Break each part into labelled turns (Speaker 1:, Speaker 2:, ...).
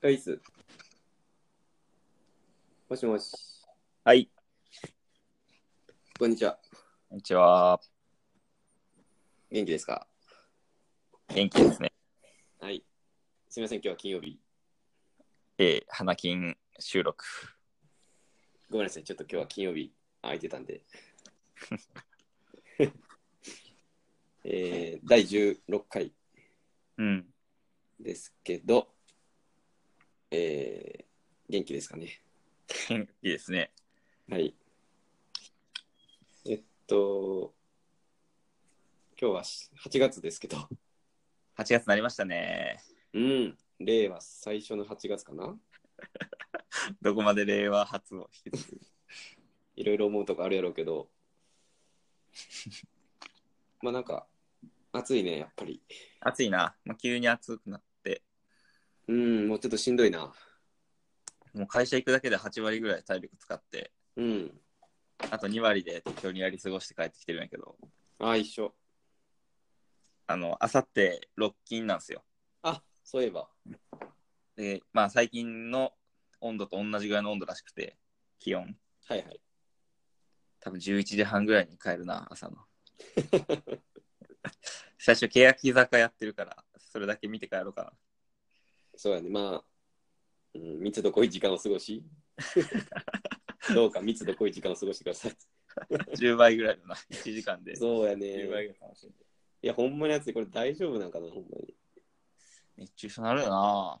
Speaker 1: がいいっす。もしもし、
Speaker 2: はい、
Speaker 1: こんにちは。
Speaker 2: こんにちは。
Speaker 1: 元気ですか
Speaker 2: 元気ですね。
Speaker 1: はい。すみません、今日は金曜日。
Speaker 2: えー、花金収録。
Speaker 1: ごめんなさい、ちょっと今日は金曜日空いてたんで。 えー、第16回
Speaker 2: うん。
Speaker 1: ですけど、えー、元気ですかね。
Speaker 2: 元気ですね。
Speaker 1: はい。えっと、今日はし8月ですけど、
Speaker 2: 8月になりましたね。
Speaker 1: うん、 令和最初の8月かな
Speaker 2: どこまで令和初を引き継ぐ。
Speaker 1: いろいろ思うとこあるやろうけど、 まあなんか、暑いね、やっぱり。
Speaker 2: 暑いな。まあ、急に暑くなって、
Speaker 1: うん、もうちょっとしんどいな。
Speaker 2: もう会社行くだけで8割ぐらい体力使って、
Speaker 1: うん。
Speaker 2: あと2割で適当にやり過ごして帰ってきてるんやけど、
Speaker 1: ああ、一緒。
Speaker 2: あの、あさってロッキンなんですよ。
Speaker 1: あ、そういえば。
Speaker 2: で、まあ最近の温度と同じぐらいの温度らしくて、気温。
Speaker 1: はいはい。
Speaker 2: 多分11時半ぐらいに帰るな、朝の。 最初、欅坂やってるから、それだけ見て帰ろうか
Speaker 1: そうやね。まあ、うん、密度濃い時間を過ごし。どうか密度濃い時間を過ごしてください。
Speaker 2: な。10倍ぐらいだな、1時間で。
Speaker 1: そうや
Speaker 2: 10
Speaker 1: ね。
Speaker 2: 倍ぐらい楽しんで。
Speaker 1: いや、ほんまに暑い。これ大丈夫なんかな、ほんまに。
Speaker 2: 熱中症なるよな。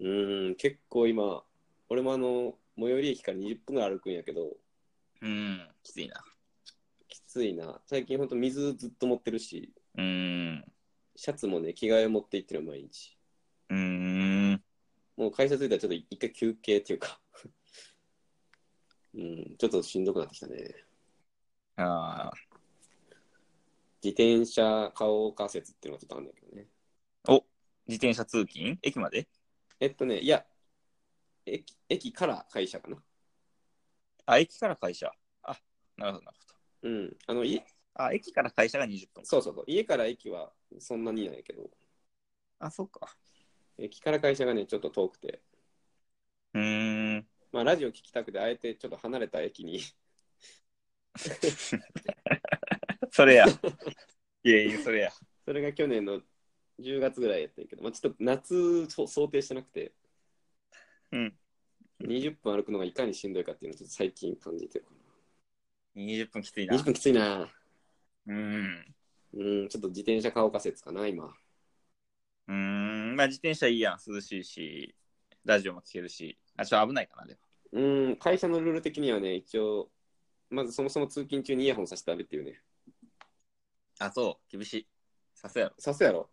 Speaker 1: うん、結構今、俺もあの、最寄り駅から20分ぐらい歩くんやけど、
Speaker 2: うん、きついな。
Speaker 1: きついな。最近ほんと水ずっと持ってるし、
Speaker 2: うん、
Speaker 1: シャツもね、着替え持って行ってる毎日。
Speaker 2: うーん、
Speaker 1: もう会社着いたらちょっと一回休憩っていうか、 うん、ちょっとしんどくなってきたね。
Speaker 2: あ
Speaker 1: 自転車買おうか説っていうのがちょっとあるんだけどね。
Speaker 2: ーお、自転車通勤駅まで
Speaker 1: えっとね、いや、駅駅から会社かな。
Speaker 2: あ、駅から会社。あ、なるほど、なるほど。
Speaker 1: うん。あの、い
Speaker 2: あ、駅から会社が20分。
Speaker 1: そうそうそう。家から駅はそんなになんやけど、
Speaker 2: あ、そうか。
Speaker 1: 駅から会社がね、ちょっと遠くて、
Speaker 2: うーん、
Speaker 1: まあ、ラジオ聞きたくて、あえてちょっと離れた駅に、
Speaker 2: それや。いやいや、それや。
Speaker 1: それが去年の10月ぐらいやったんやけど、まあ、ちょっと夏そう想定してなくて、
Speaker 2: うん。
Speaker 1: 20分歩くのがいかにしんどいかっていうのをちょっと最近感じてるか
Speaker 2: 20分きつい
Speaker 1: な。
Speaker 2: な
Speaker 1: 20。分きついな。
Speaker 2: うん。
Speaker 1: うん、ちょっと自転車買おうか説かな、今。
Speaker 2: うーん、まあ自転車いいやん、涼しいし、ラジオも聞けるし、あ、ちょっと危ないかな、でも。
Speaker 1: うん、会社のルール的にはね、一応、まずそもそも通勤中にイヤホンさせてダメっていうね。
Speaker 2: あ、そう、厳しい。さすがやろ。
Speaker 1: さすやろ。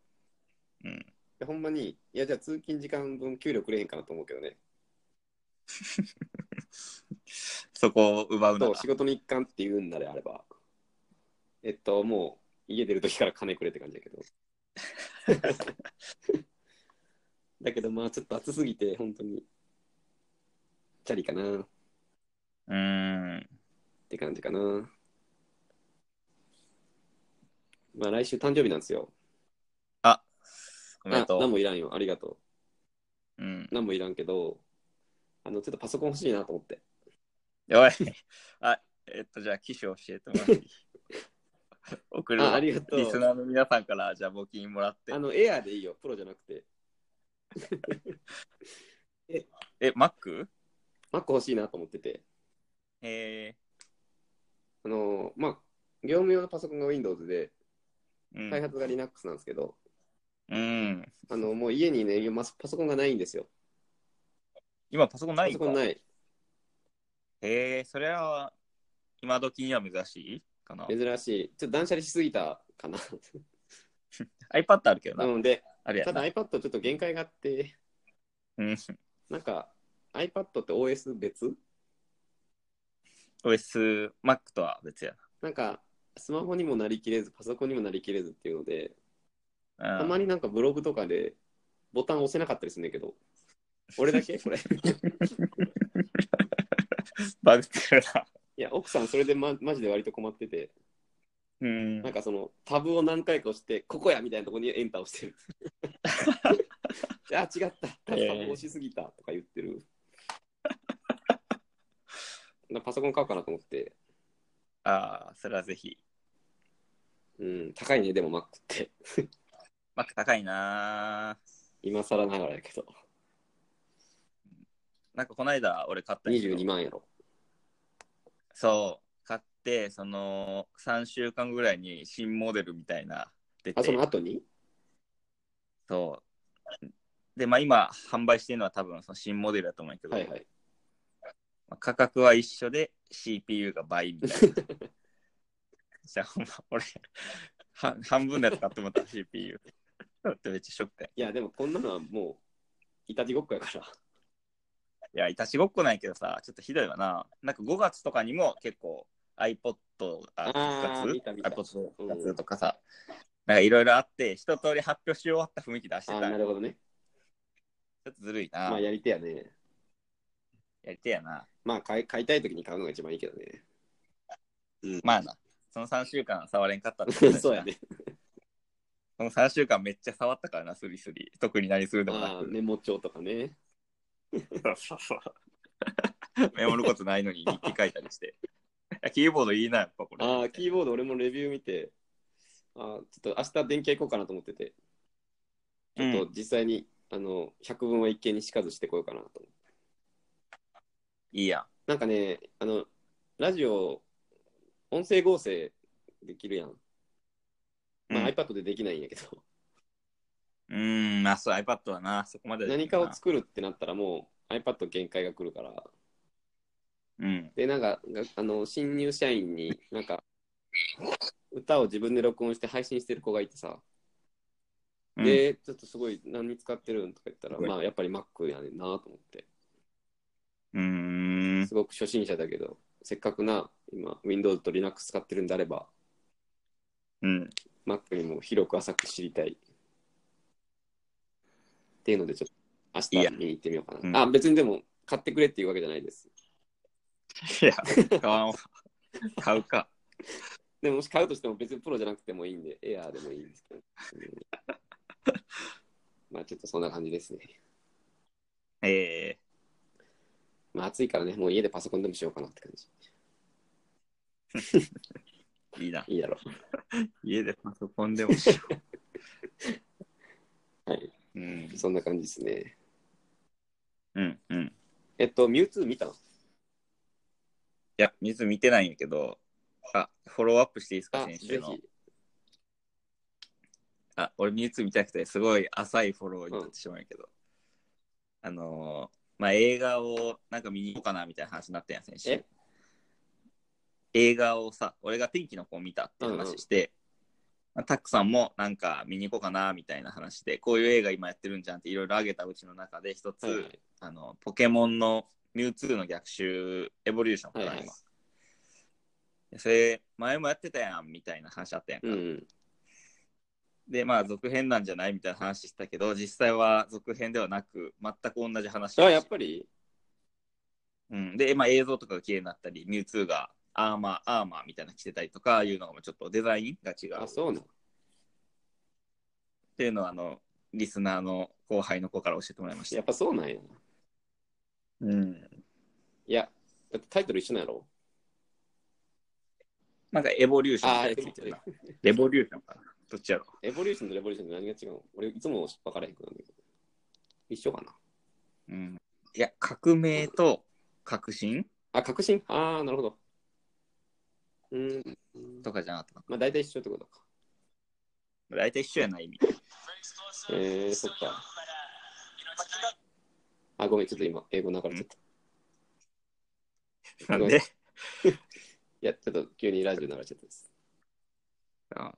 Speaker 2: うん。
Speaker 1: でほんまに、いや、じゃあ通勤時間分給料くれへんかなと思うけどね。
Speaker 2: そこを奪うな
Speaker 1: と、
Speaker 2: ら。
Speaker 1: 仕事の一環っていうんなであれば、えっと、もう、家出る時から金くれって感じだけど。だけど、まあ、ちょっと暑すぎて、本当に、チャリかなっ
Speaker 2: うーん。
Speaker 1: て感じかな。まあ、来週誕生日なんですよ。
Speaker 2: あ、おめで
Speaker 1: あ何
Speaker 2: と
Speaker 1: もいらんよ。ありがと
Speaker 2: う。うん
Speaker 1: う。。何もいらんけど、あの、ちょっとパソコン欲しいなと思って。
Speaker 2: おい。 あ、えっと、じゃあ、機種教えてもら っていい送るわ
Speaker 1: あありがとう
Speaker 2: リスナーの皆さんから、じゃあ、募金もらって
Speaker 1: あ。の、エアーでいいよ。プロじゃなくて。
Speaker 2: え、Mac?
Speaker 1: マック欲しいなと思ってて。
Speaker 2: え
Speaker 1: あの、まあ、業務用のパソコンが Windows で、
Speaker 2: ー、うん。
Speaker 1: 開発が Linux なんですけど、
Speaker 2: うん。
Speaker 1: あの、もう家にね、まパソコンがないんですよ。
Speaker 2: 今、パソコンな
Speaker 1: パ
Speaker 2: い
Speaker 1: ソ
Speaker 2: か
Speaker 1: コンない。
Speaker 2: えー、それは、今時には珍しいかな。
Speaker 1: 珍しい。ちょっと断捨離しすぎたか な。
Speaker 2: iPad あるけどな。
Speaker 1: なので、
Speaker 2: あれや
Speaker 1: ただ
Speaker 2: な。
Speaker 1: iPad ちょっと限界があって、
Speaker 2: うん。
Speaker 1: なんか、iPad って OS 別
Speaker 2: OS、Mac とは別や
Speaker 1: なんか、スマホにもなりきれず、パソコンにもなりきれずっていうので、
Speaker 2: な。
Speaker 1: た
Speaker 2: うん
Speaker 1: まになんかブログとかでボタン押せなかったりするんだけど、俺だけ これ。い
Speaker 2: バグってるな。
Speaker 1: や、奥さんそれでま、マジで割と困ってて、
Speaker 2: うん
Speaker 1: なん。かそのタブを何回か押して、ここやみたいなとこにエンターをしてる。あ、違った。タ
Speaker 2: ええ
Speaker 1: バコ押しすぎたとか言ってる。なパソコン買おうかなと思って。
Speaker 2: ああ、それはぜひ。
Speaker 1: うん、高いね、でも Mac って。
Speaker 2: マック高いなー
Speaker 1: 今更ながらやけど。
Speaker 2: なんかこの間俺買ったんやけど
Speaker 1: 22万やろ。
Speaker 2: そう、買って、その3週間ぐらいに新モデルみたいな出て
Speaker 1: あ、その後に
Speaker 2: そう。で、まあ今販売してるのは多分その新モデルだと思うんやけど、
Speaker 1: はいはい。
Speaker 2: まあ価格は一緒で CPU が倍みたいな。 じゃあほんま、俺、は半分だったと思った CPU。だってめっちゃショックだよ。
Speaker 1: いや、でもこんなのはもう、いたちごっこやから。
Speaker 2: いや、いたちごっこないけどさ、ちょっとひどいわな。なんか5月とかにも結構 iPod が
Speaker 1: あー見た見た
Speaker 2: iPod 復活とかさ、なんかいろいろあって、一通り発表し終わった雰囲気出して
Speaker 1: あ
Speaker 2: た。
Speaker 1: ー、な
Speaker 2: ちょ
Speaker 1: るほどね。
Speaker 2: っとずるいな。
Speaker 1: まあ、やり手やね。
Speaker 2: やりてえやな。
Speaker 1: まあ買い、買いたいときに買うのが一番いいけどね。うん
Speaker 2: まあな。その3週間触れんかったってことや な
Speaker 1: そうや。ね。
Speaker 2: その3週間めっちゃ触ったからな、スリスリ。特に何するでもな
Speaker 1: ああ、
Speaker 2: く。
Speaker 1: メモ帳とかね。
Speaker 2: そうそうそう。メモることないのに日記書いた りして。いやキーボードいいな、やっぱこれ。
Speaker 1: ああ、キーボード俺もレビュー見て、ああ、ちょっと明日電気屋行こうかなと思ってて、ちょっと実際に、あの、百聞は一見にしかずしてこようかなと思って。
Speaker 2: いいやん。
Speaker 1: なんかね、あの、ラジオ、音声合成できるやん。まあ、
Speaker 2: うん
Speaker 1: iPad でできないんやけど、
Speaker 2: うーん、まあそう、iPad はな、そこまでだけど
Speaker 1: 何かを作るってなったらもう iPad 限界が来るから、
Speaker 2: なうん。
Speaker 1: で、なんか、があの、新入社員に、なんか、歌を自分で録音して配信してる子がいてさ、で、ちょっとすごい、何に使ってるんとか言ったら、
Speaker 2: はい
Speaker 1: まあ、やっぱり Mac やねんなと思って、
Speaker 2: うん、うーん。
Speaker 1: すごく初心者だけど、せっかくな、今、Windows と Linux 使ってるんであれば、
Speaker 2: うん。
Speaker 1: Mac にも広く浅く知りたい。っていうので、ちょっと、明
Speaker 2: い
Speaker 1: 日
Speaker 2: や
Speaker 1: 見に行ってみようか
Speaker 2: うん
Speaker 1: な。あ、別にでも、買ってくれっていうわけじゃないです。
Speaker 2: いや、買わんわ。買うか。
Speaker 1: でも、もし買うとしても別にプロじゃなくてもいいんで、エアーでもいいんですけど。うんまあ、ちょっとそんな感じですね。
Speaker 2: え
Speaker 1: まあ、暑いからね、もう家でパソコンでもしようかなって感じ。
Speaker 2: えいいな。
Speaker 1: いいやろ。
Speaker 2: 家でパソコンでもしよ
Speaker 1: はい。
Speaker 2: う。うん。
Speaker 1: そんな感じですね。
Speaker 2: うん。うん。い
Speaker 1: えっと、ミュウツー見た
Speaker 2: や、水見てないんやけど、あ、フォローアップしていいですか、
Speaker 1: あ、
Speaker 2: 先
Speaker 1: ぜひ。
Speaker 2: 週の。あ、俺、ミュウツー見たくて、すごい浅いフォローになってしまうんやけど。あのーまあ、映画をなんか見に行こうかなみたいな話になったやん、先週
Speaker 1: え。
Speaker 2: 映画をさ、俺が天気の子を見たって話して、まあ、タックさんもなんか見に行こうかなみたいな話で、こういう映画今やってるんじゃんっていろいろ挙げたうちの中で、一つ、
Speaker 1: はいはい
Speaker 2: あの、ポケモンのミュウツーの逆襲、エボリューションかな、
Speaker 1: はいはい
Speaker 2: 今。それ、前もやってたやんみたいな話あったやんか。
Speaker 1: うんうん。
Speaker 2: で、まあ、続編なんじゃないみたいな話したけど、実際は続編ではなく、全く同じ話
Speaker 1: あ、やっぱり
Speaker 2: うん、で、まあ、映像とかが綺麗になったり、ミュウツーがアーマー、アーマーみたいなの着てたりとかいうのがちょっとデザインが違う。
Speaker 1: あ、そうなの。
Speaker 2: っていうのは、あの、リスナーの後輩の子から教えてもらいまし
Speaker 1: やっ。
Speaker 2: た
Speaker 1: ぱそうなんや。
Speaker 2: うん。
Speaker 1: いや、だってタイトル一緒なんやろ
Speaker 2: なんか、エボリューションみたいなのついてるな。レボリューションかな。どっちやろ
Speaker 1: エボリューションとレボリューションって何が違うの俺、いつも分からへんくなるんだけど。一緒かな。
Speaker 2: う。うん。いや、革命と革新
Speaker 1: あ、革新ああ、なるほど。うん。
Speaker 2: とかじゃなかったか
Speaker 1: まあ、大体一緒ってことか。
Speaker 2: な。大体一緒やな、意味。
Speaker 1: えー、そっか。あ、ごめん、ちょっと今、英語流れちゃった。
Speaker 2: なんで
Speaker 1: いや、ちょっと急にラジオ流れちゃったです。
Speaker 2: あ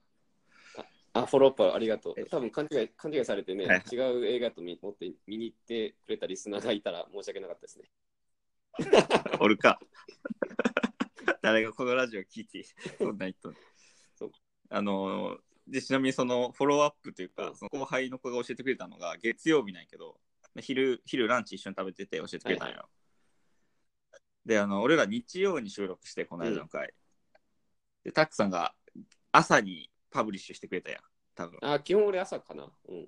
Speaker 1: あ、フォローアップありがと
Speaker 2: え
Speaker 1: う。多分勘違い、勘違いされてね、
Speaker 2: はい
Speaker 1: 違う映画と見持って見に行ってくれたリスナーがいたら申し訳なかったですね。
Speaker 2: おるか。誰がこのラジオ聞いて、そんな人。
Speaker 1: そう
Speaker 2: あのーで、ちなみにそのフォローアップというか、その後輩の子が教えてくれたのが月曜日なんやけど、昼、昼ランチ一緒に食べてて教えてくれたんよ。
Speaker 1: は
Speaker 2: で、あの、俺ら日曜に収録して、この間の回。で、タックさんが朝にパブリッシュしてくれたやん、多分。
Speaker 1: あ、基本俺朝かな。うん。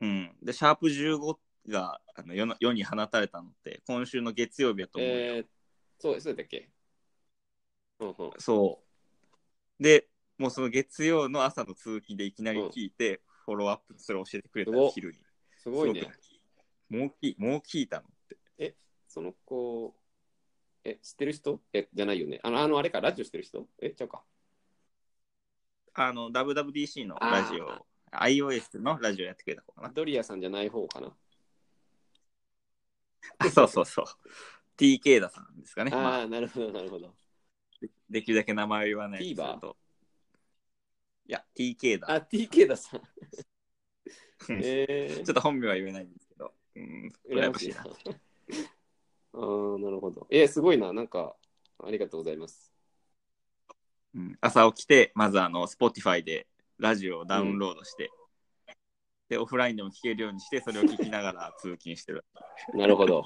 Speaker 2: うん。で、シャープ15があの世の世に放たれたのって、今週の月曜日やと思うよ。
Speaker 1: えー、そう、そうだっけうんうん。
Speaker 2: そう。で、もうその月曜の朝の通勤でいきなり聞いて、フォローアップそれを教えてくれた
Speaker 1: すごっ
Speaker 2: 昼に。
Speaker 1: すごいね
Speaker 2: す。ごくもうきもう聞いたのって。
Speaker 1: その子、え、知ってる人え、じゃないよね。あの、あのあれか、ラジオしてる人え、ちゃうか。
Speaker 2: あの、WWDC のラジオ、iOS のラジオやってくれた子かな。
Speaker 1: ドリアさんじゃない方かな。
Speaker 2: あそうそうそう。TK ださんですかね。まあ
Speaker 1: ああ、なるほど、なるほど。
Speaker 2: できるだけ名前を言わないようにすると。いや、TK だ。
Speaker 1: あ、TK ださん。
Speaker 2: うんち
Speaker 1: え
Speaker 2: ょっと本名は言えないんですけど。うん、
Speaker 1: ー、羨
Speaker 2: 羨
Speaker 1: ま
Speaker 2: ま
Speaker 1: し
Speaker 2: し
Speaker 1: い
Speaker 2: い
Speaker 1: な。
Speaker 2: な。
Speaker 1: ああ、なるほど。えー、すごいな。なんか、ありがとうございます。
Speaker 2: うん、朝起きて、まずあの、Spotify でラジオをダウンロードして、で、オフラインでも聞けるようにして、それを聞きな がら通勤してる。
Speaker 1: なるほど。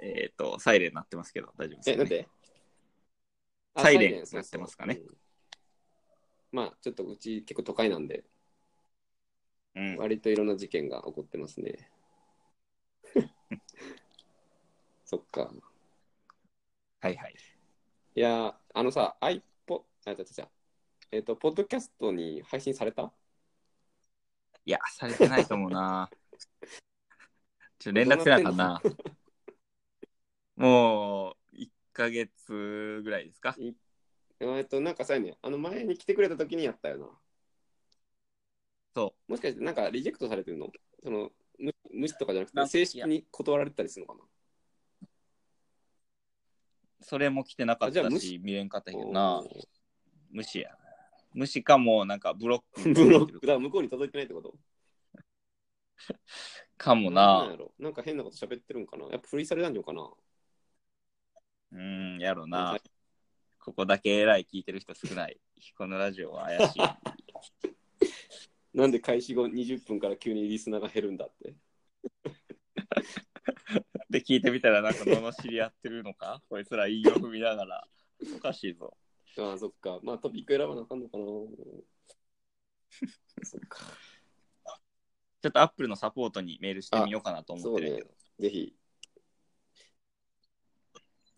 Speaker 2: えっ、と、サイレン鳴ってますけど、大丈夫です
Speaker 1: え、
Speaker 2: か、
Speaker 1: なん
Speaker 2: ね。
Speaker 1: であ
Speaker 2: サイレン
Speaker 1: そうそう
Speaker 2: なってますかね
Speaker 1: うんまあ、ちょっとうち結構都会なんで、
Speaker 2: うん、
Speaker 1: 割といろんな事件が起こってます ね。そっか。
Speaker 2: はいはい。
Speaker 1: いやー、あのさ、iPod、あ、ちゃちゃえっ、と、ポッドキャストに配信された
Speaker 2: いや、されてないと思うな。ちょ連絡せなあかんな。もう、1ヶ月ぐらいですか
Speaker 1: えっ、と、なんかさ、ね、あの前に来てくれた時にやったよな。
Speaker 2: そ
Speaker 1: もしかして、なんかリジェクトされてるのその無、無視とかじゃなく
Speaker 2: な
Speaker 1: て、正式に断られたりするのか
Speaker 2: う。それも来てなかっ
Speaker 1: あじゃあ
Speaker 2: た
Speaker 1: 無視
Speaker 2: し、見れんかったけ
Speaker 1: な
Speaker 2: どな。無視や。無視かも、なんかブロッ ク
Speaker 1: ブロックだ、向こうに届いてないってこと
Speaker 2: かも
Speaker 1: ん
Speaker 2: な
Speaker 1: や。ろなんか変なこと喋ってるんかなやっぱフリーサルダンジョンかな
Speaker 2: うん、やろ
Speaker 1: は。
Speaker 2: ないここだけ偉い聞いてる人少ない。 このラジオは怪しい。
Speaker 1: なんで開始後20分から急にリスナーが減るんだって。
Speaker 2: で、聞いてみたら、なんか、罵り合ってるのかこいつらいいよ踏みながら。おかしいぞ。
Speaker 1: ああ、そっか。まあトピック選ばなあかんのかな。そっか。
Speaker 2: ちょっとアップルのサポートにメールしてみようかなと思ってるんやけど、
Speaker 1: ぜひ。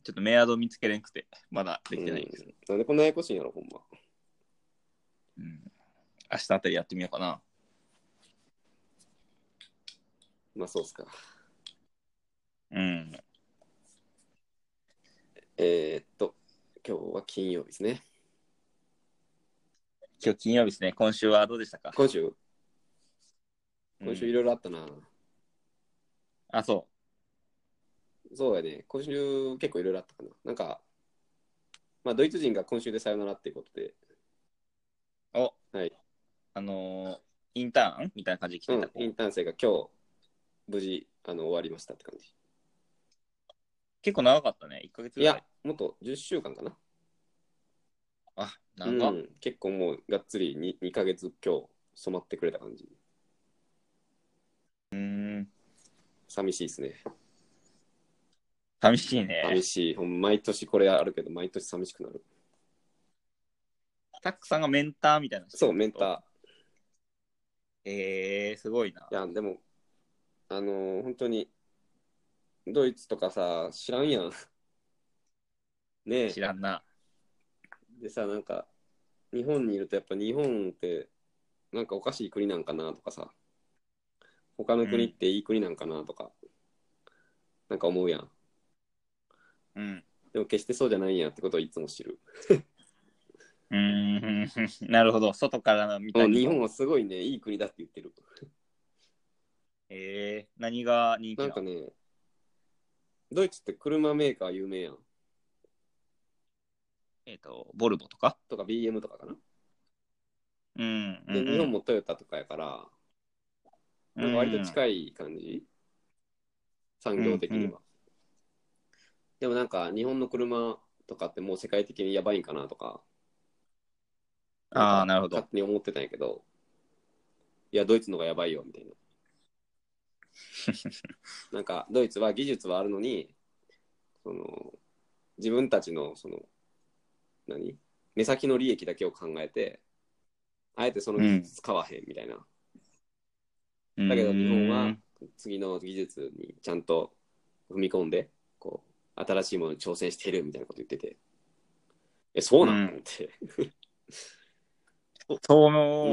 Speaker 2: ちょっとメアド見つけれんくて、まだできてないんです、
Speaker 1: うんなんでこんなややこしいんやろ、ほんま。
Speaker 2: うん明日あたりやってみようかな。
Speaker 1: まあそうっすか。
Speaker 2: うん。
Speaker 1: えー、っと、今日は金曜日ですね。
Speaker 2: 今日金曜日ですね。今週はどうでしたか
Speaker 1: 今週、今週い
Speaker 2: うん
Speaker 1: ろいろあったな。
Speaker 2: あ、そ
Speaker 1: そうやね。今週結構いろいろあったかな。なんか、まあドイツ人が今週でさよならっていうことで、
Speaker 2: う。お、
Speaker 1: はい。
Speaker 2: あのーインターンみたいな感じで来
Speaker 1: う
Speaker 2: てた
Speaker 1: ん、
Speaker 2: 子、
Speaker 1: インターン生が今日、無事あの終わりましたって感じ。
Speaker 2: 結構長かったね。1ヶ月
Speaker 1: い
Speaker 2: ぐらい
Speaker 1: や。、もっと10週間かな。
Speaker 2: あ、長
Speaker 1: う
Speaker 2: っ、
Speaker 1: ん、結構もうがっつり 2, 2ヶ月今日染まってくれた感じ。
Speaker 2: うん。
Speaker 1: 寂しいですね。
Speaker 2: 寂しいね
Speaker 1: 寂。しい。ほんま毎年これあるけど、毎年寂しくなる。
Speaker 2: タックさんがメンターみたいな人
Speaker 1: そう、メンター。
Speaker 2: えー、すごいな。
Speaker 1: いや、でも、あのー本当に、ドイツとかさ、知らんやん。 ね
Speaker 2: 知
Speaker 1: え。
Speaker 2: らんな。
Speaker 1: でさ、なんか、日本にいるとやっぱ日本って、なんかおかしい国なんかなとかさ、他の国っていい国なんかなとか、なんか思うやん。
Speaker 2: うん。
Speaker 1: でも決してそうじゃないんやってことをいつも知る。
Speaker 2: うーん。 なるほど。外から見た
Speaker 1: うん
Speaker 2: り。
Speaker 1: 日本はすごいね、いい国だって言ってる。
Speaker 2: えー、何が人気
Speaker 1: な
Speaker 2: なん
Speaker 1: か
Speaker 2: の
Speaker 1: ね、ドイツって車メーカー有名やん。
Speaker 2: えっ、と、ボルボとか。
Speaker 1: とか BM とかかな。
Speaker 2: うん。
Speaker 1: で、日本
Speaker 2: も、
Speaker 1: もトヨタとかやから、なんか割と
Speaker 2: い。
Speaker 1: 近い感じ、産業的には、
Speaker 2: うんう
Speaker 1: でもなんか日本の車とかってもう世界的にやばいんかなとか
Speaker 2: ああ、なるほど
Speaker 1: 勝。手に思ってたんやけどいやドイツの方がやばいよみたいな なんかドイツは技術はあるのにその自分たちのその何目先の利益だけを考えてあえてその
Speaker 2: う
Speaker 1: 技
Speaker 2: ん
Speaker 1: 術使わへんみたいな。
Speaker 2: だ
Speaker 1: だけど日本は次の技術にちゃんと踏み込んで、こう、新しいものに挑戦してるみたいなこと言ってて。え、そうなん
Speaker 2: う
Speaker 1: と思っ
Speaker 2: ん
Speaker 1: て。
Speaker 2: そううん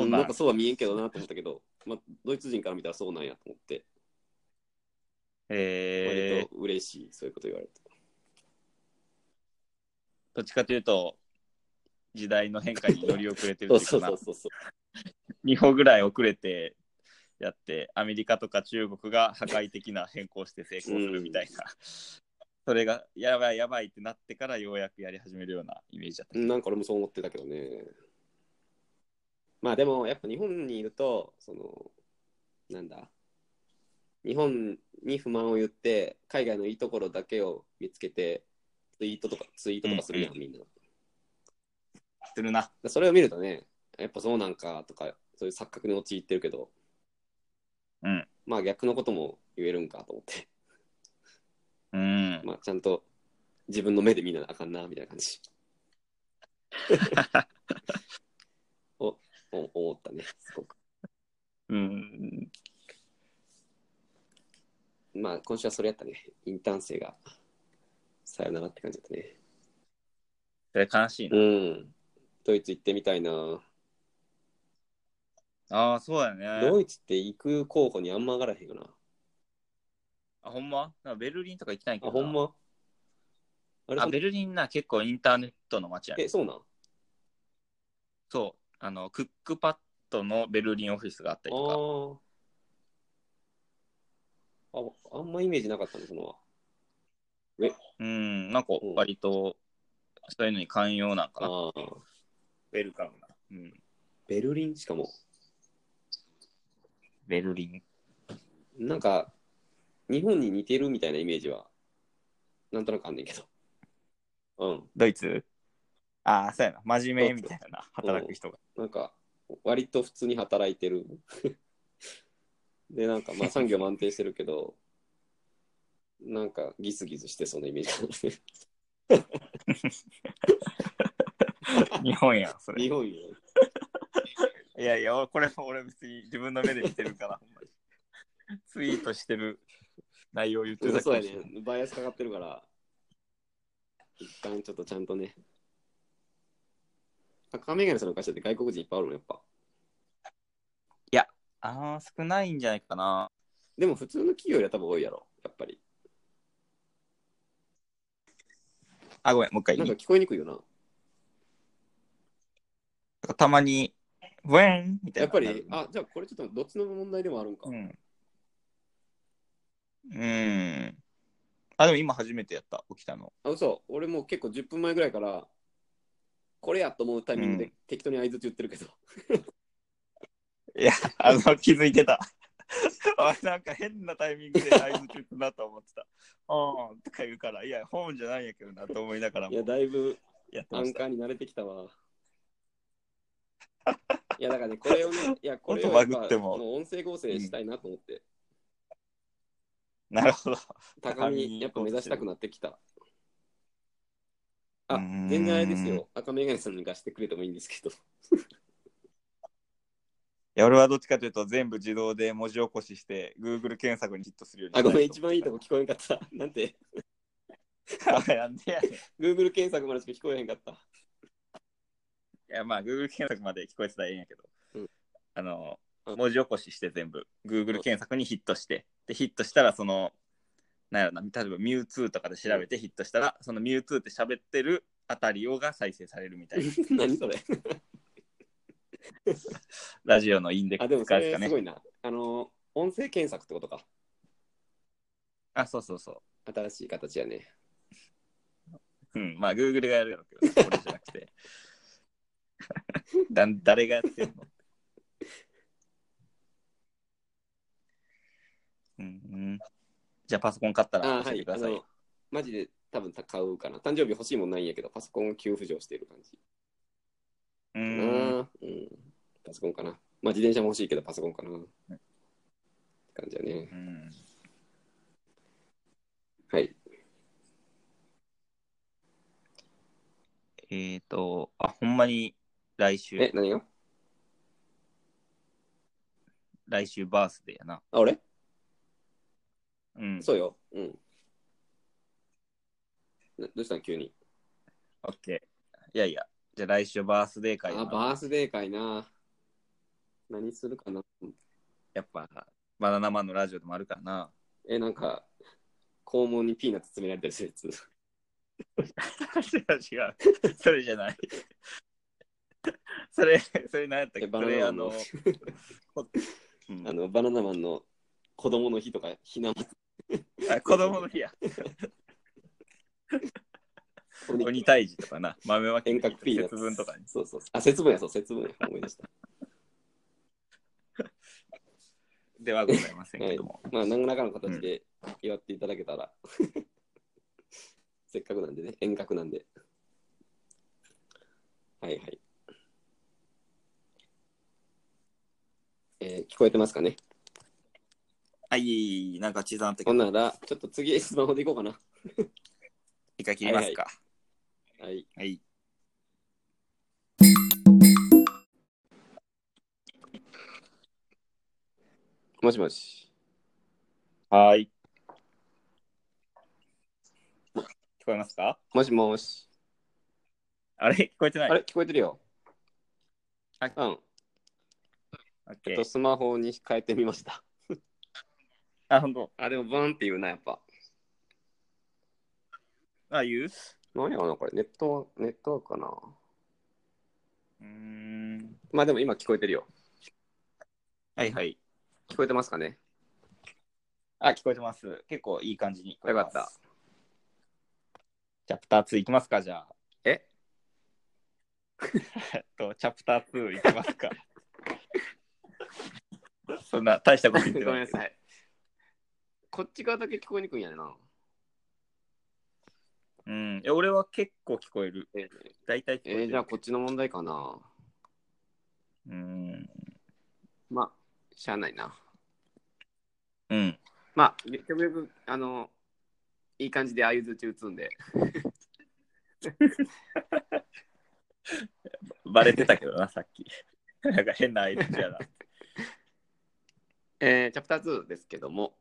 Speaker 2: な
Speaker 1: なんんかそうは見えんけどなと思ったけど、まあ、ドイツ人から見たらそうなんやと思って、
Speaker 2: え
Speaker 1: 割と嬉しい、そういうこと言われて。
Speaker 2: どっちかというと、時代の変化に乗り遅れてる
Speaker 1: そ
Speaker 2: と
Speaker 1: う
Speaker 2: い
Speaker 1: そう
Speaker 2: うかな
Speaker 1: そう、そう。
Speaker 2: 日本ぐらい遅れてやって、アメリカとか中国が破壊的な変更して成功するみたいな、それがやばいやばいってなってからようやくやり始めるようなイメージだった。
Speaker 1: なんか俺もそう思ってたけどね。まあでもやっぱ日本にいると、その、なんだ、日本に不満を言って、海外のいいところだけを見つけて、ツイートとか、ツイートとかするやん、みんな。だか
Speaker 2: するな。
Speaker 1: らそれを見るとね、やっぱそうなんかとか、そういう錯覚に陥ってるけど、
Speaker 2: うん
Speaker 1: まあ逆のことも言えるんかと思って、
Speaker 2: うん。
Speaker 1: まあちゃんと自分の目で見なあかんな、みたいな感 じ。おお思ったね、すごく。
Speaker 2: うん、
Speaker 1: まあ、今週はそれやったね。インターン生が、さよならって感じだったね。
Speaker 2: それ悲しいな。
Speaker 1: うん。ドイツ行ってみたいな。
Speaker 2: ああ、そうやね。
Speaker 1: ドイツって行く候補にあんま上がらへんよな。
Speaker 2: あ、ほんまなんかベルリンとか行きたいけ
Speaker 1: あ、
Speaker 2: ど
Speaker 1: ほ
Speaker 2: な。
Speaker 1: んまあれ
Speaker 2: あ、ベルリンな、結構インターネットの街やね
Speaker 1: え、。そうなんあ
Speaker 2: そう。あの、クックパッドのベルリンオフィスがあったりとか。
Speaker 1: ーあ。あんまイメージなかったの、その。
Speaker 2: うん、なんか割と、そういうのに寛容なんかな。
Speaker 1: ああ。
Speaker 2: ウェルカムな。うん。
Speaker 1: ベルリンしかも。
Speaker 2: ベルリン。
Speaker 1: なんか、日本に似てるみたいなイメージは、なんとなくあんねんけど。うん。
Speaker 2: ドイツああ、そうやな。真面目みたいな、
Speaker 1: うそう
Speaker 2: 働く人が。
Speaker 1: なんか、割と普通に働いてる。 で、なんか、まあ、産業も安定してるけど、なんか、ギスギスしてそうなイメージなんですね。
Speaker 2: 日本やん、そ れ。
Speaker 1: 日
Speaker 2: い
Speaker 1: 本よ。
Speaker 2: やいや、俺これも俺別に自分の目で見てるから、ほんまに。ツイートしてる内容言ってるだけ
Speaker 1: そう
Speaker 2: か
Speaker 1: や
Speaker 2: もしれない
Speaker 1: ね。バイアスかかってるから、一旦ちょっとちゃんとね。赤メガネさんの会社って外国人いっぱいあるのやっぱ。
Speaker 2: ああ、少ないんじゃないかな。
Speaker 1: でも普通の企業よりは多分多いやろ、やっぱり。
Speaker 2: あ、ごめん、もう一回いい
Speaker 1: なんか聞こえにくいよな。
Speaker 2: たまに、ウェンみたいな。
Speaker 1: やっぱり、あ、じゃあこれちょっとどっちの問題でもあるんか。
Speaker 2: うん。うん。あ、でも今初めてやった、起きたの。
Speaker 1: あ、嘘。俺もう結構10分前ぐらいから、これやと思うタイミング
Speaker 2: う
Speaker 1: で適当に相づち言ってるけど。
Speaker 2: あの、気づいてた。 あなんか変なタイミングでライブ中だと思ってた。うんとか言うから、いや、ホームじゃないんやけどなと思いながら
Speaker 1: いや、
Speaker 2: も
Speaker 1: だいぶ
Speaker 2: やって
Speaker 1: ア
Speaker 2: ま
Speaker 1: ン
Speaker 2: した。
Speaker 1: カーに慣れてきたわ。いや、だからね、これをね、いや、これを
Speaker 2: 音
Speaker 1: や
Speaker 2: バ
Speaker 1: っ
Speaker 2: グ
Speaker 1: ぱ
Speaker 2: って も
Speaker 1: この音声合成したいなと思って、
Speaker 2: なるほど。
Speaker 1: 高み、やっぱ目指したくなってきた。あ、全然あれです
Speaker 2: うーんい
Speaker 1: よ。赤メガネさんに貸してくれてもいいんですけど。
Speaker 2: や、俺はどっちかというと、全部自動で文字起こしして、Google 検索にヒットするように
Speaker 1: あ、ごめん、一番いいと
Speaker 2: こ。
Speaker 1: こ聞こえんかった。なんて、
Speaker 2: あなんでやねんい
Speaker 1: Google 検索までしか聞こえへんか った。
Speaker 2: や、まあ、Google 検索まで聞こえてたらええんやけど、
Speaker 1: うん
Speaker 2: あ
Speaker 1: う
Speaker 2: の、
Speaker 1: ん
Speaker 2: 文字起こしして全部、Google 検索にヒットして、で、ヒットしたら、その、なんやろな、例えばミュウツーとかで調べてヒットしたら、そのミュウツーって喋ってるあたりをが再生されるみたいな、
Speaker 1: 何それ。
Speaker 2: ラジオのインデッ
Speaker 1: あ、
Speaker 2: ク
Speaker 1: で
Speaker 2: ス
Speaker 1: もそ
Speaker 2: 使うし
Speaker 1: れ
Speaker 2: か
Speaker 1: す
Speaker 2: ね
Speaker 1: ご。いな。あの、音声検索ってことか。
Speaker 2: あ、そうそうそ
Speaker 1: 新しい形やね。
Speaker 2: う。うん、まあ、Google がやるやろうけど、俺じゃなくて。 だ誰がやってるのうんうん、じゃあパソコン買った
Speaker 1: あー
Speaker 2: ら
Speaker 1: は
Speaker 2: 教えて
Speaker 1: い。
Speaker 2: くだ
Speaker 1: あ
Speaker 2: さい。
Speaker 1: の、マジで多分買うかな。誕生日欲しいもんないんやけど、パソコン急浮上してる感じ。
Speaker 2: う
Speaker 1: うんん。うん。パソコンかな。まあ自転車も欲しいけど、パソコンかな。って感じやね。
Speaker 2: うん
Speaker 1: はい。
Speaker 2: えっ、ー、と、あ、ほんまに来週
Speaker 1: え、、何が
Speaker 2: 来週バースデーやな。
Speaker 1: あ、俺
Speaker 2: うん。
Speaker 1: そうよ。うん。などうしたん急に。
Speaker 2: オッケー。いやいや、じゃあ来週バースデー会や
Speaker 1: あ、
Speaker 2: な
Speaker 1: バースデー会な。何するかな。
Speaker 2: やっぱ、バナナマンのラジオでもあるからな。
Speaker 1: え、なんか、肛門にピーナッツ詰められたりするやつ。
Speaker 2: 違う違う。それじゃない。 それ、それ何やったっ
Speaker 1: え
Speaker 2: け
Speaker 1: バ
Speaker 2: そ
Speaker 1: ナナ
Speaker 2: れ、
Speaker 1: マ
Speaker 2: あ
Speaker 1: ンの
Speaker 2: の、うん
Speaker 1: あの、バナナマンの子供の日とか、ひな祭
Speaker 2: あ子供の日や。
Speaker 1: り
Speaker 2: 鬼退治とかな。豆まき
Speaker 1: 遠隔ピーナッツ。
Speaker 2: 節分とかに。
Speaker 1: そうそうそう。あ、節分や、そう、節分や。思い出した。
Speaker 2: ではございませんけども。
Speaker 1: まあ、何らかの形で祝っていただけたら、 せっかくなんでね、遠隔なんで。はいはい。えー聞こえてますかね
Speaker 2: はい、なんか地図あったけ
Speaker 1: ほん
Speaker 2: ど、
Speaker 1: なら、ちょっと次、スマホでいこうかな。
Speaker 2: 一回切りますか。
Speaker 1: はい。
Speaker 2: はい。
Speaker 1: もしもし。
Speaker 2: はい。聞こえますか
Speaker 1: もしもし。
Speaker 2: あれ聞こえてない
Speaker 1: あれ、聞こえてるよ。
Speaker 2: はい
Speaker 1: うん。
Speaker 2: オッ
Speaker 1: ちょ
Speaker 2: ケ
Speaker 1: っ
Speaker 2: ー
Speaker 1: とスマホに変えてみました。
Speaker 2: あ、ほんと。
Speaker 1: あ、でも、バーンって言うな、やっぱ。
Speaker 2: あ、言う
Speaker 1: 何やかな、これ。ネットワーク、ネットワークかな。
Speaker 2: うーん。
Speaker 1: まあ、でも今聞こえてるよ。
Speaker 2: はいはい。
Speaker 1: 聞こえてますかね
Speaker 2: あ、聞こえてます。結構いい感じに聞こえ
Speaker 1: よ
Speaker 2: て
Speaker 1: か
Speaker 2: ま
Speaker 1: っ
Speaker 2: す。
Speaker 1: た。。
Speaker 2: チャプター2いきますか、じゃあ。
Speaker 1: え
Speaker 2: えっと、チャプター2いきますか。 そんな大したこと言っ
Speaker 1: ご
Speaker 2: て
Speaker 1: めん
Speaker 2: ない
Speaker 1: な。さい。こっち側だけ聞こえにくいんやねな。
Speaker 2: うん。いや俺は結構聞こえる。
Speaker 1: え
Speaker 2: 大体聞こえ
Speaker 1: え
Speaker 2: る。
Speaker 1: ーじゃあこっちの問題かな。
Speaker 2: うん。
Speaker 1: まあ、しゃあないな。
Speaker 2: うん。
Speaker 1: まあ、極力、あの、いい感じで相づち打つんで。
Speaker 2: バレてたけどな、さっき。 なんか変な相手やな。
Speaker 1: えーチャプター2ですけども。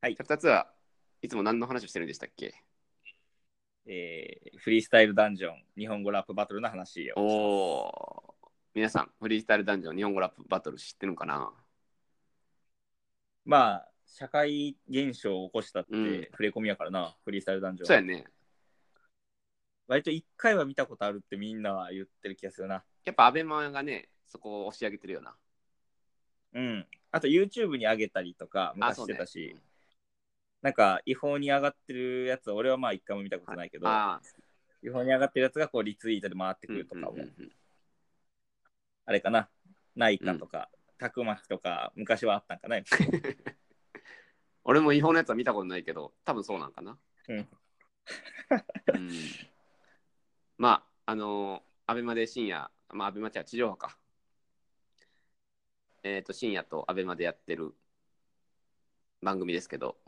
Speaker 2: はい
Speaker 1: チャプター2はいつも何の話をしてるんでしたっけ
Speaker 2: えー、フリースタイルダンジョン、日本語ラップバトルの話
Speaker 1: お
Speaker 2: を。
Speaker 1: おー。皆さん、フリースタイルダンジョン日本語ラップバトル知ってるのかな
Speaker 2: まあ、社会現象を起こしたって、
Speaker 1: うん
Speaker 2: 触れ込みやからな、フリースタイルダンジョン。
Speaker 1: そうやね。
Speaker 2: 割と一回は見たことあるってみんなは言ってる気がするな。
Speaker 1: やっぱアベマがね、そこを押し上げてるよな。
Speaker 2: うん。あと YouTube に上げたりとか、
Speaker 1: あ、
Speaker 2: 昔
Speaker 1: そう
Speaker 2: し
Speaker 1: ね
Speaker 2: てたし、なんか違法に上がってるやつ、俺はまあ一回も見たことないけど、
Speaker 1: あ
Speaker 2: 違法に上がってるやつがこうリツイートで回って
Speaker 1: ー、う
Speaker 2: く
Speaker 1: ん
Speaker 2: るとかも、
Speaker 1: うんうんうん
Speaker 2: あれかな、ないかとか、たくまきとか、昔はあったんかな、やっ ぱり
Speaker 1: 俺も違法のやつは見たことないけど、多分そうなんかな。
Speaker 2: うん
Speaker 1: うんまあ、あのー、アベマで深夜、まあ、アベマじゃ地上波か。えっ、と、深夜とアベマでやってる番組ですけど、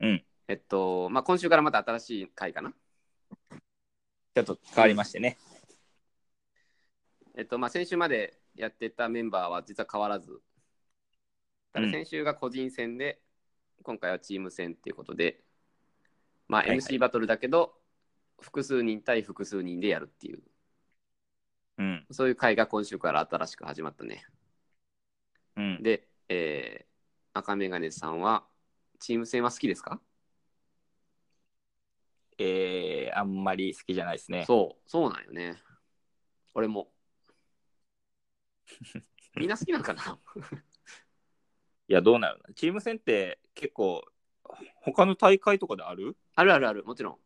Speaker 2: うん。
Speaker 1: えっと、まあ、今週からまた新しい回かな。
Speaker 2: ちょっと変わりましてね。
Speaker 1: えっと、まあ、先週までやってたメンバーは実は変わらず、た
Speaker 2: う
Speaker 1: だ
Speaker 2: ん
Speaker 1: 先週が個人戦で、今回はチーム戦っていうことで、まあ、
Speaker 2: はいはい
Speaker 1: MC バトルだけど、複数人対複数人でやるっていう、
Speaker 2: うん。
Speaker 1: そういう回が今週から新しく始まったね。
Speaker 2: うん、
Speaker 1: で、えー赤メガネさんは、チーム戦は好きですか、
Speaker 2: えー、あんまり好きじゃないですね。
Speaker 1: そう、そうなんよね。俺 も。みんな好きなんかな
Speaker 2: いや、どうなるのチーム戦って結構、他の大会とかである
Speaker 1: あるあるある、もちろん。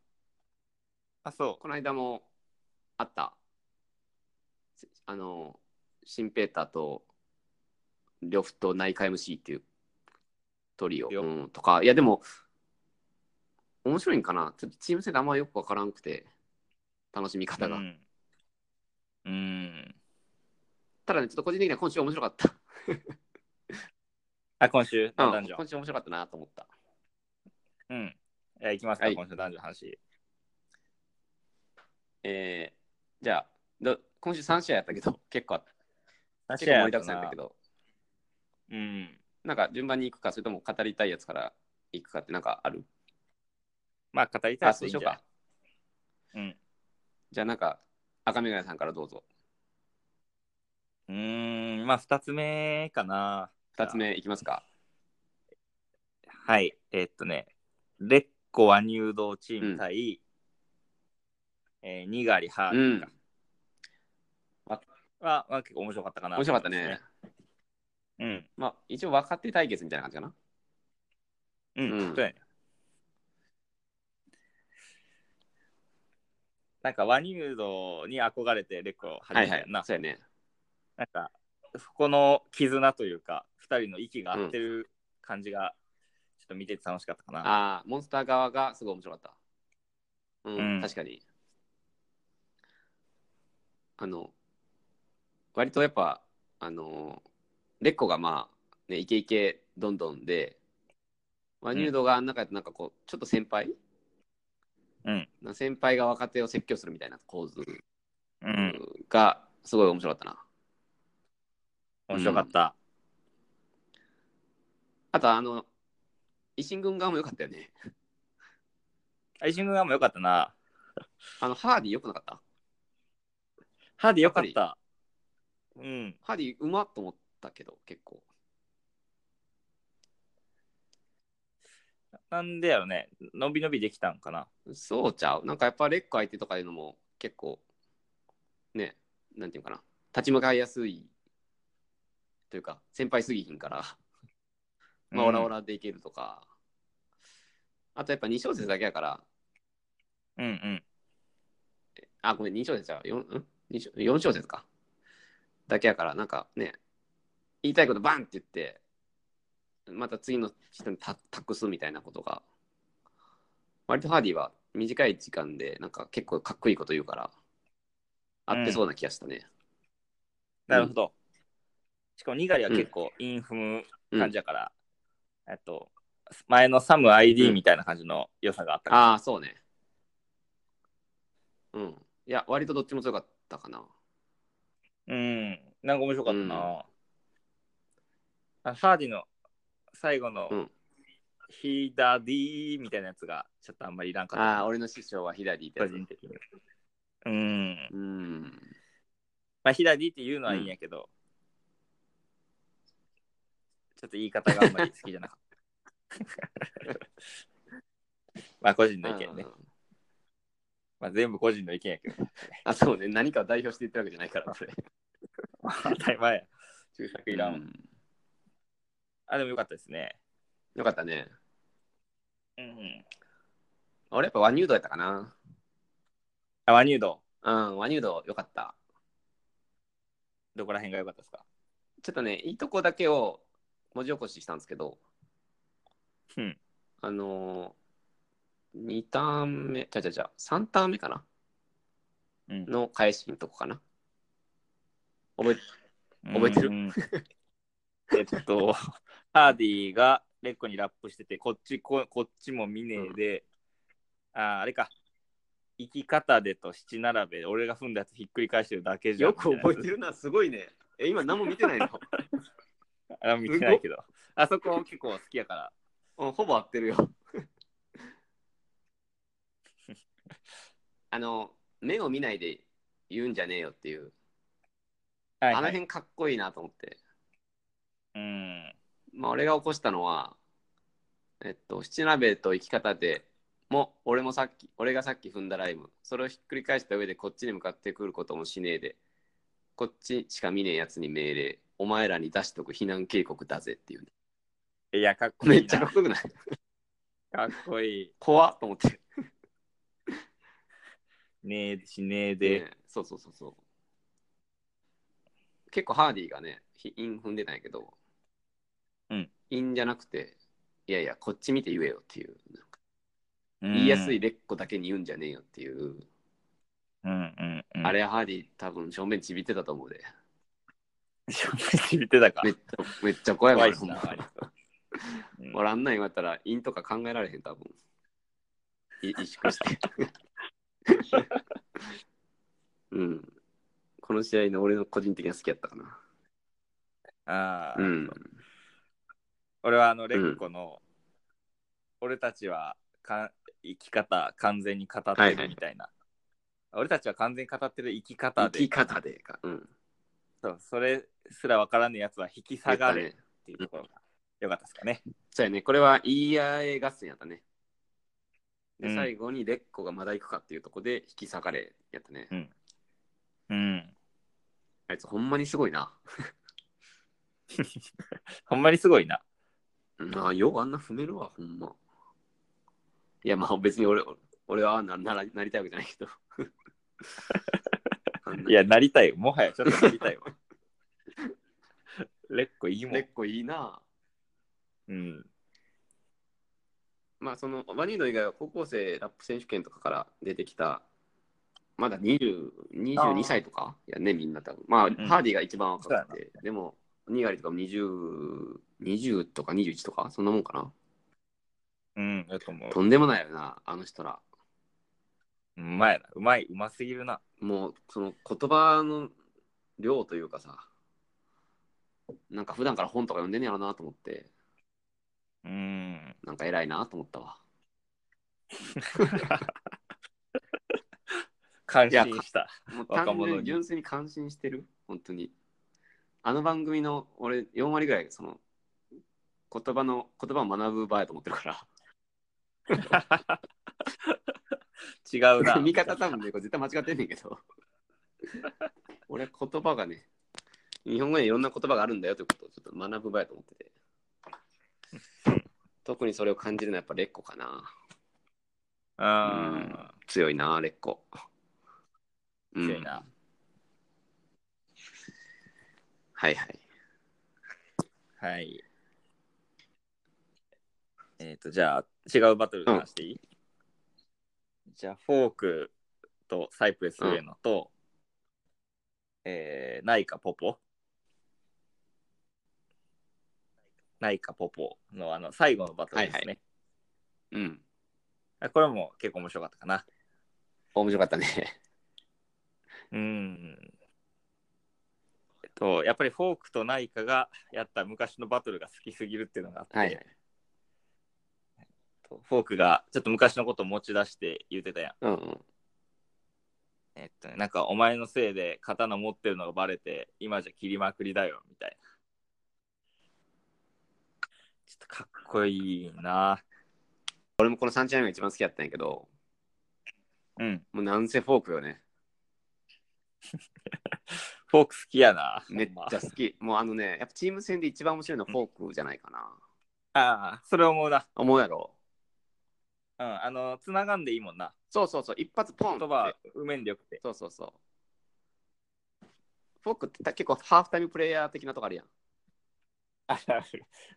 Speaker 2: あ、そ
Speaker 1: この間もあったあのシンペーターと呂布と内科 MC っていうトリオ、
Speaker 2: よ
Speaker 1: うん、とかいやでも面白いんかなちょっとチーム戦であんまよくわからんくて楽しみ
Speaker 2: う。う
Speaker 1: 方が、
Speaker 2: ん。うん。
Speaker 1: ただねちょっと個人的には今週面白かった、
Speaker 2: あ、今週、
Speaker 1: うん
Speaker 2: ダンジョン
Speaker 1: 今。週面白かったなと思った
Speaker 2: うん。えー、いきますか、
Speaker 1: はい
Speaker 2: 今週の男女の話。
Speaker 1: えーじゃあど今週3試合やったけど結構あった結
Speaker 2: 確
Speaker 1: 構盛りだくさんやったけど
Speaker 2: うん。
Speaker 1: なんか順番に行くか、それとも語りたいやつから行くかってなんかある
Speaker 2: まあ、語りたい
Speaker 1: あ、
Speaker 2: やつ
Speaker 1: そ
Speaker 2: で
Speaker 1: う
Speaker 2: いい
Speaker 1: し
Speaker 2: ん
Speaker 1: よう
Speaker 2: じゃない
Speaker 1: か。
Speaker 2: うん。
Speaker 1: じゃあなんか、赤眼鏡さんからどうぞ。
Speaker 2: うーん、まあ、二つ目かな。
Speaker 1: 二つ目いきますか。
Speaker 2: はい。えーっとね、レッコ和入道チーム対、えーニガリハー
Speaker 1: う
Speaker 2: デ
Speaker 1: ん
Speaker 2: ンか。。は、まあ、結構面白かったかな。
Speaker 1: 面白かったね。。
Speaker 2: うん。
Speaker 1: まあ、一応若手対決みたいな感じかな。
Speaker 2: うん。
Speaker 1: うん
Speaker 2: そうやねなんか和入道に憧れてレッコ始
Speaker 1: は
Speaker 2: め
Speaker 1: い
Speaker 2: た
Speaker 1: は
Speaker 2: や
Speaker 1: い
Speaker 2: んな。。
Speaker 1: そうやね。
Speaker 2: なんか、そこの絆というか、二人の息が合ってる感じが、ちょっと見てて楽しかったかな。
Speaker 1: ああ、モンスター側がすごい面白かった。うん、
Speaker 2: うん
Speaker 1: 確かに。あの、割とやっぱ、あの、レッコがまあ、ね、イケイケどんどんで、ワニュードがあん中やとなんかこう、ちょっと先輩
Speaker 2: うん。
Speaker 1: な先輩が若手を説教するみたいな構図
Speaker 2: うん。
Speaker 1: がすごい面白かったな。
Speaker 2: 面白かった。
Speaker 1: あとあの、維新軍側も良かったよね。
Speaker 2: アイシングガンも良かったな。
Speaker 1: あの、ハーディ良くなかった
Speaker 2: ハーディ良かった。うん。
Speaker 1: ハーディうまっと思ったけど、結構。
Speaker 2: なんでやろね。伸び伸びできたんかな。
Speaker 1: そうちゃうなんかやっぱレック相手とかいうのも結構、ね、なんていうのかな。立ち向かいやすいというか、先輩すぎひんから、まあ、オラオラでいけるとか。あとやっぱ2小節だけやから、
Speaker 2: うんうん。
Speaker 1: あ、ごめん、2小節じゃう。4, ん二小4小節か。だけやから、なんかね、言いたいことバンって言って、また次の人にた託すみたいなことが、割とハーディは短い時間で、なんか結構かっこいいこと言うから、合ってそうな気がしたね。
Speaker 2: なるほど。しかも、ニガリは結構インフム感じやから、えっと、前のサム ID みたいな感じの良さがあったから、
Speaker 1: ああ、そうね。うん。いや、割とどっちも強かったかな。
Speaker 2: うん。なんか面白かったな。あハーディの最後の
Speaker 1: うん、
Speaker 2: ヒーダディーみたいなやつが、ちょっとあんまりいらんかった
Speaker 1: あ
Speaker 2: な。
Speaker 1: あ、俺の師匠は左って
Speaker 2: 個
Speaker 1: やつ。
Speaker 2: 人的に。うん。
Speaker 1: うん。
Speaker 2: まあ、ヒダディって言うのはいいんやけど、ちょっと言い方があんまり好きじゃなかった。 まあ、個人の意見ね。まあ、全部個人の意見やけ ど、
Speaker 1: あ、そうね。何かを代表して言ってるわけじゃないから、それ。
Speaker 2: 当たり前や。注釈いらんわ。
Speaker 1: うん
Speaker 2: あ、でもよかったですね。
Speaker 1: よかったね。
Speaker 2: うん。
Speaker 1: 俺やっぱワニュードやったかな。
Speaker 2: あ、ワニュード、
Speaker 1: うん、ワニュードよかった。
Speaker 2: どこら辺が良かったですか
Speaker 1: ちょっとね、いいとこだけを文字起こししたんですけど、
Speaker 2: うん。
Speaker 1: あのー、2ターン目、じゃじゃじゃ、3ターン目かな
Speaker 2: うん
Speaker 1: の返しのとこかな。覚えて、
Speaker 2: 覚えてる
Speaker 1: う
Speaker 2: えっと、ハーディがレッコにラップしてて、こっちここっちも見ねえで、あーあれか、生き方でと七並べ、俺が踏んだやつひっくり返してるだけじゃん。
Speaker 1: よく覚えて
Speaker 2: る。
Speaker 1: るな、すごいね。え、今何も見て ないの
Speaker 2: あ見てないけど、あそこ結構好きやから。
Speaker 1: うん、ほぼ合ってるよ。 あの、目を見ないで言うんじゃねえよっていう、
Speaker 2: はい、
Speaker 1: あの
Speaker 2: はい。
Speaker 1: 辺かっこいいなと思って。
Speaker 2: うん。
Speaker 1: まあ、俺が起こしたのは、えっと、七鍋と生き方でも、俺もさっき、俺がさっき踏んだライム、それをひっくり返した上でこっちに向かってくることもしねえで、こっちしか見ねえやつに命令、お前らに出しとく避難警告だぜっていうね、
Speaker 2: いや、かっこい
Speaker 1: め
Speaker 2: い
Speaker 1: っ
Speaker 2: な。
Speaker 1: ちゃかっこよくない
Speaker 2: かっこいい。
Speaker 1: 怖っと思って。
Speaker 2: ねえしねえで。
Speaker 1: ねそうそうそうそう。結構ハーディがね、ひ陰踏んでたんやけど、
Speaker 2: うん。
Speaker 1: 陰じゃなくて、いやいや、こっち見て言えよっていう、なんか
Speaker 2: うん
Speaker 1: 言いやすい。レッコだけに言うんじゃねえよっていう。
Speaker 2: うんうん、うん。
Speaker 1: あ れ、ハーディ、多分正面ちびってたと思うで。
Speaker 2: 見てたか
Speaker 1: め。っちゃ、めっちゃ怖いわ、
Speaker 2: 怖
Speaker 1: あ
Speaker 2: い
Speaker 1: れ
Speaker 2: っす
Speaker 1: ほん
Speaker 2: な、
Speaker 1: ま。
Speaker 2: 割と。うん
Speaker 1: 俺、あんなん言われたら、陰とか考えられへん、多分。い萎縮 して。うん。この試合の俺の個人的な好きやったかな。
Speaker 2: ああ、
Speaker 1: うん。
Speaker 2: 俺はあの、レッコの、俺たちはか生き方完全に語ってるみたいな。俺たちは完全に語ってる生き方
Speaker 1: 生
Speaker 2: で、
Speaker 1: き方でか。うん。
Speaker 2: そうそれすら分からんやつは引き下が
Speaker 1: やっ
Speaker 2: る
Speaker 1: たね
Speaker 2: っていうところがよかったですかね。
Speaker 1: そうやね。これは言い合い合戦やったね。で、
Speaker 2: うん
Speaker 1: 最後にレッコがまだ行くかっていうとこで引き下がれやったね。
Speaker 2: うん。
Speaker 1: あいつほんまにすごいな。
Speaker 2: ほんまにすごいな。
Speaker 1: うんあようあんな踏めるわ、ほんま。いや、まあ別に俺、俺はなならなりたいわけじゃないけ ど。あんない
Speaker 2: や、なりたいよ。もはやちょっとなりたいわ。レッコいいも
Speaker 1: レ
Speaker 2: ん
Speaker 1: ッ。コいいな。
Speaker 2: うん。
Speaker 1: まあそのワニード以外は高校生ラップ選手権とかから出てきたまだ20
Speaker 2: あ
Speaker 1: 22
Speaker 2: ー
Speaker 1: 歳とかやねみんな多分まあ、ハーディが一番若く
Speaker 2: そう
Speaker 1: てでもニガリとかも 20, 20とか21とかそんなもんかな
Speaker 2: うん、だと思う。
Speaker 1: とんでもないよなあの人ら
Speaker 2: うまいな。うまい、うますぎるな。
Speaker 1: もうその言葉の量というかさなんか普段から本とか読んでんねやろなと思って
Speaker 2: うん。
Speaker 1: なんか偉いなと思ったわ
Speaker 2: 感心した。
Speaker 1: もう
Speaker 2: 若
Speaker 1: 単
Speaker 2: 者
Speaker 1: 純
Speaker 2: に
Speaker 1: に純粋に感心してる本当にあの番組の俺4割ぐらいその言葉の言葉を学ぶ場やと思ってるか
Speaker 2: 違うな。
Speaker 1: ら見方多分ねこれ絶対間違ってんねんけど俺は言葉がね日本語にはいろんな言葉があるんだよということをちょっと学ぶ場やと思ってて特にそれを感じるのはやっぱレッコかな
Speaker 2: うん。
Speaker 1: 強いなレッコうん
Speaker 2: 強いな。
Speaker 1: はいはい
Speaker 2: はい。えっ、と、じゃあ、違うバトルの話していい、じゃあ、フォークとサイプレス上野と、えー、ナイカポポ。ナイカポポのあの最後のバトルですね。
Speaker 1: はいうん
Speaker 2: これも結構面白かったかな。
Speaker 1: 面白かったね
Speaker 2: うん。えっと、やっぱりフォークとナイカがやった昔のバトルが好きすぎるっていうのがあって、
Speaker 1: はいはい
Speaker 2: とフォークがちょっと昔のことを持ち出して言ってたやん。
Speaker 1: うんうん
Speaker 2: えっとね、なんかお前のせいで刀持ってるのがバレて、今じゃ切りまくりだよ、みたいな。ちょっとかっこいいな。
Speaker 1: 俺もこの3チャンネルが一番好きだったんやけど、
Speaker 2: うん。
Speaker 1: もうなんせフォークよね。
Speaker 2: フォーク好きやな。
Speaker 1: めっちゃ好き。もうあのね、やっぱチーム戦で一番面白いのはフォークじゃないかな。
Speaker 2: ああ、それ思うな。
Speaker 1: 思うやろ。
Speaker 2: うん。あの、つながんでいいもんな。
Speaker 1: そうそうそう、一発ポン
Speaker 2: 言
Speaker 1: って。
Speaker 2: 葉、うめんでよくて。
Speaker 1: そうそうそう。フォークって結構ハーフタイムプレイヤー的なとこあるやん。
Speaker 2: あるある。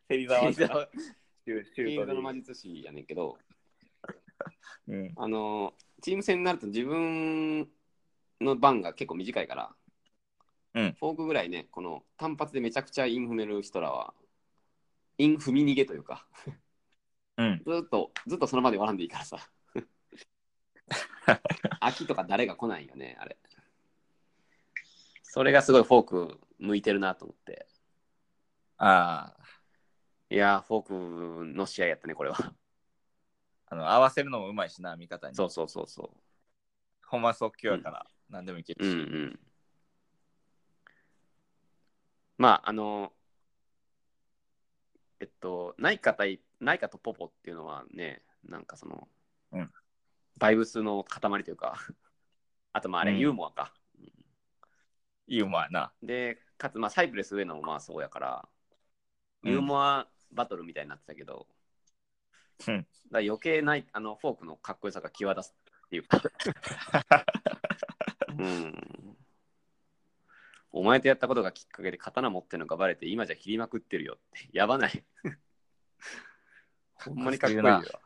Speaker 2: 芹沢
Speaker 1: 芹
Speaker 2: さ
Speaker 1: 沢
Speaker 2: ん。シュ
Speaker 1: フ
Speaker 2: シ
Speaker 1: ィー
Speaker 2: ュ
Speaker 1: ルドの魔
Speaker 2: ートで。
Speaker 1: 術師やねんけど、
Speaker 2: うん。
Speaker 1: あのー、チーム戦になると自分の番が結構短いから、
Speaker 2: うん
Speaker 1: フォークぐらいね、この単発でめちゃくちゃイン踏める人らは、イン踏み逃げというか、
Speaker 2: うん。
Speaker 1: ずっと、ずっとその場で笑んでいいから さ。秋とか誰が来ないよね、あれ。それがすごいフォーク向いてるなと思って。
Speaker 2: ああ、
Speaker 1: いやー、フォークの試合やったね、これ は。
Speaker 2: あの、合わせるのもうまいしな、味方に。
Speaker 1: そうそうそうそ
Speaker 2: ほんま即興やから、何でもいけ
Speaker 1: う。
Speaker 2: る
Speaker 1: う
Speaker 2: し。
Speaker 1: んうん。まあ、あの、えっと、ないか対、ないかとポポっていうのはね、なんかその、
Speaker 2: うん
Speaker 1: バイブスの塊というか、 あとまああれ、
Speaker 2: うん
Speaker 1: ユーモアか。
Speaker 2: いい馬やな。
Speaker 1: で、かつ、まあ、サイプレス上野もまあそうやから、
Speaker 2: うん
Speaker 1: ユーモアバトルみたいになってたけど、
Speaker 2: うん。
Speaker 1: だから余計ないあのフォークのかっこよさが際立つっていうか、うん。お前とやったことがきっかけで刀持ってるのがバレて、今じゃ切りまくってるよって、やば ない。ほんまにかっこいいよ。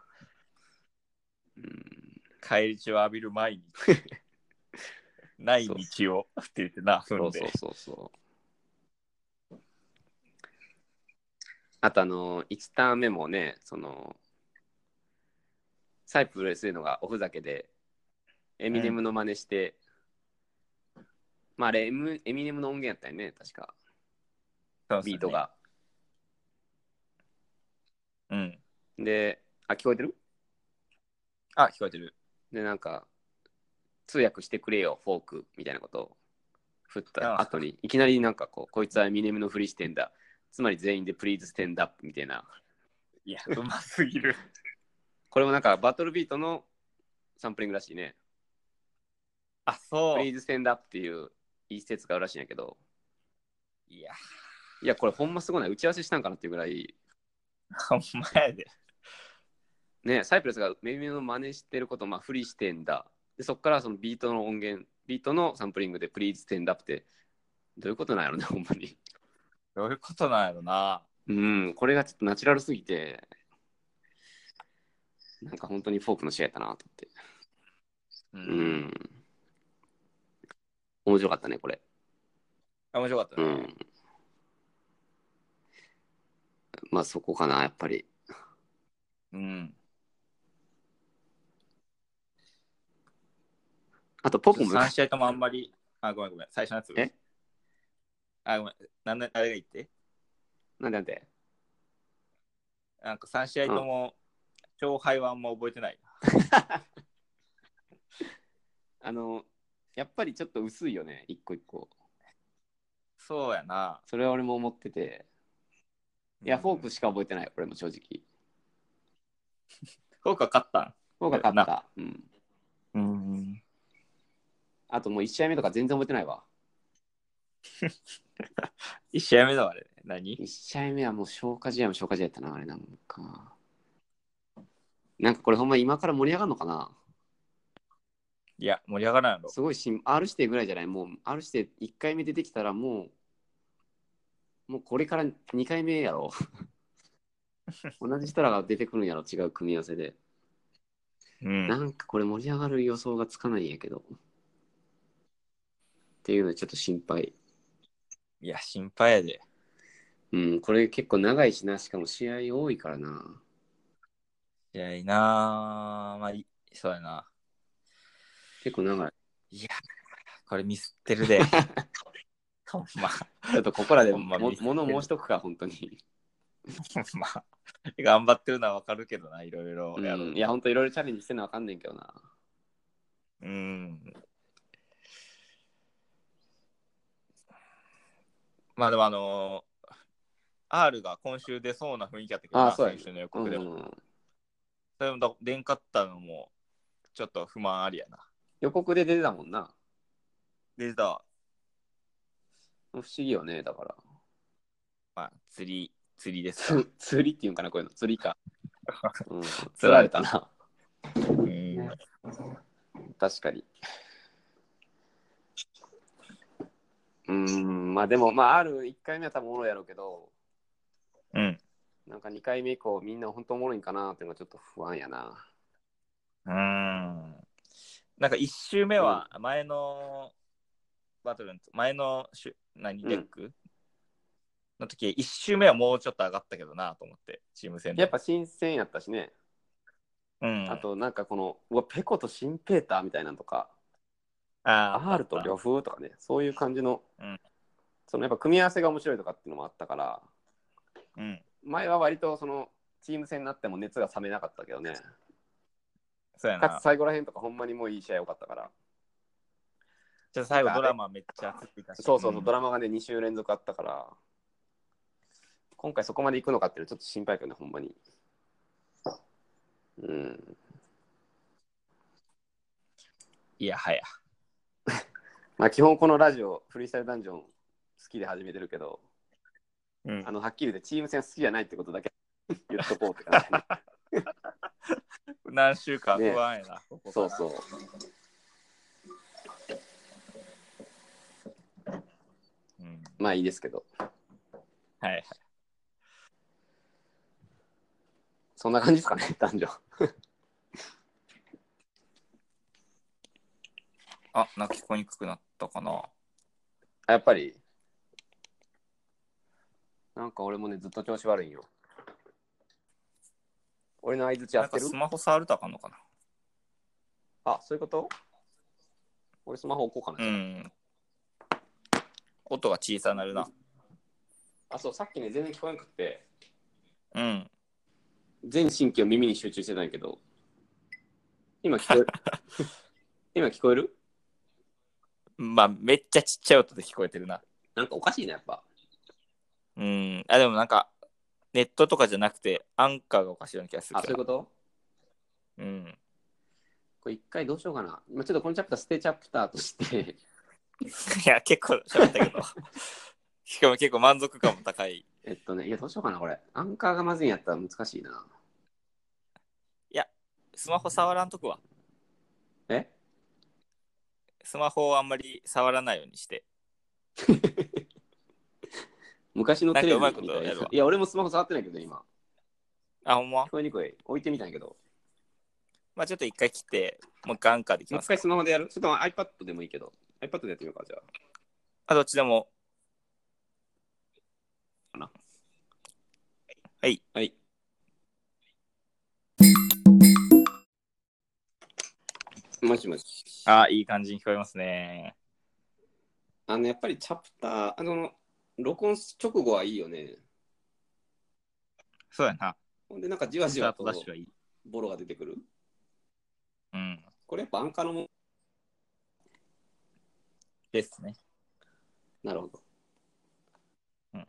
Speaker 1: うん、
Speaker 2: 帰り血を浴びる前 に。ない道をって言ってな、
Speaker 1: そ
Speaker 2: 踏
Speaker 1: う
Speaker 2: ん
Speaker 1: そう
Speaker 2: で。
Speaker 1: そうそう。あとあの、1ターン目もね、その、サイプレスいうのがおふざけで、エミネムの真似して、まああれエム、エミネムの音源やったよね、確か、ビート。が。
Speaker 2: うん。
Speaker 1: で、あ、聞こえてる
Speaker 2: あ、聞こえてる。
Speaker 1: で、なんか、通訳してくれよ、フォーク、みたいなことを振った後に、いきなりなんかこう、こいつはミネムのふりしてんだ。つまり全員でプリーズステンダップみたいな。
Speaker 2: いや、うますぎる。
Speaker 1: これもなんかバトルビートのサンプリングらしいね。
Speaker 2: あ、そ
Speaker 1: プ
Speaker 2: う
Speaker 1: リ。ーズステンダップっていう一節があるらしいんやけど、
Speaker 2: いや、
Speaker 1: いや、これほんますごない。打ち合わせしたんかなっていうぐらい、
Speaker 2: ほんまやで。
Speaker 1: ね、サイプレスがメミの真似してることを、まあ、フリしてんだ。で、そこからそのビートの音源、ビートのサンプリングでプリーズステンダップって、どういうことなんやろね、ほんまに。
Speaker 2: どういうことなんやろな。
Speaker 1: うん、これがちょっとナチュラルすぎて、なんか本当にフォークの試合だなと思って。
Speaker 2: う
Speaker 1: う。ん。面白かったね、これ。
Speaker 2: あ面白かった
Speaker 1: う
Speaker 2: ね。
Speaker 1: ん。まあそこかな、やっぱり。
Speaker 2: うん。
Speaker 1: あと、ポポも
Speaker 2: 3試合ともあんまり、あ、ごめんごめん、最初のやつ。
Speaker 1: え
Speaker 2: あ、ごめん、なんであれが言って。
Speaker 1: なんでなんで
Speaker 2: なんか3試合とも、勝敗はあんま覚えてない。
Speaker 1: あの、やっぱりちょっと薄いよね、一個一個。
Speaker 2: そうやな。
Speaker 1: それは俺も思ってて。いや、
Speaker 2: うん
Speaker 1: フォークしか覚えてない、俺も正直。
Speaker 2: フォークは勝った
Speaker 1: フォークが勝った。うん。
Speaker 2: んうん。
Speaker 1: あともう1試合目とか全然覚えてないわ。
Speaker 2: 1試合目だわ、あれ。何
Speaker 1: 1試合目はもう消化試合も消化試合やったな、あれなんか。なんかこれほんま今から盛り上がるのかない
Speaker 2: や、盛り上がらんやろ。
Speaker 1: すごいしん R 指定ぐらいじゃないもう R 指定1回目出てきたらもうもうこれから2回目や ろ同じ人らが出てくるんやろ違う組み合わせで、
Speaker 2: うん
Speaker 1: なんかこれ盛り上がる予想がつかないんやけどっていうのでちょっと心配
Speaker 2: いや、心配やで。
Speaker 1: うんこれ結構長いしなしかも試合多いからない
Speaker 2: や、いいなぁ。まあ、いそうやな。
Speaker 1: 結構長い
Speaker 2: いや、これミスって るで。ほんま、
Speaker 1: ちょっとここらでも
Speaker 2: ほんま
Speaker 1: も
Speaker 2: 見せて
Speaker 1: 物申しとくか本当に
Speaker 2: ほんま。頑張ってるのはわかるけどな、いろいろやろ
Speaker 1: うんいや、本当いろいろチャレンジしてるのはわかんねんけどな。
Speaker 2: うん。まあでもあのー R が今週出そうな雰囲気あったけどな、
Speaker 1: あそうやね
Speaker 2: 先週の予
Speaker 1: う
Speaker 2: 告でも。
Speaker 1: ん、
Speaker 2: それもだ出んかったのも、ちょっと不満ありやな。
Speaker 1: 予告で出てたもんな。
Speaker 2: 出た、
Speaker 1: 不思議よね、だから。
Speaker 2: まあ、釣り、釣りですか
Speaker 1: つ釣りっていうんかな、こういうの。釣り か。うん、釣
Speaker 2: 釣
Speaker 1: ら
Speaker 2: ら
Speaker 1: れ
Speaker 2: れ
Speaker 1: た
Speaker 2: た
Speaker 1: な。
Speaker 2: うん
Speaker 1: 確かに。うん、まあでも、まあ、ある1回目は多分おもろいやろうけど、
Speaker 2: うん。
Speaker 1: なんか2回目以降、みんな本当おもろいんかなっていうのがちょっと不安やな。
Speaker 2: うん。なんか1周目は前のバトルの、前のしゅ何
Speaker 1: うん
Speaker 2: デック、の時1周目はもうちょっと上がったけどなと思って、チーム戦で。
Speaker 1: やっぱ新鮮やったしね。
Speaker 2: うん、
Speaker 1: あと、なんかこの、うわ、ペコとシンペーターみたいなのとか、
Speaker 2: あー
Speaker 1: R と呂布とかね、そういう感じの、
Speaker 2: うん
Speaker 1: そのやっぱ組み合わせが面白いとかっていうのもあったから、
Speaker 2: うん。
Speaker 1: 前は割とそのチーム戦になっても熱が冷めなかったけどね、
Speaker 2: そうや
Speaker 1: か
Speaker 2: な
Speaker 1: つ。最後らへんとかほんまにもういい試合良かったから、
Speaker 2: じゃあ最後ドラマめっちゃ熱くいたし。
Speaker 1: そうそうそう、ド
Speaker 2: ラ
Speaker 1: ラマがね、2週連続あったから、今回そこまで行くのかっていうのはちょっと心配かね、ほんまに。うん。
Speaker 2: いや、はや。
Speaker 1: まあ基本このラジオ、フリースタイルダンジョン好きで始めてるけど、
Speaker 2: うん
Speaker 1: あのはっきり言ってチーム戦は好きじゃないってことだけ 言っとこうって感じ、 ね。
Speaker 2: 何週間不安やな。ここか
Speaker 1: そ
Speaker 2: ら
Speaker 1: うそう。
Speaker 2: うん
Speaker 1: まあいいですけど、
Speaker 2: はいはい。
Speaker 1: そんな感じですかね、 男女。
Speaker 2: あ、なんか聞こえにくくなったかな。
Speaker 1: あやっぱりなんか俺もねずっと調子悪いんよ俺の相づち合
Speaker 2: な
Speaker 1: っ
Speaker 2: ん
Speaker 1: て
Speaker 2: か
Speaker 1: る
Speaker 2: スマホ触るとあかんのか
Speaker 1: あそういうこと俺スマホ置こうか
Speaker 2: な。
Speaker 1: な、
Speaker 2: うん。音が小さなるな。
Speaker 1: あそうさっきね全然聞こえなくて
Speaker 2: うん。
Speaker 1: 全神経を耳に集中してたんやけど、今聞こえ る今聞こえる
Speaker 2: まあ、めっちゃちっちゃい音で聞こえてるな。
Speaker 1: なんかおかしいな、やっぱ。
Speaker 2: うん。あ、でもなんか、ネットとかじゃなくて、アンカーがおかしいような気がする
Speaker 1: あ、
Speaker 2: け
Speaker 1: そうい
Speaker 2: ど
Speaker 1: うこと
Speaker 2: うん。
Speaker 1: これ一回どうしようかな。まあ、ちょっとこのチャプター捨てチャプターとして、
Speaker 2: いや、結構喋ったけど。 しかも結構満足感も高い。い
Speaker 1: えっとね、いや、どうしようかな、これ。アンカーがまずいんやったら難しいな。
Speaker 2: や、スマホ触らんとくわ。
Speaker 1: え
Speaker 2: スマホをあんまり触らないようにして。
Speaker 1: 昔のテレビ
Speaker 2: なんかうまいことやるわ
Speaker 1: いや、俺もスマホ触ってないけどね、今。
Speaker 2: あ、ほんま
Speaker 1: 聞こえにくい。置いてみたんやけど。
Speaker 2: まあちょっと一回切って、もう一回アンカーでいき
Speaker 1: もう
Speaker 2: ま
Speaker 1: 一
Speaker 2: すか
Speaker 1: 回。スマホでやるちょっと iPad でもいいけど。iPad でやってみようか、じゃあ。
Speaker 2: あ、どっちでも。
Speaker 1: はい。もしもし。
Speaker 2: あ、いい感じに聞こえますね。
Speaker 1: あの、やっぱりチャプター、あの、録音直後はいいよね。
Speaker 2: そうやな。
Speaker 1: ほんで、なんかじわ
Speaker 2: ス
Speaker 1: じ
Speaker 2: ター
Speaker 1: わ
Speaker 2: ト
Speaker 1: と
Speaker 2: ダッシュはいい。
Speaker 1: ボロが出てくる。
Speaker 2: うん。
Speaker 1: これやっぱアンカーのも
Speaker 2: ですね。
Speaker 1: なるほど。
Speaker 2: うん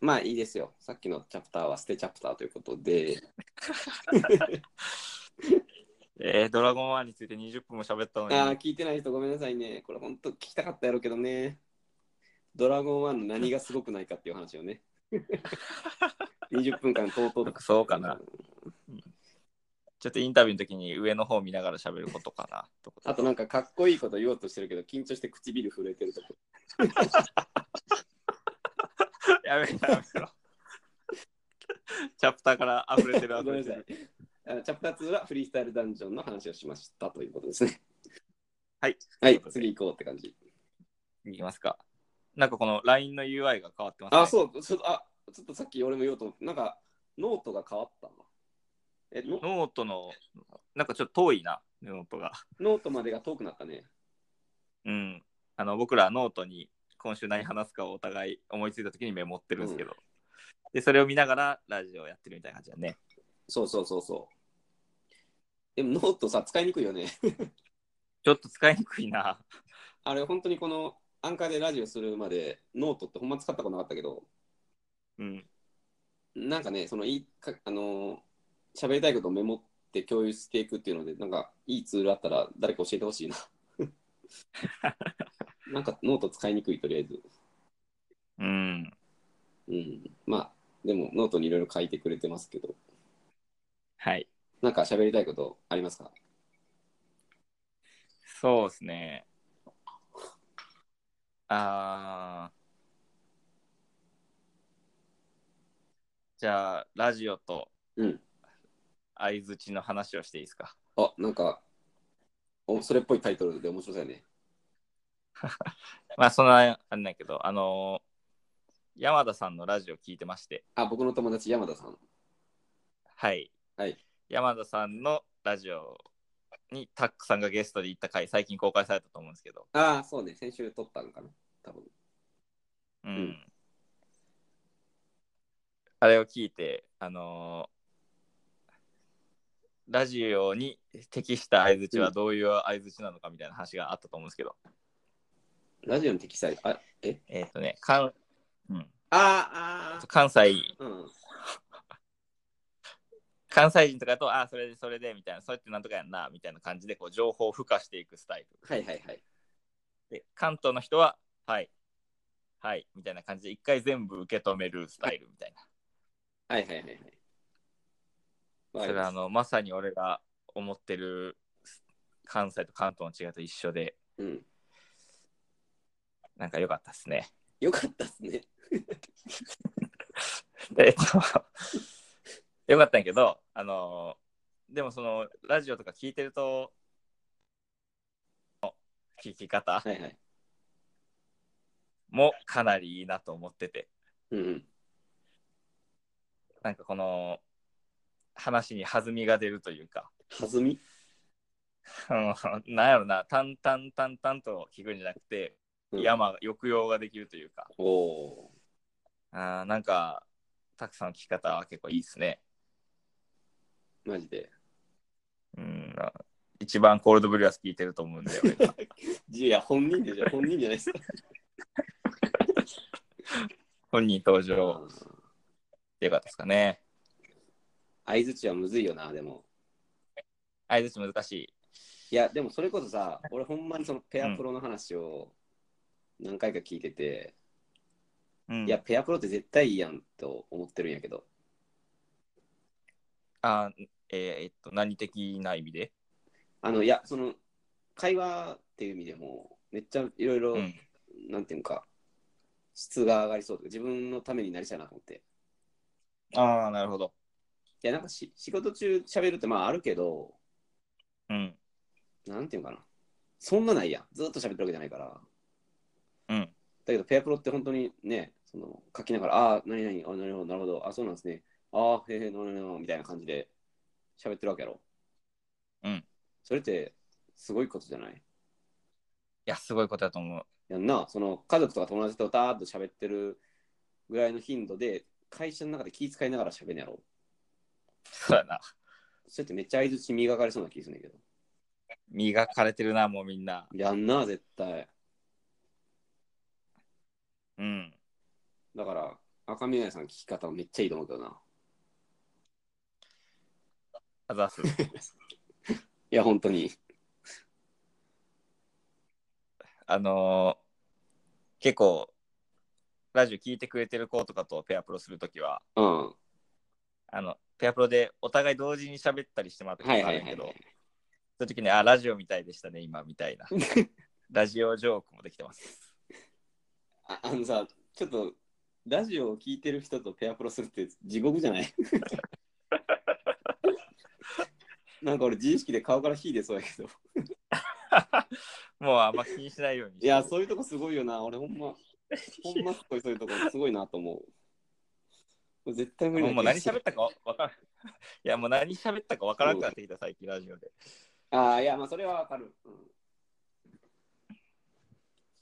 Speaker 1: まあいいですよ。さっきのチャプターは捨てチャプターということで、
Speaker 2: えー、ドラゴンワンについて20分も喋ったのに。
Speaker 1: ああ、聞いてない人ごめんなさいね。これ本当聞きたかったやろうけどね。ドラゴン1の何がすごくないかっていう話をね。20分間とうとうと。
Speaker 2: そうかな。ちょっとインタビューの時に上の方見ながら喋ることかな。と
Speaker 1: あとなんかかっこいいこと言おうとしてるけど、緊張して唇震えてるとこ。
Speaker 2: やめろやめろ。チャプターから溢れてる
Speaker 1: ごめ
Speaker 2: 溢れ
Speaker 1: ん
Speaker 2: て
Speaker 1: なさ
Speaker 2: る
Speaker 1: い。。あのチャプター2はフリースタイルダンジョンの話をしましたということですね。
Speaker 2: はい。
Speaker 1: はい、次行こうって感じ。
Speaker 2: いきますか。なんかこの LINE の UI が変わってますね。
Speaker 1: あ、そう、ちょっと、あ、ちょっとさっき俺も言おうと思って、なんか、ノートが変わったの。え、ノ
Speaker 2: ノートの、なんかちょっと遠いな、ノートが。
Speaker 1: ノートまでが遠くなったね。
Speaker 2: うん。あの、僕らノートに今週何話すかをお互い思いついた時にメモってるんですけど。で、それを見ながらラジオやってるみたいな感じだね。
Speaker 1: そうそうそうそう。でもノートさ、使いにくいよね。
Speaker 2: ちょっと使いにくいな。
Speaker 1: あれ、本当にこの、アンカーでラジオするまで、ノートってほんま使ったことなかったけど、
Speaker 2: うん。
Speaker 1: なんかね、そのいいか、あのー喋りたいことをメモって共有していくっていうので、なんか、いいツールあったら、誰か教えてほしいな。なんか、ノート使いにくい、とりあえず。
Speaker 2: うん。
Speaker 1: うん。まあ、でも、ノートにいろいろ書いてくれてますけど。
Speaker 2: はい。
Speaker 1: なんか喋りたいことありますか
Speaker 2: そうですね。あー。じゃあ、ラジオと
Speaker 1: うん。
Speaker 2: 相づちの話をしていいですか。
Speaker 1: あ、なんか、おそれっぽいタイトルで面白そうやね。
Speaker 2: まあ、そんな、あれなんやけど、あのー山田さんのラジオ聞いてまして、
Speaker 1: あ、僕の友達、山田さん。
Speaker 2: はい。
Speaker 1: はい
Speaker 2: 山田さんのラジオにタックさんがゲストで行った回、最近公開されたと思うんですけど、
Speaker 1: ああ、そうね。先週撮ったのかな多分。
Speaker 2: うん。
Speaker 1: うん
Speaker 2: あれを聞いて、あのーラジオに適した相づちはどういう相づちなのかみたいな話があったと思うんですけど、
Speaker 1: ラジオの適材。あ、え
Speaker 2: えっ、とね、関うん、
Speaker 1: あー
Speaker 2: 関西
Speaker 1: あー、うん。
Speaker 2: 関西人とかだと、ああ、それでそれでみたいな、そうやってなんとかやんな、みたいな感じで、こう、情報を付加していくスタイル。
Speaker 1: はいはいはい。
Speaker 2: で、関東の人は、はい、はい、みたいな感じで、一回全部受け止めるスタイルみたい
Speaker 1: はいはいはいはい。
Speaker 2: な。
Speaker 1: わか
Speaker 2: そ
Speaker 1: り
Speaker 2: れは、
Speaker 1: ま
Speaker 2: あ
Speaker 1: す
Speaker 2: の、まさに俺が思ってる関西と関東の違いと一緒で、
Speaker 1: うん。
Speaker 2: なんか良かったです ね。
Speaker 1: よかったっすね。
Speaker 2: でえっと、良かったんやけど、あのでもその、ラジオとか聞いてると、の聞き方
Speaker 1: はいはい。
Speaker 2: もかなりいいなと思ってて。
Speaker 1: うんうん。
Speaker 2: なんかこの話に弾みが出るというか、
Speaker 1: 弾み
Speaker 2: うんなんやろな、淡々淡々と聞くんじゃなくて、
Speaker 1: うん
Speaker 2: 山が、抑揚ができるというか、
Speaker 1: おお。
Speaker 2: あーなんか、たくさんの聞き方は結構いいですね。
Speaker 1: マジで。
Speaker 2: うん、な一番コールドブリュアス聞いてると思うんだよ。俺 が
Speaker 1: いや、本人でしょ、 本人じゃないですか。
Speaker 2: 本人登場
Speaker 1: 相
Speaker 2: でよかったですかね。
Speaker 1: づちはむずいよな、でも。
Speaker 2: 相槌難しい。
Speaker 1: いや、でもそれこそさ、俺ほんまにそのペアプロの話を何回か聞いてて、
Speaker 2: うん、
Speaker 1: いや、ペアプロって絶対いいやんと思ってるんやけど、
Speaker 2: あえーえっと、何的な意味で、
Speaker 1: あの、いや、その、会話っていう意味でも、めっちゃいろいろ、
Speaker 2: うん、
Speaker 1: なんていうのか、質が上がりそうとか、自分のためになりそうやなと思って。
Speaker 2: ああ、なるほど。
Speaker 1: いや、なんかし仕事中喋るってまああるけど、
Speaker 2: うん。
Speaker 1: なんていうのかな。そんなないやん。ずっと喋ってるわけじゃないから。
Speaker 2: うん。
Speaker 1: だけど、ペアプロって本当にね、その書きながら、ああー、何々、あなるほど、なるほど、あそうなんですね。ああ、へーへー、なるほどなるほど、みたいな感じで喋ってるわけやろ。
Speaker 2: うん。
Speaker 1: それって、すごいことじゃない
Speaker 2: いや、すごいことだと思う。
Speaker 1: やんな、その家族とか友達とダーッと喋ってるぐらいの頻度で、会社の中で気遣いながら喋るんやろ。
Speaker 2: そうだな。
Speaker 1: それってめっちゃ相づち磨かれそうな気するんだけど。
Speaker 2: 磨かれてるな、もうみんな。
Speaker 1: やんな、絶対。
Speaker 2: うん。
Speaker 1: だから、赤嶺さん聞き方めっちゃいいと思うけどな。
Speaker 2: あざっす。
Speaker 1: いや、本当に。
Speaker 2: あのー結構、ラジオ聞いてくれてる子とかとペアプロするときは、
Speaker 1: うん。は
Speaker 2: あの、ペアプロでお互い同時に喋ったりしてもらった
Speaker 1: い
Speaker 2: こと
Speaker 1: はい
Speaker 2: あ
Speaker 1: は
Speaker 2: る
Speaker 1: い、
Speaker 2: ん
Speaker 1: はい
Speaker 2: だけど、。そういう時に、あ、ラジオみたいでしたね、今、み たいな。ラジオジョークもできてます。
Speaker 1: ああのさ、ちょっと、ラジオを聞いてる人とペアプロするって地獄じゃないなんか俺、自意識で顔から火出そうやけど。
Speaker 2: もうあんま気にしないようにして
Speaker 1: い
Speaker 2: る
Speaker 1: や、そういうとこすごいよな。俺、ほんま、ほんますごい、そういうとこすごいなと思う。絶対無理
Speaker 2: もうもう何喋
Speaker 1: る
Speaker 2: ったかわからん。い や、もう何喋ったかわからなくなってきた、最近ラジオで。
Speaker 1: ああ、いや、まあ、それはわかる。うん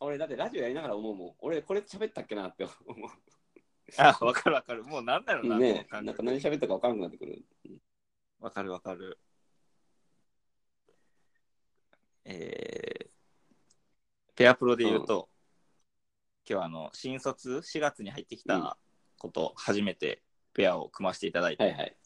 Speaker 1: 俺、だってラジオやりながら思うもん。俺、これ喋ったっけなって思う。
Speaker 2: あ、 わかるわかる。もうなんだろうな、
Speaker 1: ね
Speaker 2: この感覚
Speaker 1: なんか何喋ったか分からなくなってくる。
Speaker 2: わかるわかる。えー、ペアプロで言うと、今日はあの、新卒、4月に入ってき
Speaker 1: うん
Speaker 2: たこと、初めてペアを組ませていただいて、
Speaker 1: はいはい。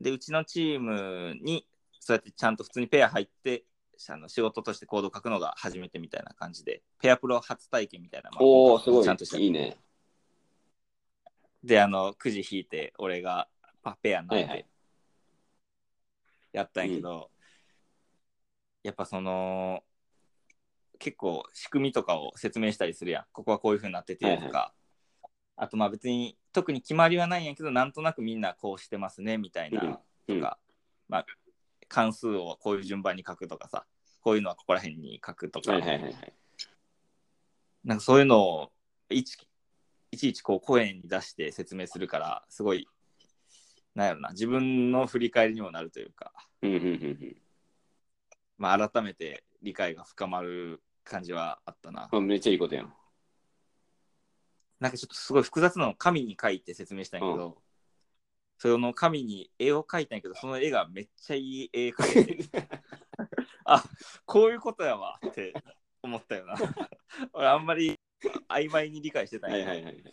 Speaker 2: で、うちのチームに、そうやってちゃんと普通にペア入って、あの仕事としてコード書くのが初めてみたいな感じで、ペアプロ初体験みたいな、まあ
Speaker 1: おお、すごい。
Speaker 2: ちゃんとした
Speaker 1: いいね。
Speaker 2: で、あの、くじ引いて、俺がパペアになっ
Speaker 1: はいはい
Speaker 2: て、やったんやけど、やっぱその、結構仕組みとかを説明したりするやん。ここはこういう風になっててとか、
Speaker 1: はい
Speaker 2: あとまあ別に特に決まりはないんやけど、なんとなくみんなこうしてますね、みたいな、
Speaker 1: うん
Speaker 2: とか、まあ、関数をこういう順番に書くとかさ、こういうのはここら辺に書くとか、
Speaker 1: はいはいはいはい。
Speaker 2: なんかそういうのをいちいちいちこう声に出して説明するからすごいなんやろな自分の振り返りにもなるというか、
Speaker 1: うんうんうんうん
Speaker 2: まあ、改めて理解が深まる感じはあったな、
Speaker 1: まあ。めっちゃいいことやん。
Speaker 2: なんかちょっとすごい複雑なのを紙に書いて説明したんやけど、その紙に絵を描いたんやけどその絵がめっちゃいい絵描 いてあこういうことやわって思ったよな 俺あんまり曖昧に理解してたん
Speaker 1: は
Speaker 2: やけ
Speaker 1: い
Speaker 2: ど、
Speaker 1: はいはいはい。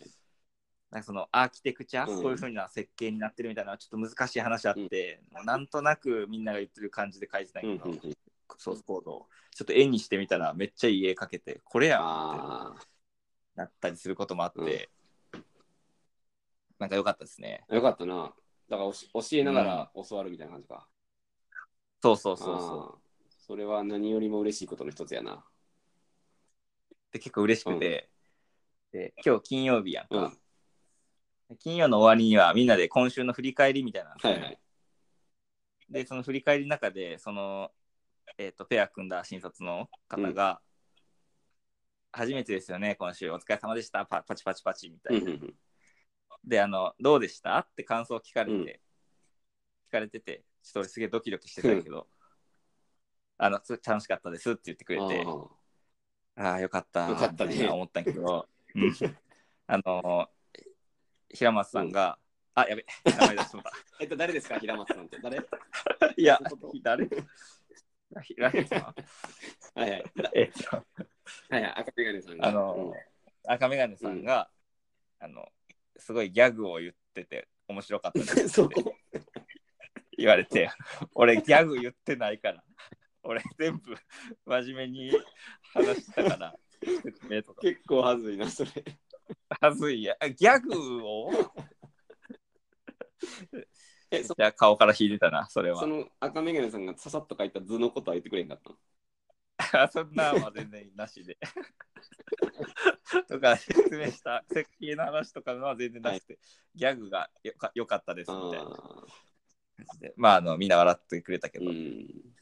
Speaker 2: なんかそのアーキテクチャ、
Speaker 1: うん
Speaker 2: こういうふうな設計になってるみたいなのはちょっと難しい話あって、もうなんとなくみんなが言ってる感じで書いてたん
Speaker 1: うん
Speaker 2: や
Speaker 1: う
Speaker 2: け
Speaker 1: ん
Speaker 2: ど、
Speaker 1: うん、
Speaker 2: ソースコードをちょっと絵にしてみたらめっちゃいい絵描けてこれやんって
Speaker 1: あ
Speaker 2: なったりすることもあって、なんか良かったですね
Speaker 1: あ、よかったな。だからおし教えながら教わるみたいな感じか。
Speaker 2: そうそう
Speaker 1: あ
Speaker 2: そうそう
Speaker 1: あそれは何よりも嬉しいことの一つやな。
Speaker 2: で結構嬉しくて、で今日金曜日やん
Speaker 1: うん。
Speaker 2: か
Speaker 1: は、
Speaker 2: 金曜の終わりにはみんなで今週の振り返りみたいなのす
Speaker 1: い
Speaker 2: る
Speaker 1: は
Speaker 2: のよ
Speaker 1: い。
Speaker 2: で、その振り返りの中で、その、えっ、と、ペア組んだ新卒の方が、初めてですよね、今週、お疲れ様でした、パパチパチパチみた
Speaker 1: うん
Speaker 2: い
Speaker 1: うん
Speaker 2: な。
Speaker 1: うん。
Speaker 2: で、あの、どうでしたって感想を聞かれて、
Speaker 1: うん
Speaker 2: 聞かれてて、ちょっと俺すげえドキドキしてたんやけど、あの、すごい楽しかったですって言ってくれて、
Speaker 1: あ
Speaker 2: ああ、よかった、
Speaker 1: よかったね
Speaker 2: みいな思ったんやけど、うんあの、平松さんが、あ、やべ。名前出してもらっ
Speaker 1: えっと、誰ですか、平松さんって。誰は
Speaker 2: た。 いや
Speaker 1: そういうこ、
Speaker 2: 誰平井さん。
Speaker 1: いはい。
Speaker 2: えっと、
Speaker 1: はいはい、赤眼鏡さんが。
Speaker 2: あの、赤眼鏡さんが、あの、すごいギャグを言ってて、面白かったです
Speaker 1: う ん、そ
Speaker 2: って
Speaker 1: こ。
Speaker 2: 言われて、俺ギャグ言ってないから、俺全部真面目に話した から、説明とか
Speaker 1: 結構はずいな、それ。
Speaker 2: はずいや、ギャグを
Speaker 1: え、そ
Speaker 2: じゃあ顔から引いてたな、それは
Speaker 1: そ。の赤眼鏡さんがささっと書いた図のことは言ってくれへんかったの
Speaker 2: あそんなんは全然なしで。 とか説明した設計の話とかのは全然なくて、ギャグがよか良かったですみたいな
Speaker 1: あ
Speaker 2: 感じで。まああのみんな笑ってくれたけ
Speaker 1: ー
Speaker 2: ど、
Speaker 1: うん。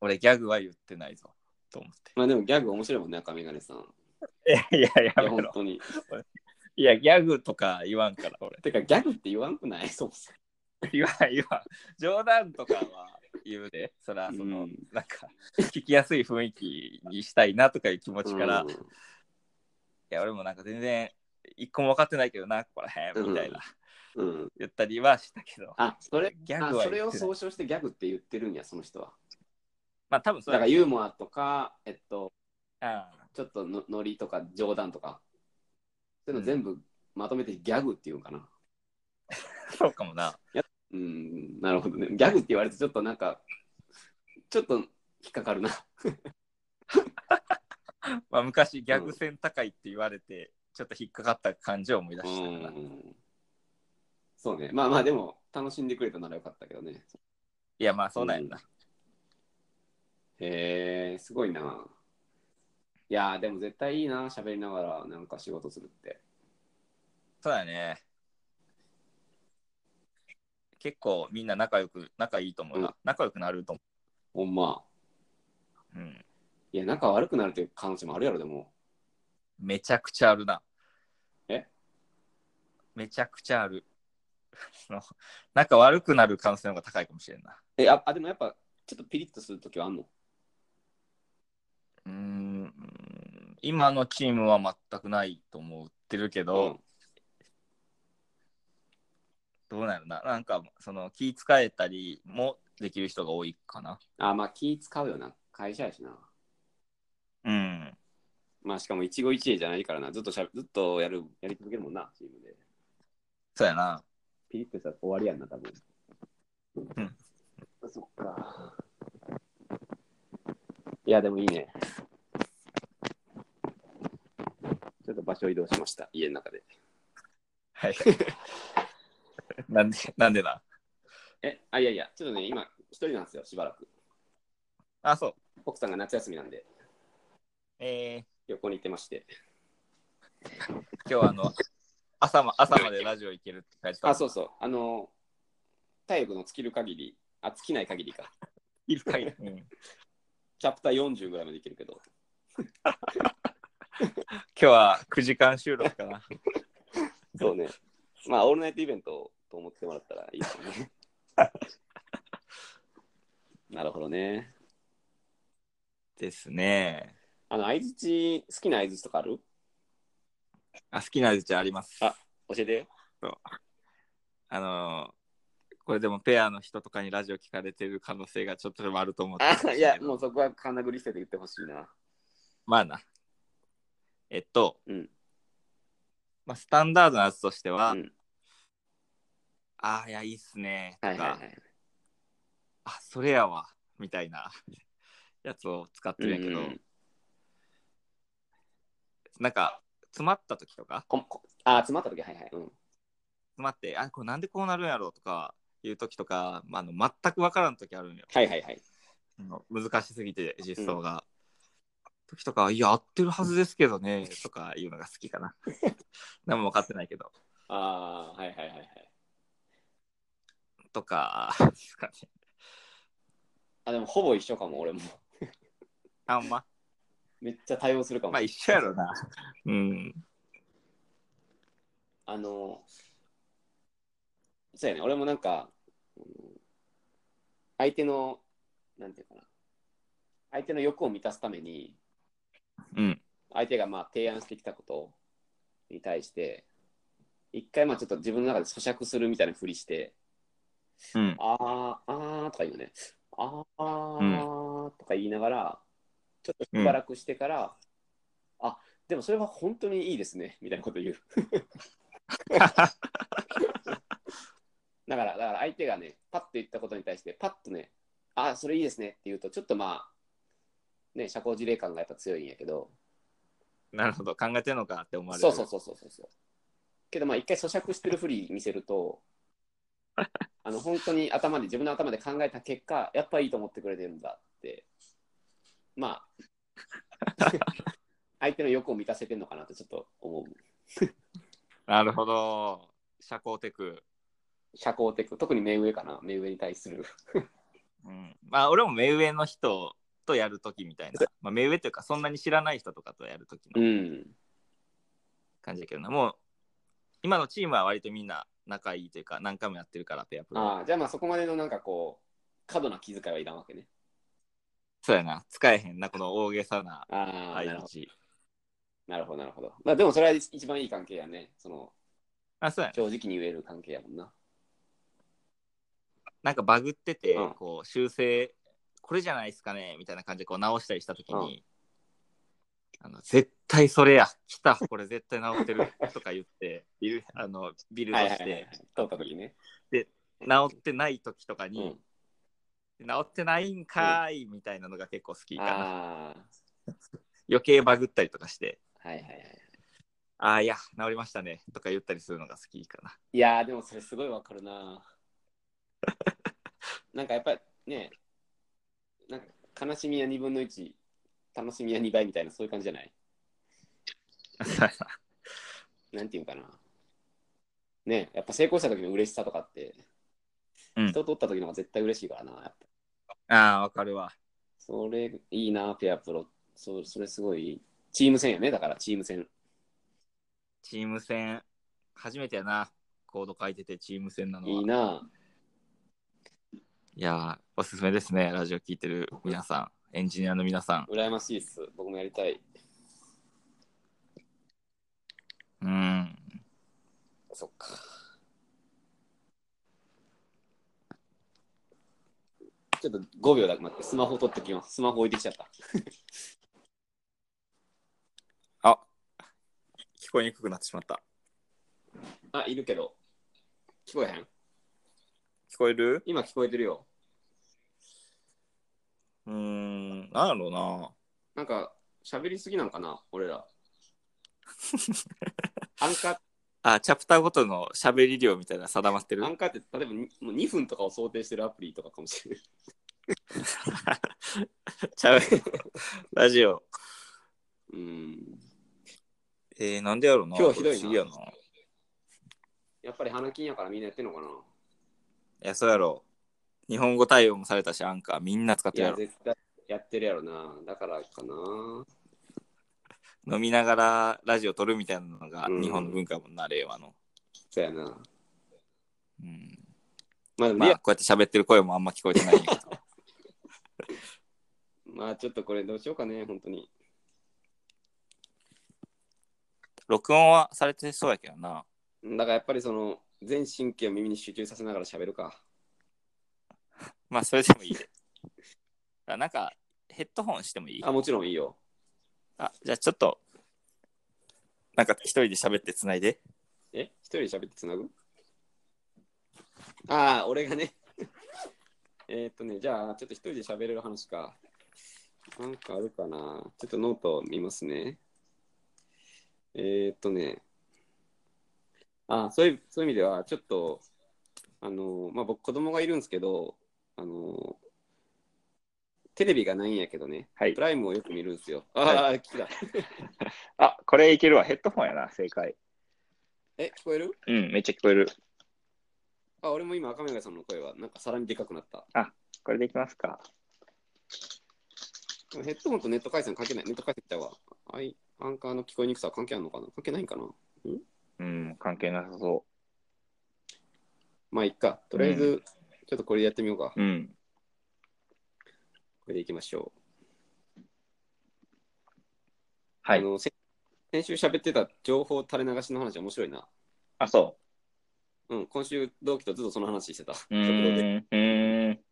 Speaker 2: 俺ギャグは言ってないぞと思って。
Speaker 1: まあでもギャグ面白いもんね、赤眼鏡さん。い
Speaker 2: いやいやや
Speaker 1: や、
Speaker 2: め
Speaker 1: 本
Speaker 2: ろ。
Speaker 1: 当に。
Speaker 2: いやギャグとか言わんから俺。
Speaker 1: てか、ギャグって言わんくないそうそ
Speaker 2: 言わん言わん。冗談とかは言うで、そらその、
Speaker 1: うん
Speaker 2: なんか聞きやすい雰囲気にしたいなとかいう気持
Speaker 1: う。
Speaker 2: ちから、
Speaker 1: うん
Speaker 2: いや俺もなんか全然一個も分かってないけどなここらへんみたいな、
Speaker 1: うん。
Speaker 2: 言ったりはしたけど。
Speaker 1: あ、それ、
Speaker 2: ギャ
Speaker 1: あ
Speaker 2: グは
Speaker 1: それ
Speaker 2: 言
Speaker 1: を
Speaker 2: ってない
Speaker 1: 総称してギャグって言ってるんや、その人は。
Speaker 2: まあ多分そ
Speaker 1: だ
Speaker 2: れ
Speaker 1: か
Speaker 2: は
Speaker 1: らユーモアとか、えっと、
Speaker 2: あ
Speaker 1: ちょっとのノリとか冗談とか、そういうの全部まとめてギャグっていうんかな。
Speaker 2: あそうかもな。
Speaker 1: うん、なるほどね。ギャグって言われてちょっとなんか、ちょっと引っかかるな。
Speaker 2: まあ昔ギャグ線高いって言われて、ちょっと引っかかった感じを思い出
Speaker 1: う
Speaker 2: したな。い
Speaker 1: ん。そうね。まあまあでも、楽しんでくれたならよかったけどね。
Speaker 2: やまあそうなんやな。
Speaker 1: へえ、すごいな。いやーでも絶対いいな、喋りながらなんか仕事するって。
Speaker 2: そうだね。結構みんな仲良く、仲いいと思うな。
Speaker 1: うん
Speaker 2: 仲良くなると思
Speaker 1: ほんま。
Speaker 2: う。うん。
Speaker 1: いや、仲悪くなるっていう可能性もあるやろ、でも。
Speaker 2: めちゃくちゃあるな。
Speaker 1: え
Speaker 2: めちゃくちゃある。 その仲悪くなる可能性の方が高いかもしれんな。
Speaker 1: え、あ、あでもやっぱ、ちょっとピリッとするときはあんの
Speaker 2: うーん。今のチームは全くないと思ってるけど、どうなるななんかその気使えたりもできる人が多いかな
Speaker 1: あ、まあ気使うよな。会社やしな。
Speaker 2: うん
Speaker 1: まあしかも一期一会じゃないからな。ずっとしゃべずっとやる、やり続けるもんな、チームで。
Speaker 2: そうやな
Speaker 1: ピリッとしたら終わりやんな、多分。
Speaker 2: うん。
Speaker 1: そっか。いや、でもいいね。ちょっと場所移動しました、家の中で。
Speaker 2: はいなんでなんでな
Speaker 1: え、あ、いやいや、ちょっとね、今、一人なんですよ、しばらく。
Speaker 2: あそう
Speaker 1: 奥さんが夏休みなんで、
Speaker 2: え
Speaker 1: 横に行ってまして。
Speaker 2: ー、今日はあの朝ま朝までラジオ行けるって書いてた
Speaker 1: あ、そう
Speaker 2: う
Speaker 1: そう、あの、体力の尽きる限り、あ、尽きない限りか。
Speaker 2: いる かい、うん、
Speaker 1: チャプター40ぐらいまでいけるけど。
Speaker 2: 今日は9時間収録かな
Speaker 1: そうね。まあ、オールナイトイベントと思ってもらったらいいですよ ね。なるほどね。
Speaker 2: ですね
Speaker 1: あの、相づち、好きな相づちとかある
Speaker 2: あ好きなうちあります
Speaker 1: あ教えて。
Speaker 2: あのーこれでもペアの人とかにラジオ聞かれてる可能性がちょっとでもあると思って
Speaker 1: あ、いや、もう
Speaker 2: う
Speaker 1: そこはかなぐり捨てて言ってほしいな。
Speaker 2: まあなえっと、
Speaker 1: うん。
Speaker 2: まあ、スタンダードなやつとしては、
Speaker 1: うん
Speaker 2: ああ、いや、いいっすね。と
Speaker 1: は
Speaker 2: か、
Speaker 1: いはいはい。
Speaker 2: あ、それやわ。みたいな やつを使ってるんやけど、
Speaker 1: うん
Speaker 2: なんか、詰まった時とか、
Speaker 1: こんこあ、詰まった時はいはい。うん。
Speaker 2: 詰まって、あ、これなんでこうなるんやろうとか、いう時とか、まあ、あの全くわからん時あるんよ。
Speaker 1: はいはいはい。
Speaker 2: あの難しすぎて、実装が。時とか、いや、合ってるはずですけどね、とかいうのが好きかな。 何も分かってないけど。
Speaker 1: ああ、はいはいはいはい。
Speaker 2: とか、ですかね。
Speaker 1: あ、でもほぼ一緒かも、俺も。
Speaker 2: あんま、
Speaker 1: めっちゃ対応するかも。
Speaker 2: まあ一緒やろな。うん。
Speaker 1: あの、そうやね、俺もなんか、うん相手の、なんていうかな、相手の欲を満たすために、
Speaker 2: うん。
Speaker 1: 相手がまあ提案してきたことに対して、一回まあちょっと自分の中で咀嚼するみたいなふりして、
Speaker 2: うん。
Speaker 1: あー、あーとか今ね、あーとか言いながら、ちょっとしばらくしてから、あ、でもそれは本当にいいですね、みたいなこと言う。 だから、だから相手がね、パッと言ったことに対して、パッとね、あ、それいいですねって言うと、ちょっとまあ、ね、社交辞令感がやっぱ強いんやけど、
Speaker 2: なるほど。考えてんのかって思われる。
Speaker 1: そうそうそうそうそうそう。けどまあ一回咀嚼してるふり見せる と、あの本当に頭で自分の頭で考えた結果、やっぱいいと思ってくれてるんだって、ま あ、相手の欲を満たせてるのかなってちょっと思う。
Speaker 2: なるほど。社交テク。
Speaker 1: 社交的、特に目上かな、目上に対する。
Speaker 2: うん。まあ、俺も目上の人とやるときみたいな。まあ、目上というか、そんなに知らない人とかとやるとき
Speaker 1: う
Speaker 2: の
Speaker 1: ん。
Speaker 2: 感じだけどな。もう、今のチームは割とみんな仲いいというか、何回もやってるから、ペアプロ。
Speaker 1: ああ、じゃあまあそこまでのなんかこう、過度な気遣いはいらんわけね。
Speaker 2: そうやな。使えへんな、この大げさな
Speaker 1: ああ、なる
Speaker 2: 相
Speaker 1: ほど。
Speaker 2: 槌。
Speaker 1: なるほど、なるほど。まあでもそれは一番いい関係やね。その、
Speaker 2: あ、そうやな。
Speaker 1: 正直に言える関係やもんな。
Speaker 2: なんかバグってて、
Speaker 1: うん
Speaker 2: こう修正これじゃないですかねみたいな感じでこう直したりした時に、あの絶対それや来たこれ絶対直ってる とか言ってビルあのビルド
Speaker 1: はい
Speaker 2: し
Speaker 1: はい
Speaker 2: て、
Speaker 1: はいはい。通った時ね。
Speaker 2: 直ってない時とか
Speaker 1: う
Speaker 2: に
Speaker 1: ん、。
Speaker 2: 直ってないんかーいみたいなのが結構好きかな、
Speaker 1: あ
Speaker 2: 余計バグったりとかして
Speaker 1: あ、はいはいはい。
Speaker 2: ああいや直りましたねとか言ったりするのが好きかない
Speaker 1: やー、でもそれすごいわかるな。 なんかやっぱりね、なんか悲しみや2分の1、楽しみや2倍みたいな、そういう感じじゃないなんていうかな。ね、やっぱ成功した時の嬉しさとかって、
Speaker 2: うん
Speaker 1: 人とった時の方が絶対嬉しいからな。やっぱ
Speaker 2: ああわかるわ
Speaker 1: それいいな、ペアプロ。そうそれすごいいい。チーム戦やね、だからチーム戦。
Speaker 2: チーム戦初めてやなコード書いててチーム戦なのはい
Speaker 1: いな。
Speaker 2: いやーおすすめですね、ラジオ聞いてる皆さん、エンジニアの皆さ
Speaker 1: 羨ましいっす。僕もやりたい。
Speaker 2: ん。うん。
Speaker 1: そっか。ちょっと5秒だけ待って、スマホ取ってきます。スマホ置いてきちゃった。
Speaker 2: あ聞こえにくくなってしまった。
Speaker 1: あ、いるけど。聞こえへん
Speaker 2: 聞こえる
Speaker 1: 今聞こえてるよ。
Speaker 2: うーん、なんやろうな。
Speaker 1: なんか、喋りすぎなんかな俺 ら。アンカ
Speaker 2: あ、チャプターごとの喋り量みたいな定まって
Speaker 1: ー、ア
Speaker 2: る。
Speaker 1: ンカーって、例えばにもう2分とかを想定してるアプリとかかもしれない。
Speaker 2: ちゃうラジオ。
Speaker 1: うん。
Speaker 2: えー、なんでやろうな。
Speaker 1: 今日ひどいな
Speaker 2: これ不思議やな。い
Speaker 1: やっぱり花金やからみんなやってんのかな
Speaker 2: や、そうやろう。日本語対応もされたし、アンカーみんな使っ
Speaker 1: い
Speaker 2: てるや
Speaker 1: や、
Speaker 2: ろ。
Speaker 1: 絶対やってるやろな。だからかな。
Speaker 2: 飲みながらラジオ撮るみたいなのが
Speaker 1: うん
Speaker 2: 日本の文化やもんな、令和の。
Speaker 1: そうやな。
Speaker 2: うん。
Speaker 1: まあ、でも
Speaker 2: ま
Speaker 1: リ
Speaker 2: あ、
Speaker 1: ア
Speaker 2: こうやって喋ってる声もあんま聞こえてないんや けど。
Speaker 1: まあちょっとこれどうしようかね、本当に。
Speaker 2: 録音はされてそうやけどな。
Speaker 1: だからやっぱりその、全神経を耳に集中させながら喋るか。
Speaker 2: まあ、それでもいい。あなんか、ヘッドホンしてもいい
Speaker 1: あ、もちろんいいよ。
Speaker 2: あ、じゃあちょっと、なんか一人で喋ってつないで。
Speaker 1: え一人で喋ってつなぐああ、俺がね。 えーっとね、じゃあ、ちょっと一人で喋れる話か。なんかあるかな。ちょっとノート見ますね。えーっとね。あーそういう、そういう意味では、ちょっと、あのー、まあ、僕、子供がいるんですけど、あのー、テレビがないんやけどね、
Speaker 2: はい
Speaker 1: プライムをよく見るんですよ。ああ、聞いた。
Speaker 2: あ、これいけるわ。ヘッドホンやな、正解。
Speaker 1: え、聞こえる
Speaker 2: うん、めっちゃ聞こえる。
Speaker 1: あ、俺も今、赤目がさんの声は、なんかさらにでかくなった。
Speaker 2: これできますか
Speaker 1: でもヘッドホンとネット回線関係ない。ネット回線っては、アイアンカーの聞こえにくさは関係あるのかな関係ないんかな
Speaker 2: うん、関係なさそ
Speaker 1: まあ、いっか。とりあえ
Speaker 2: う
Speaker 1: ず、ちょっとこれでやってみようか。
Speaker 2: う。うん。
Speaker 1: これでいきましょう。
Speaker 2: は
Speaker 1: あ
Speaker 2: い。
Speaker 1: のせ先週喋ってた情報垂れ流しの話面白いな。
Speaker 2: あ、そ
Speaker 1: うん、今週同期とずっとその話してた。
Speaker 2: う。う
Speaker 1: 食堂で。
Speaker 2: ーん。うーん。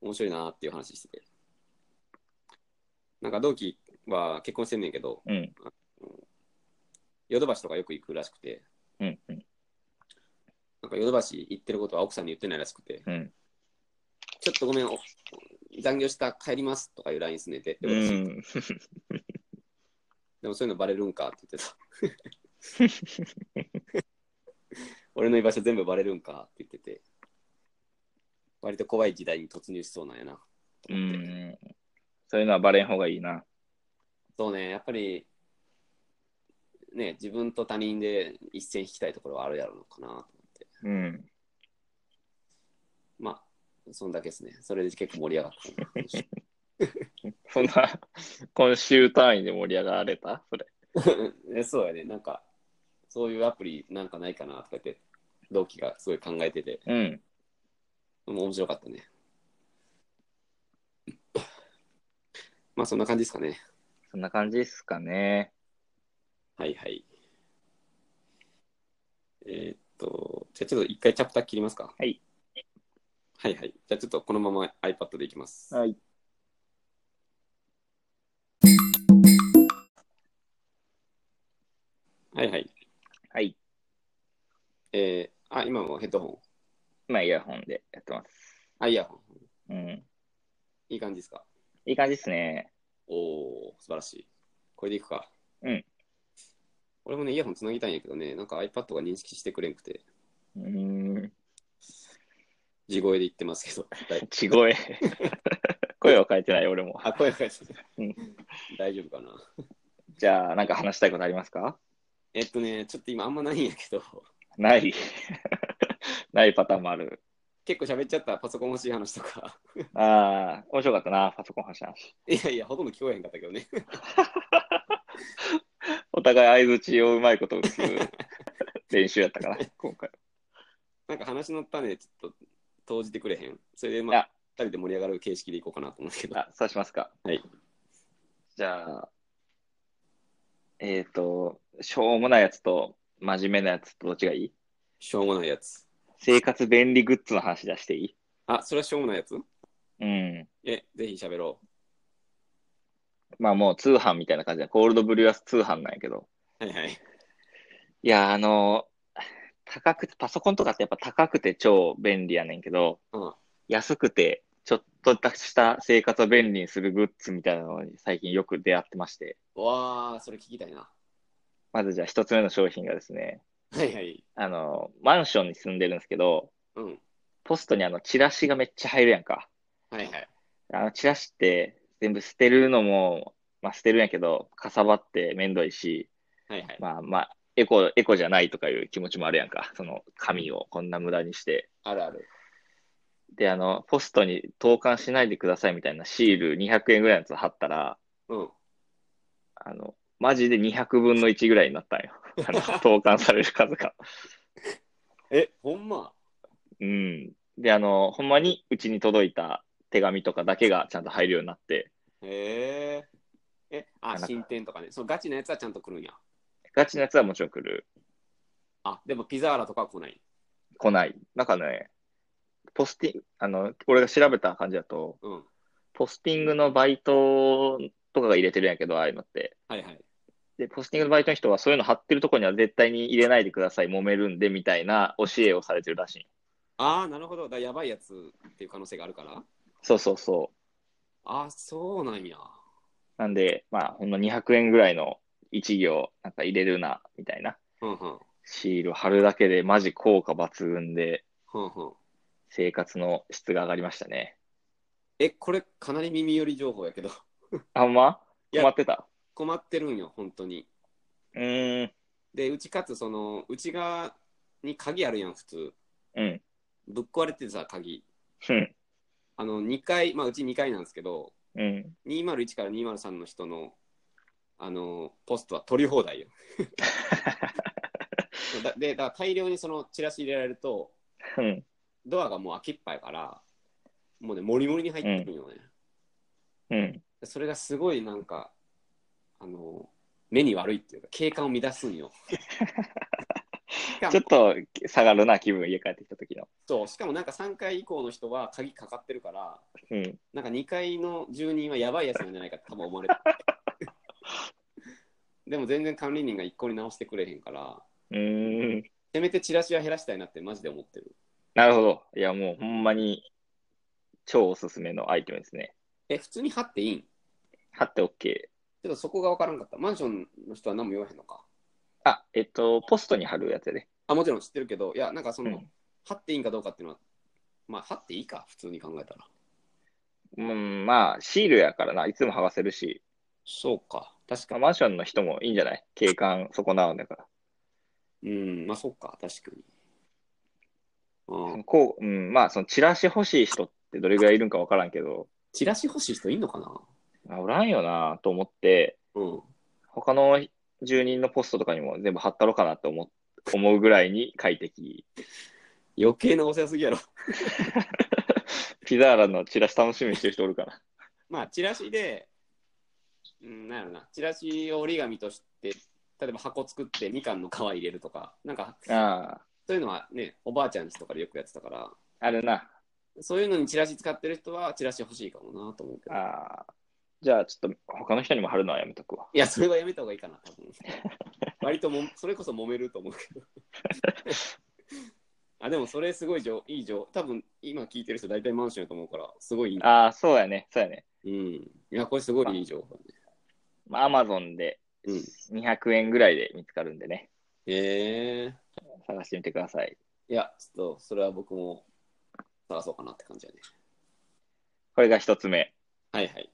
Speaker 1: 面白いなーっていう話してて。なんか同期は結婚してんねんけど、
Speaker 2: うん。
Speaker 1: ヨドバシとかよく行くらしくて、
Speaker 2: うん。うん。
Speaker 1: なんかヨドバシ行ってることは奥さんに言ってないらしくて、
Speaker 2: うん。
Speaker 1: ちょっとごめん、お残業した、帰りますとかいう LINE すねてって
Speaker 2: う
Speaker 1: ことらしい
Speaker 2: ん。
Speaker 1: でもそういうのバレるんかって言ってた。 俺の居場所全部バレるんかって言ってて、割と怖い時代に突入しそうなんやな。
Speaker 2: うーんそういうのはバレん方がいいな。
Speaker 1: そうね、やっぱり、ね、自分と他人で一線引きたいところはあるやろうかなと思って。
Speaker 2: うん。
Speaker 1: まあ、そんだけですね。それで結構盛り上がったな。
Speaker 2: そんな、今週単位で盛り上がれたそれ。
Speaker 1: えそうやね、なんか、そういうアプリなんかないかなとか言って、同期がすごい考えてて、
Speaker 2: うん。
Speaker 1: もう面白かったね。 まあ、そんな感じですかね。
Speaker 2: そんな感じですかね。
Speaker 1: はいはい。えーっと、じゃあちょっと一回チャプター切りますか。
Speaker 2: はい。
Speaker 1: はいはい。じゃあちょっとこのまま iPad でいきます。
Speaker 2: はい。
Speaker 1: はいはい。
Speaker 2: はい。
Speaker 1: えー、あ、今もヘッドホン。
Speaker 2: まあ、イヤホンでやってます。
Speaker 1: あ、イヤホン。
Speaker 2: うん。
Speaker 1: いい感じですか。
Speaker 2: いい感じですね。
Speaker 1: おー、素晴らしい。これでいくか。
Speaker 2: うん。
Speaker 1: 俺もね、イヤホンつなぎたいんやけどね、なんか iPad が認識してくれんくて、
Speaker 2: うーん。
Speaker 1: 地声で言ってますけ ど。だい
Speaker 2: ち声。声は変えてない、俺も。
Speaker 1: あ、声が返して
Speaker 2: う
Speaker 1: る
Speaker 2: ん。
Speaker 1: 大丈夫かな。
Speaker 2: じゃあ、なんか話したいことありますか
Speaker 1: えっとね、ちょっと今あんまないんやけど、
Speaker 2: ない。 ないパターンもある。
Speaker 1: 結構喋っちゃったパソコン欲しい話とか、
Speaker 2: ああ、面白かったな、パソコン話の話。
Speaker 1: いやいや、ほとんど聞こえへんかったけどね。
Speaker 2: お互い相づちをうまいこと打 つ練習やったから、今回。
Speaker 1: なんか話の種、ちょっと投じてくれへん。それで、ま
Speaker 2: いや
Speaker 1: あ、2人で盛り上がる形式でいこうかなと思うんだけど。
Speaker 2: あ、そうしますか。
Speaker 1: はい。
Speaker 2: じゃあ、えっ、と、しょうもないやつと真面目なやつとどっちがいい
Speaker 1: しょうもないやつ。
Speaker 2: 生活便利グッズの話出していい
Speaker 1: あ、それはしょうもないやつ
Speaker 2: うん。
Speaker 1: え、ぜひ喋ろ
Speaker 2: まあもう通販みたいな感じだ。コールドブリュアス通販なんやけど。
Speaker 1: う。はいはい。
Speaker 2: いや、あの、高くて、パソコンとかってやっぱ高くて超便利やねんけど、
Speaker 1: うん
Speaker 2: 安くて、ちょっとした生活を便利にするグッズみたいなのに最近よく出会ってまして。
Speaker 1: わー、それ聞きたいな。
Speaker 2: まずじゃあ一つ目の商品がですね、
Speaker 1: はいはい。
Speaker 2: あの、マンションに住んでるんですけど、
Speaker 1: うん。
Speaker 2: ポストにあの、チラシがめっちゃ入るやんか。
Speaker 1: はいはい。
Speaker 2: あの、チラシって全部捨てるのも、まあ捨てるんやけど、かさばってめんどいし、
Speaker 1: はいはい。
Speaker 2: まあまあ、エコ、エコじゃないとかいう気持ちもあるやんか。その紙をこんな無駄にして。
Speaker 1: あるある。
Speaker 2: で、あの、ポストに投函しないでくださいみたいなシール200円ぐらいのやつ貼ったら、
Speaker 1: うん。
Speaker 2: あの、マジで200分の1ぐらいになったんよ。あの、投函される数が。
Speaker 1: え、ほんま
Speaker 2: うん。で、あの、ほんまにうちに届いた手紙とかだけがちゃんと入るようになって、
Speaker 1: へえ。え、あ、
Speaker 2: なんか
Speaker 1: 進展とかね。そのガチなやつはちゃんと来るんや。
Speaker 2: ガチなやつはもちろん来る。
Speaker 1: あ、でもピザーラとかは来ない。
Speaker 2: 来ない。なんかね、ポスティング、あの、俺が調べた感じだと、
Speaker 1: うん。
Speaker 2: ポスティングのバイトとかが入れてるんやけど、ああいうのって。
Speaker 1: はいはい。
Speaker 2: で、ポスティングのバイトの人はそういうの貼ってるとこには絶対に入れないでください、揉めるんで、みたいな教えをされてるらしい。
Speaker 1: あー、なるほど。だからやばいやつっていう可能性があるから。
Speaker 2: そうそうそう。
Speaker 1: あ、そうなんや。
Speaker 2: なんで、まあ、ほんの200円ぐらいの一行、なんか入れるな、みたいな。
Speaker 1: うんうん。
Speaker 2: シール貼るだけで、マジ効果抜群で、
Speaker 1: うんうん。
Speaker 2: 生活の質が上がりましたね。
Speaker 1: え、これかなり耳寄り情報やけど、
Speaker 2: あ、ほんま
Speaker 1: いや
Speaker 2: 困ってた
Speaker 1: 困ってるんよ、本当に。
Speaker 2: うーん。
Speaker 1: で、うちかつ、その、うちが、に鍵あるやん、普通。
Speaker 2: うん。
Speaker 1: ぶっ壊れてさ、鍵。
Speaker 2: うん。
Speaker 1: あの、2階、まあ、うち2階なんですけど、
Speaker 2: うん。
Speaker 1: 201から203の人の、あの、ポストは取り放題 よ。だで、だから大量にそのチラシ入れられると、
Speaker 2: うん。
Speaker 1: ドアがもう開きっぱやから、もうね、もりもりに入ってくるよね。
Speaker 2: うん。
Speaker 1: それがすごいなんか、 あの、目に悪いっていうか、景観を乱すんよ。しか
Speaker 2: ちょ
Speaker 1: も
Speaker 2: っと下がるな、気分、家帰ってきた時の。
Speaker 1: そうしかもなんか3回以降の人は鍵かかってるから、
Speaker 2: うん。
Speaker 1: なんか2階の住人はやばいやつなんじゃないかって多分思われてる でも全然管理人が一向に直してくれへんから、
Speaker 2: うーん。
Speaker 1: せめてチラシは減らしたいなってマジで思ってる。
Speaker 2: なるほど。いや、もうほんまに、超おすすめのアイテムですね。
Speaker 1: え、普通に貼っていいん
Speaker 2: 貼って OK。
Speaker 1: ちょっとそこが分からんかった。マンションの人は何も言わへんのか。
Speaker 2: あ、えっと、ポストに貼るやつやで。
Speaker 1: あ、もちろん知ってるけど、いや、なんかその、
Speaker 2: うん
Speaker 1: 貼っていいんかどうかっていうのは、まあ、貼っていいか、普通に考えたら。
Speaker 2: うん、まあ、シールやからな、いつも剥がせるし、
Speaker 1: そうか。確
Speaker 2: ま
Speaker 1: か
Speaker 2: あマンションの人もいいんじゃない景観損なうんだから。
Speaker 1: に。うん、まあ、そうか、確かに。うん、
Speaker 2: こう、うん、まあ、そのチラシ欲しい人ってどれぐらいいるんかわからんけど、
Speaker 1: チラシ欲しい人いんのかな
Speaker 2: あおらんよなと思って、
Speaker 1: うん。
Speaker 2: 他の住人のポストとかにも全部貼ったろかなと思っ思うぐらいに快適。
Speaker 1: 余計なお世話すぎやろ。
Speaker 2: ピザーラのチラシ楽しみにしてる人おるかな。
Speaker 1: まあ、チラシで、うん、なんやろな、チラシを折り紙として、例えば箱作ってみかんの皮入れるとか、なんか、
Speaker 2: あ
Speaker 1: そういうのはね、おばあちゃんちとかでよくやってたから、
Speaker 2: あ、あるな。
Speaker 1: そういうのにチラシ使ってる人は、チラシ欲しいかもなと思うけど。
Speaker 2: ああ。じゃあ、ちょっと他の人にも貼るのはやめとくわ。
Speaker 1: いや、それはやめた方がいいかな、多分。 割とも、それこそ揉めると思うけど。 あ、でもそれすごいじょいいじょ多分今聞いてる人大体マンションやと思うから、すごいいい。
Speaker 2: ああ、そうやね、そうやね。
Speaker 1: うん。いや、これすごいいい情報だね。
Speaker 2: まあ、アマゾンで
Speaker 1: うん。
Speaker 2: 200円ぐらいで見つかるんでね、
Speaker 1: ええ
Speaker 2: 探してみてください。
Speaker 1: いや、ちょっと、それは僕も探そうかなって感じだね。
Speaker 2: これが一つ目。
Speaker 1: はいはい。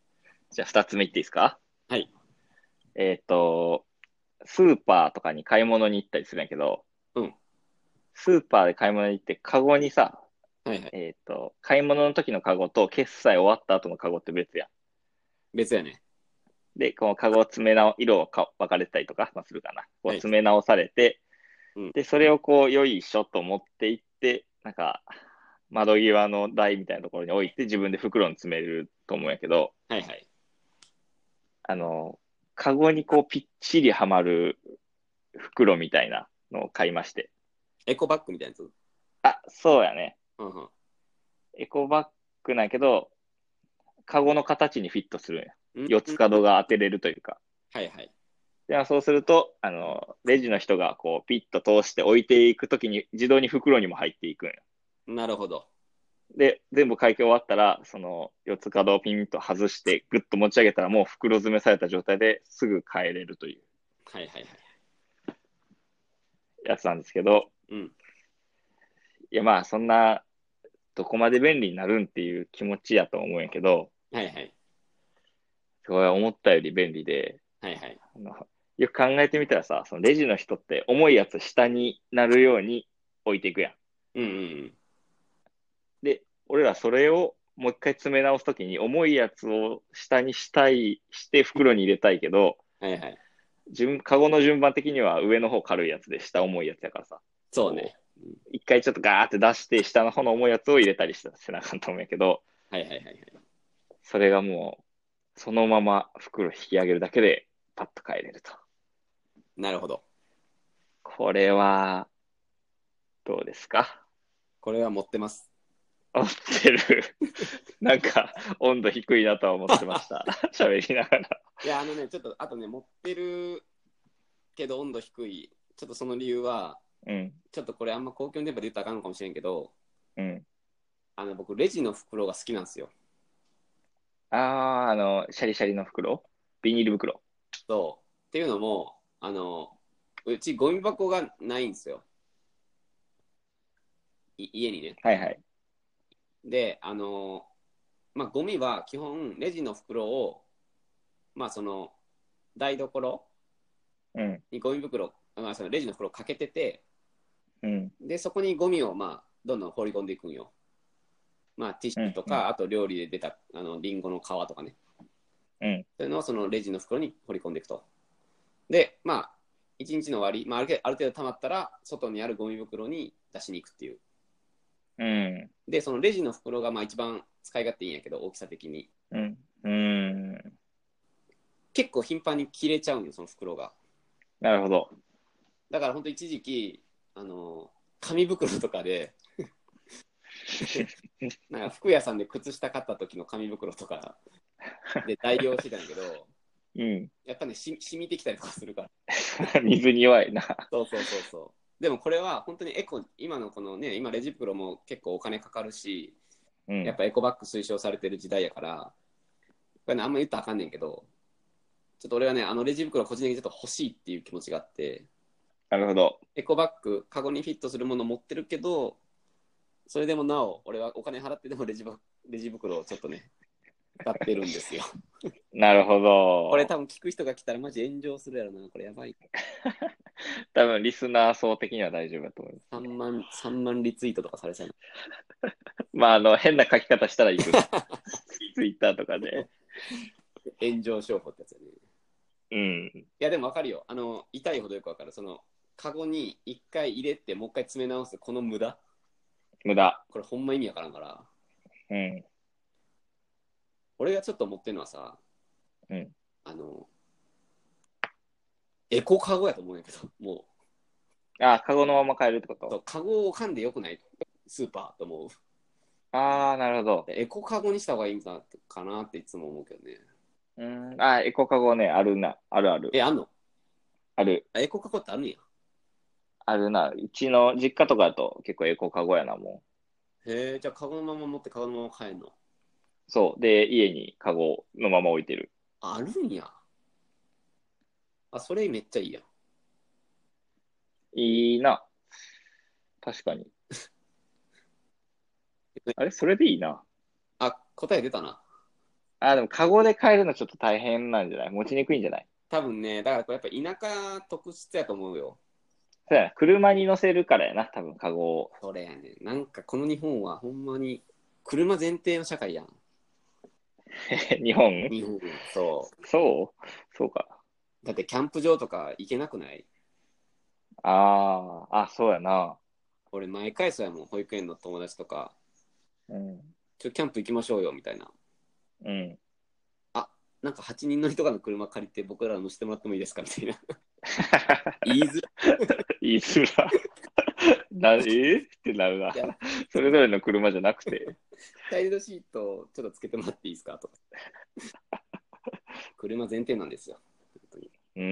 Speaker 2: じゃあ、二つ目いっていいですか
Speaker 1: はい。
Speaker 2: えっ、と、スーパーとかに買い物に行ったりするんやけど、
Speaker 1: うん
Speaker 2: スーパーで買い物に行って、カゴにさ、
Speaker 1: はいはい。
Speaker 2: えっ、と、買い物の時のカゴと決済終わった後のカゴって別やん。
Speaker 1: 別やね。
Speaker 2: で、このカゴを詰め直、色をか分かれてたりとか、まあ、するかな。こう
Speaker 1: はい
Speaker 2: 詰め直されて、
Speaker 1: うん
Speaker 2: で、それをこう、よいしょと持って行って、なんか、窓際の台みたいなところに置いて、自分で袋に詰めると思うんやけど、
Speaker 1: はいはい。
Speaker 2: あの、カゴにこう、ぴっちりはまる袋みたいなのを買いまして。
Speaker 1: エコバッグみたいなやつ。
Speaker 2: あ、そうやね。
Speaker 1: うんうん。
Speaker 2: エコバッグなんやけど、カゴの形にフィットするんや。
Speaker 1: うん
Speaker 2: 四つ角が当てれるというか。
Speaker 1: はいはい。
Speaker 2: で、まあそうすると、あの、レジの人がこう、ピッと通して置いていくときに、自動に袋にも入っていくんよ。
Speaker 1: なるほど。
Speaker 2: で、全部会計終わったら、その、四つ角をピンと外して、ぐっと持ち上げたら、もう袋詰めされた状態ですぐ帰れるという
Speaker 1: はいはいはい。
Speaker 2: やつなんですけど、
Speaker 1: うん。
Speaker 2: いやまあそんな、どこまで便利になるんっていう気持ちやと思うんやけど、
Speaker 1: はいはい。
Speaker 2: すごい思ったより便利で、
Speaker 1: はいはい。
Speaker 2: あのよく考えてみたらさ、そのレジの人って重いやつ下になるように置いていくやん。
Speaker 1: うんうん
Speaker 2: で、俺らそれをもう一回詰め直すときに重いやつを下にしたい、して袋に入れたいけど、
Speaker 1: うん。はいはい。
Speaker 2: 順、カゴの順番的には上の方軽いやつで下重いやつやからさ、
Speaker 1: そうね。
Speaker 2: 一回ちょっとガーって出して下の方の重いやつを入れたりしたらせなあかんと思うんやけど、
Speaker 1: はいはいはいはい。
Speaker 2: それがもう、そのまま袋引き上げるだけで、パッと帰れると。
Speaker 1: なるほど。
Speaker 2: これは、どうですか
Speaker 1: これは持ってます。
Speaker 2: 合ってる。 なんか、温度低いなとは思ってま した。喋りながら。
Speaker 1: いや、あのね、ちょっと、あとね、持ってるけど温度低い。ちょっとその理由は、
Speaker 2: うん、
Speaker 1: ちょっとこれあんま公共の電波で言ったらあかんのかもしれんけど、
Speaker 2: うん。
Speaker 1: あの、僕、レジの袋が好きなんですよ。
Speaker 2: ああ、あの、シャリシャリの袋ビニール袋。
Speaker 1: そう。っていうのも、あの、うちゴミ箱がないんですよ。い家にね。
Speaker 2: はいはい。
Speaker 1: で、あの、まあ、ゴミは基本、レジの袋を、まあ、その、台所
Speaker 2: うん、
Speaker 1: にゴミ袋、まあ、そのレジの袋をかけてて、
Speaker 2: うん、
Speaker 1: で、そこにゴミを、まあ、どんどん放り込んでいくんよ。まあ、ティッシュとか、
Speaker 2: うん
Speaker 1: あと料理で出た、あの、リンゴの皮とかね。
Speaker 2: うん、
Speaker 1: そういうのをそのレジの袋に放り込んでいくと。で、まあ、一日の終わり、まあ、あるけある程度溜まったら、外にあるゴミ袋に出しに行くっていう。
Speaker 2: うん、
Speaker 1: で、そのレジの袋がまあ一番使い勝手いいんやけど、大きさ的に。
Speaker 2: うん、うん。
Speaker 1: 結構頻繁に切れちゃうんよ、その袋が。
Speaker 2: なるほど。
Speaker 1: だから本当一時期、あの紙袋とか でなんか服屋さんで靴下買った時の紙袋とかで代用してたんやけど
Speaker 2: うん。
Speaker 1: やっぱねし染みてきたりとかするから
Speaker 2: 水に弱いな。
Speaker 1: そうそうそうそうでもこれは本当にエコ今のこのね今レジ袋も結構お金かかるし
Speaker 2: うん。
Speaker 1: やっぱエコバッグ推奨されてる時代やからこれねあんま言ったらあかんねんけどちょっと俺はねあのレジ袋個人的にちょっと欲しいっていう気持ちがあって
Speaker 2: なるほど。
Speaker 1: エコバッグ、カゴにフィットするもの持ってるけど、それでもなお、俺はお金払ってでもレジばレジ袋をちょっとね、使ってるんです よ。
Speaker 2: なるほど。
Speaker 1: これ多分聞く人が来たらマジ炎上するやろな、これやばい。
Speaker 2: 多分リスナー層的には大丈夫だと思いま
Speaker 1: 3万、三万リツイートとかされちゃうな。
Speaker 2: す。まあ、あの、変な書き方したら いく。ツイッターとかで。
Speaker 1: 炎上商法ってやつやね。い
Speaker 2: うん。
Speaker 1: や、でもわかるよ。あの、痛いほどよくわかる。その、カゴに一回入れて、もう一回詰め直す、この無駄。
Speaker 2: 無駄。
Speaker 1: これほんま意味わからんから。
Speaker 2: うん。
Speaker 1: 俺がちょっと思ってるのはさ、
Speaker 2: うん
Speaker 1: あの、エコカゴやと思うんやけど、もう。
Speaker 2: あ、カゴのまま買えるってこ
Speaker 1: そ
Speaker 2: と
Speaker 1: うカゴを噛んでよくないスーパーと思う。
Speaker 2: ああ、なるほど。
Speaker 1: エコカゴにした方がいいんだかなっていつも思うけどね。
Speaker 2: うん。あ、エコカゴね、あるな。あるある。
Speaker 1: え、あんの
Speaker 2: ある。
Speaker 1: あエコカゴってあるんや。
Speaker 2: あるな。うちの実家とかだと結構エコカゴやな、も
Speaker 1: へえ、じゃあカゴのまま持ってカゴのまま帰るの。
Speaker 2: う。そう。で、家にカゴのまま置いてる。
Speaker 1: あるんや。あ、それめっちゃいいやん。。
Speaker 2: いいな。確 かにあれそれでいいな。
Speaker 1: あ、答え出たな。
Speaker 2: あ、でもカゴで買えるのちょっと大変なんじゃない持ちにくいんじゃない
Speaker 1: 多分ね、だからこれやっぱ田舎特質やと思うよ。
Speaker 2: そうやな。車に乗せるからやな、多分カゴを。
Speaker 1: それやね。なんかこの日本はほんまに車前提の社会やん。
Speaker 2: 日本
Speaker 1: 日本そ
Speaker 2: そうそうか。
Speaker 1: う。だってキャンプ場とか行けなくない
Speaker 2: ああ、あ、そうやな。
Speaker 1: 俺毎回そうやもん。保育園の友達とか、
Speaker 2: うん。
Speaker 1: ちょキャンプ行きましょうよみたいな。
Speaker 2: うん。
Speaker 1: なんか8人乗りとかの車借りて僕ら乗せてもらってもいいですかみたい な。言いづら。
Speaker 2: 言い づら。な、えーってなるない
Speaker 1: や。
Speaker 2: それぞれの車じゃなくて。
Speaker 1: タイルドシートをちょっとつけてもらっていいですかとか。車前提なんですよ。本当に
Speaker 2: う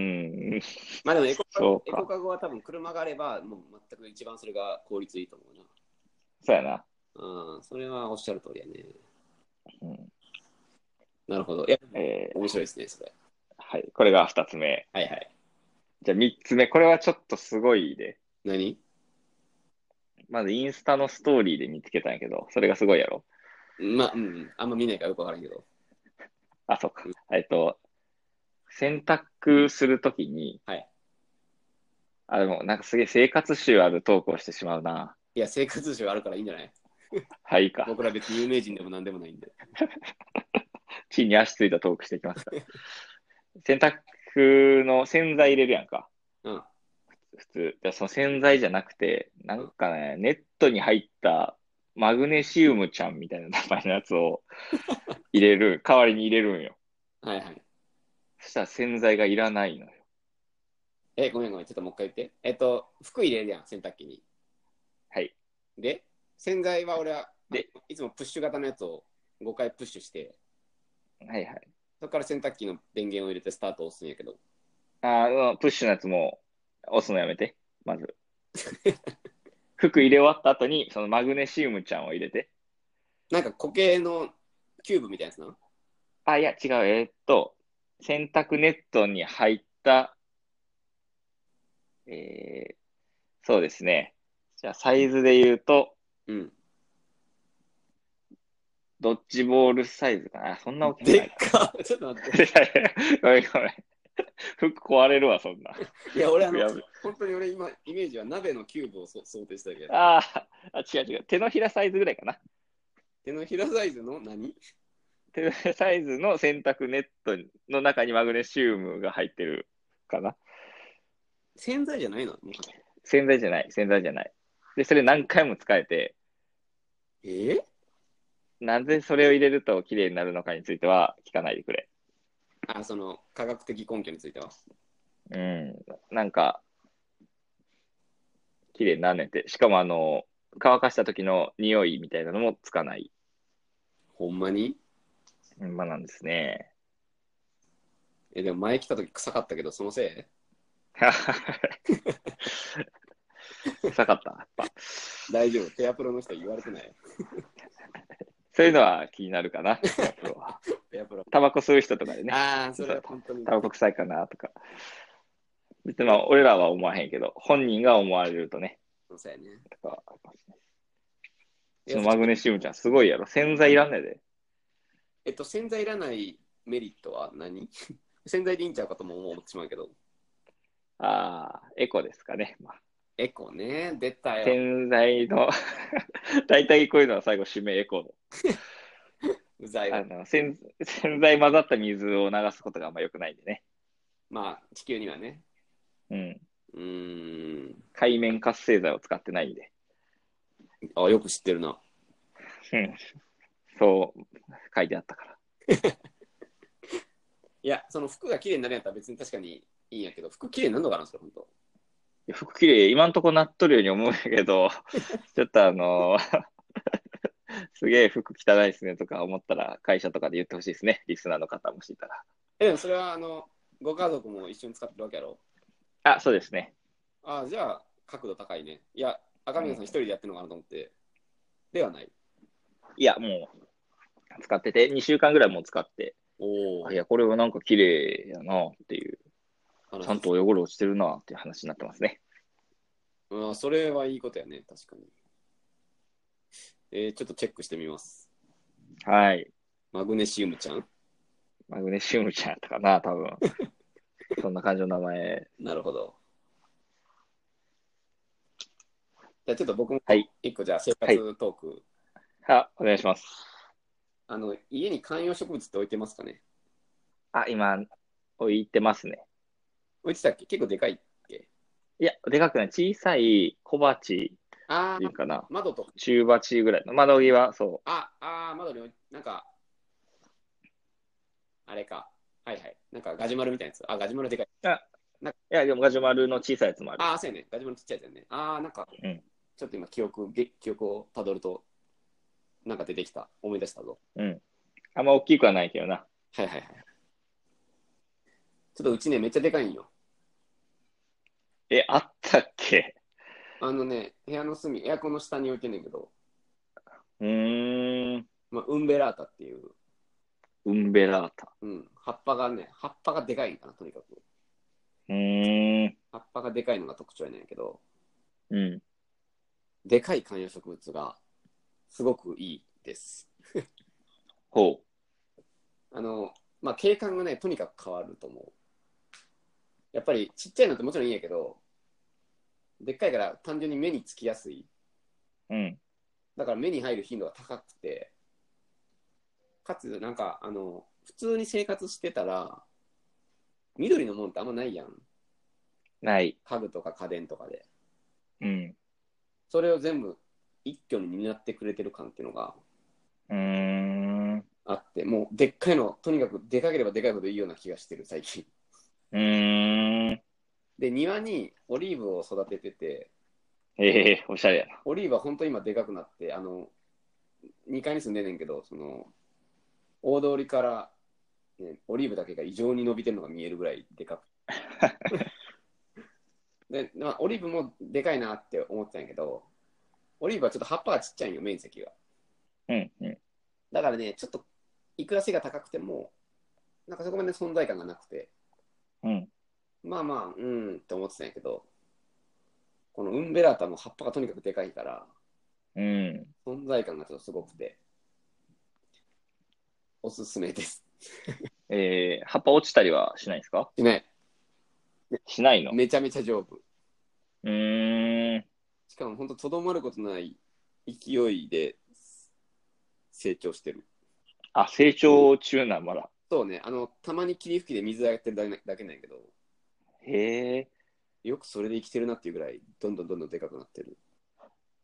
Speaker 2: ん。
Speaker 1: まあでもエコカ
Speaker 2: そう
Speaker 1: ゴ
Speaker 2: か
Speaker 1: エコカゴは多分車があればもう全く一番それが効率いいと思うな。
Speaker 2: そうやな。
Speaker 1: うん、それはおっしゃる通りやね。
Speaker 2: うん
Speaker 1: なるほど。いや、
Speaker 2: えー
Speaker 1: 面白いですね、それ。
Speaker 2: はい。これが2つ目。
Speaker 1: はいはい。
Speaker 2: じゃあ3つ目。これはちょっとすごいで。
Speaker 1: 何
Speaker 2: まずインスタのストーリーで見つけたんやけど、それがすごいやろ。
Speaker 1: まあ、うん、あんま見ないからよくわからんけど。
Speaker 2: あ、そうか
Speaker 1: うん。
Speaker 2: えっと、洗濯するときに、
Speaker 1: はい。
Speaker 2: あ、でもなんかすげえ生活集あるトークをしてしまうな。
Speaker 1: いや、生活習あるからいいんじゃない
Speaker 2: はい、いいか。
Speaker 1: 僕ら別に有名人でも何でもないんで。
Speaker 2: 地に足ついたトークしていきますか。洗濯の洗剤入れるやんか。
Speaker 1: うん。
Speaker 2: 普通。でその洗剤じゃなくて、なんかね、ネットに入ったマグネシウムちゃんみたいな名前のやつを入れる、代わりに入れるんよ。
Speaker 1: はいはい。
Speaker 2: そしたら洗剤がいらないのよ。
Speaker 1: え、ごめんごめん、ちょっともう一回言って。えっと、服入れるやん、洗濯機に。
Speaker 2: はい。
Speaker 1: で、洗剤は俺は、
Speaker 2: で
Speaker 1: いつもプッシュ型のやつを5回プッシュして、
Speaker 2: はいはい。
Speaker 1: そこから洗濯機の電源を入れてスタートを押すんやけど、
Speaker 2: あーうんプッシュのやつも押すのやめて、まず。服入れ終わった後に、そのマグネシウムちゃんを入れて。
Speaker 1: なんか固形のキューブみたいなやつな。
Speaker 2: あ、いや、違う。えーっと、洗濯ネットに入った、えー、そうですね。じゃあ、サイズで言うと、
Speaker 1: うん。
Speaker 2: ドッジボールサイズかな。あそんな大きく
Speaker 1: で
Speaker 2: な
Speaker 1: っ
Speaker 2: い
Speaker 1: かちょっと待っ
Speaker 2: いやいやごめんごめん。服壊れるわ、そんな。
Speaker 1: て。いや、俺あ
Speaker 2: や
Speaker 1: の
Speaker 2: べ、
Speaker 1: 本当に俺今、イメージは鍋のキューブをそ想定したけど、
Speaker 2: あーあ、違う違う。手のひらサイズぐらいかな。
Speaker 1: 手のひらサイズの何
Speaker 2: 手のひらサイズの洗濯ネットの中にマグネシウムが入ってるかな。
Speaker 1: 洗剤じゃないのもう
Speaker 2: 洗剤じゃない、洗剤じゃない。で、それ何回も使えて、
Speaker 1: えー
Speaker 2: なぜそれを入れると綺麗になるのかについては聞かないでくれ。
Speaker 1: あ、その科学的根拠については。
Speaker 2: うん。なんか、綺麗になるねんて。しかもあの、乾かした時の匂いみたいなのもつかない。
Speaker 1: ほんまに
Speaker 2: まあなんですね。
Speaker 1: え、でも前来た時臭かったけど、そのせ
Speaker 2: 臭かった。やっぱ。
Speaker 1: い大丈夫。ペアプロの人言われてない。
Speaker 2: そういうのは気になるかな。
Speaker 1: ペアプロ。
Speaker 2: タバコ吸う人とかでね。
Speaker 1: ああ、それは本当に
Speaker 2: タ。バコ臭いかなとか。別にまあ、俺らは思わへんけど、本人が思われるとね。
Speaker 1: そうやね。
Speaker 2: とかありますねそのマグネシウムちゃん、すごいやろ。洗剤いらんねえで。
Speaker 1: えっと、洗剤いらないメリットは何 洗剤でいいんちゃうかとも思ってしまうけど。
Speaker 2: ああ、エコですかね。まあ、
Speaker 1: エコね、出たよ。
Speaker 2: 洗剤の、 大体こういうのは最後、締めエコの。
Speaker 1: うざい
Speaker 2: あ
Speaker 1: わ。
Speaker 2: の洗洗剤混ざった水を流すことがあんま良くないんでね。
Speaker 1: まあ、地球にはね。
Speaker 2: うん。
Speaker 1: うーん。
Speaker 2: 海面活性剤を使ってないんで。
Speaker 1: あ、よく知ってるな。
Speaker 2: うん。そう書いてあったから。
Speaker 1: いや、その服が綺麗になるんやったら別に確かにいいんやけど、服綺麗になるのかな、それ本当。
Speaker 2: いや服綺麗、今んとこなっとるように思うんやけど、 ちょっとあの すげえ服汚いですねとか思ったら会社とかで言ってほしいですね。リスナーの方もしいたら。
Speaker 1: え、でもそれは、あの、ご家族も一緒に使ってるわけやろ。
Speaker 2: あ、そうですね。
Speaker 1: あ、じゃあ、角度高いね。いや、赤嶺さん一人でやってるのかなと思って。ではない。
Speaker 2: いや、もう、使ってて、2週間ぐらいもう使って、
Speaker 1: お
Speaker 2: あいや、これはなんか綺麗やなっていう、
Speaker 1: お
Speaker 2: ちゃんと。汚れ落ちてるなっていう話になってますね。
Speaker 1: うん、それはいいことやね、確かに。えーちょっとチェックしてみます。
Speaker 2: はい。
Speaker 1: マグネシウムちゃん。
Speaker 2: マグネシウムちゃんやったかな、多分。そんな感じの名前。
Speaker 1: なるほど。じゃあちょっと僕も
Speaker 2: はい
Speaker 1: 一個じゃあ生活トーク、
Speaker 2: あ、お願いします。
Speaker 1: あの家に観葉植物って置いてますかね
Speaker 2: あ、今、置いてますね。
Speaker 1: 置いてたっけ結構でかい。
Speaker 2: いや、でかくない。小さい小鉢
Speaker 1: あ
Speaker 2: ってい
Speaker 1: あ
Speaker 2: う、かな。
Speaker 1: 窓とか。
Speaker 2: 中鉢ぐらいの。窓際、そ
Speaker 1: ああー、窓に置いなんか、あれか。はいはい。なんかガジュマルみたいなやつ。あ、ガジュマルでかい。
Speaker 2: う。いや、でもガジュマルの小さいやつもある。
Speaker 1: ああ、そうやね。ガジュマルちっちゃいやつやね。ああ、なんか、
Speaker 2: うん
Speaker 1: ちょっと今記憶、げ記憶をたどると、なんか出てきた。思い出したぞ。
Speaker 2: うん。あんま大きくはないけどな。
Speaker 1: はいはいはい。ちょっとうちね、めっちゃでかいんよ。
Speaker 2: え、あったっけ
Speaker 1: あのね、部屋の隅、エアコンの下に置いてんねんけど、
Speaker 2: うーん。
Speaker 1: まあ、ウンベラータっていう、
Speaker 2: ウンベラータ。
Speaker 1: うん、葉っぱがね、葉っぱがでかいんかな、とにかく。
Speaker 2: うーん。
Speaker 1: 葉っぱがでかいのが特徴やねんけど、
Speaker 2: うん。
Speaker 1: でかい観葉植物がすごくいいです。
Speaker 2: ほ
Speaker 1: あの、まあ、景観がね、とにかく変わると思う。やっぱりちっちゃいのってもちろんいいんやけど、でっかいから単純に目につきやすい。
Speaker 2: う。うん。
Speaker 1: だから目に入る頻度が高くて、かつ、なんか、あの、普通に生活してたら、緑のもんってあんまないやん。
Speaker 2: ない。
Speaker 1: 家具とか家電とかで。
Speaker 2: うん。
Speaker 1: それを全部一挙に担ってくれてる感っていうのが
Speaker 2: うーん。う
Speaker 1: あって、もうでっかいの、とにかくでかければでかいほどいいような気がしてる、最近。
Speaker 2: ーん。
Speaker 1: で、庭にオリーブを育ててて、
Speaker 2: ええおしゃれやな。
Speaker 1: オリーブは本当今でかくなって、あの、2階に住んでんねんけど、その、大通りから、ね、オリーブだけが異常に伸びてるのが見えるぐらいでかくで、まあ、オリーブもでかいなって思ってたんやけど、オリーブはちょっと葉っぱがちっちゃいんよ、面積が。
Speaker 2: うん。うん。
Speaker 1: だからね、ちょっと、いくら背が高くても、なんかそこまで存在感がなくて、
Speaker 2: うん。
Speaker 1: まあまあ、うんって思ってたんやけど、このウンベラータの葉っぱがとにかくでかいから、
Speaker 2: うん。
Speaker 1: 存在感がちょっとすごくて、おすすめです。
Speaker 2: えー、葉っぱ落ちたりはしないんですか
Speaker 1: ね、
Speaker 2: しないの
Speaker 1: めちゃめちゃ丈夫。
Speaker 2: うーん。
Speaker 1: しかも本当とどまることない勢いで成長してる。
Speaker 2: あ、成長中なん、まだ。
Speaker 1: そうね、あの、たまに霧吹きで水あげてるだけなだけなんやけど、
Speaker 2: へえ。
Speaker 1: よくそれで生きてるなっていうぐらい、どんどんどんどんでかくなってる。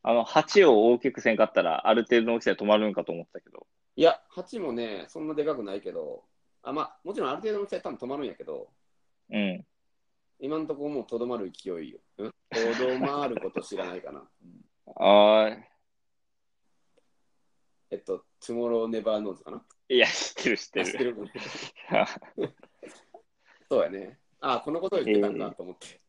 Speaker 2: あの、鉢を大きくせんかったら、ある程度の大きさで止まるんかと思ったけど。
Speaker 1: いや、鉢もね、そんなでかくないけど、あまあ、もちろんある程度の大きさで多分止まるんやけど、
Speaker 2: うん。
Speaker 1: 今んとこもうとどまる勢いよ。うんとどまること知らないかな。
Speaker 2: ああ、
Speaker 1: えっと、Tomorrow Never Knows かな。
Speaker 2: いや、知ってる知って
Speaker 1: あ知って
Speaker 2: る。
Speaker 1: るそうやね。あ、このことを言ってたんだと思って。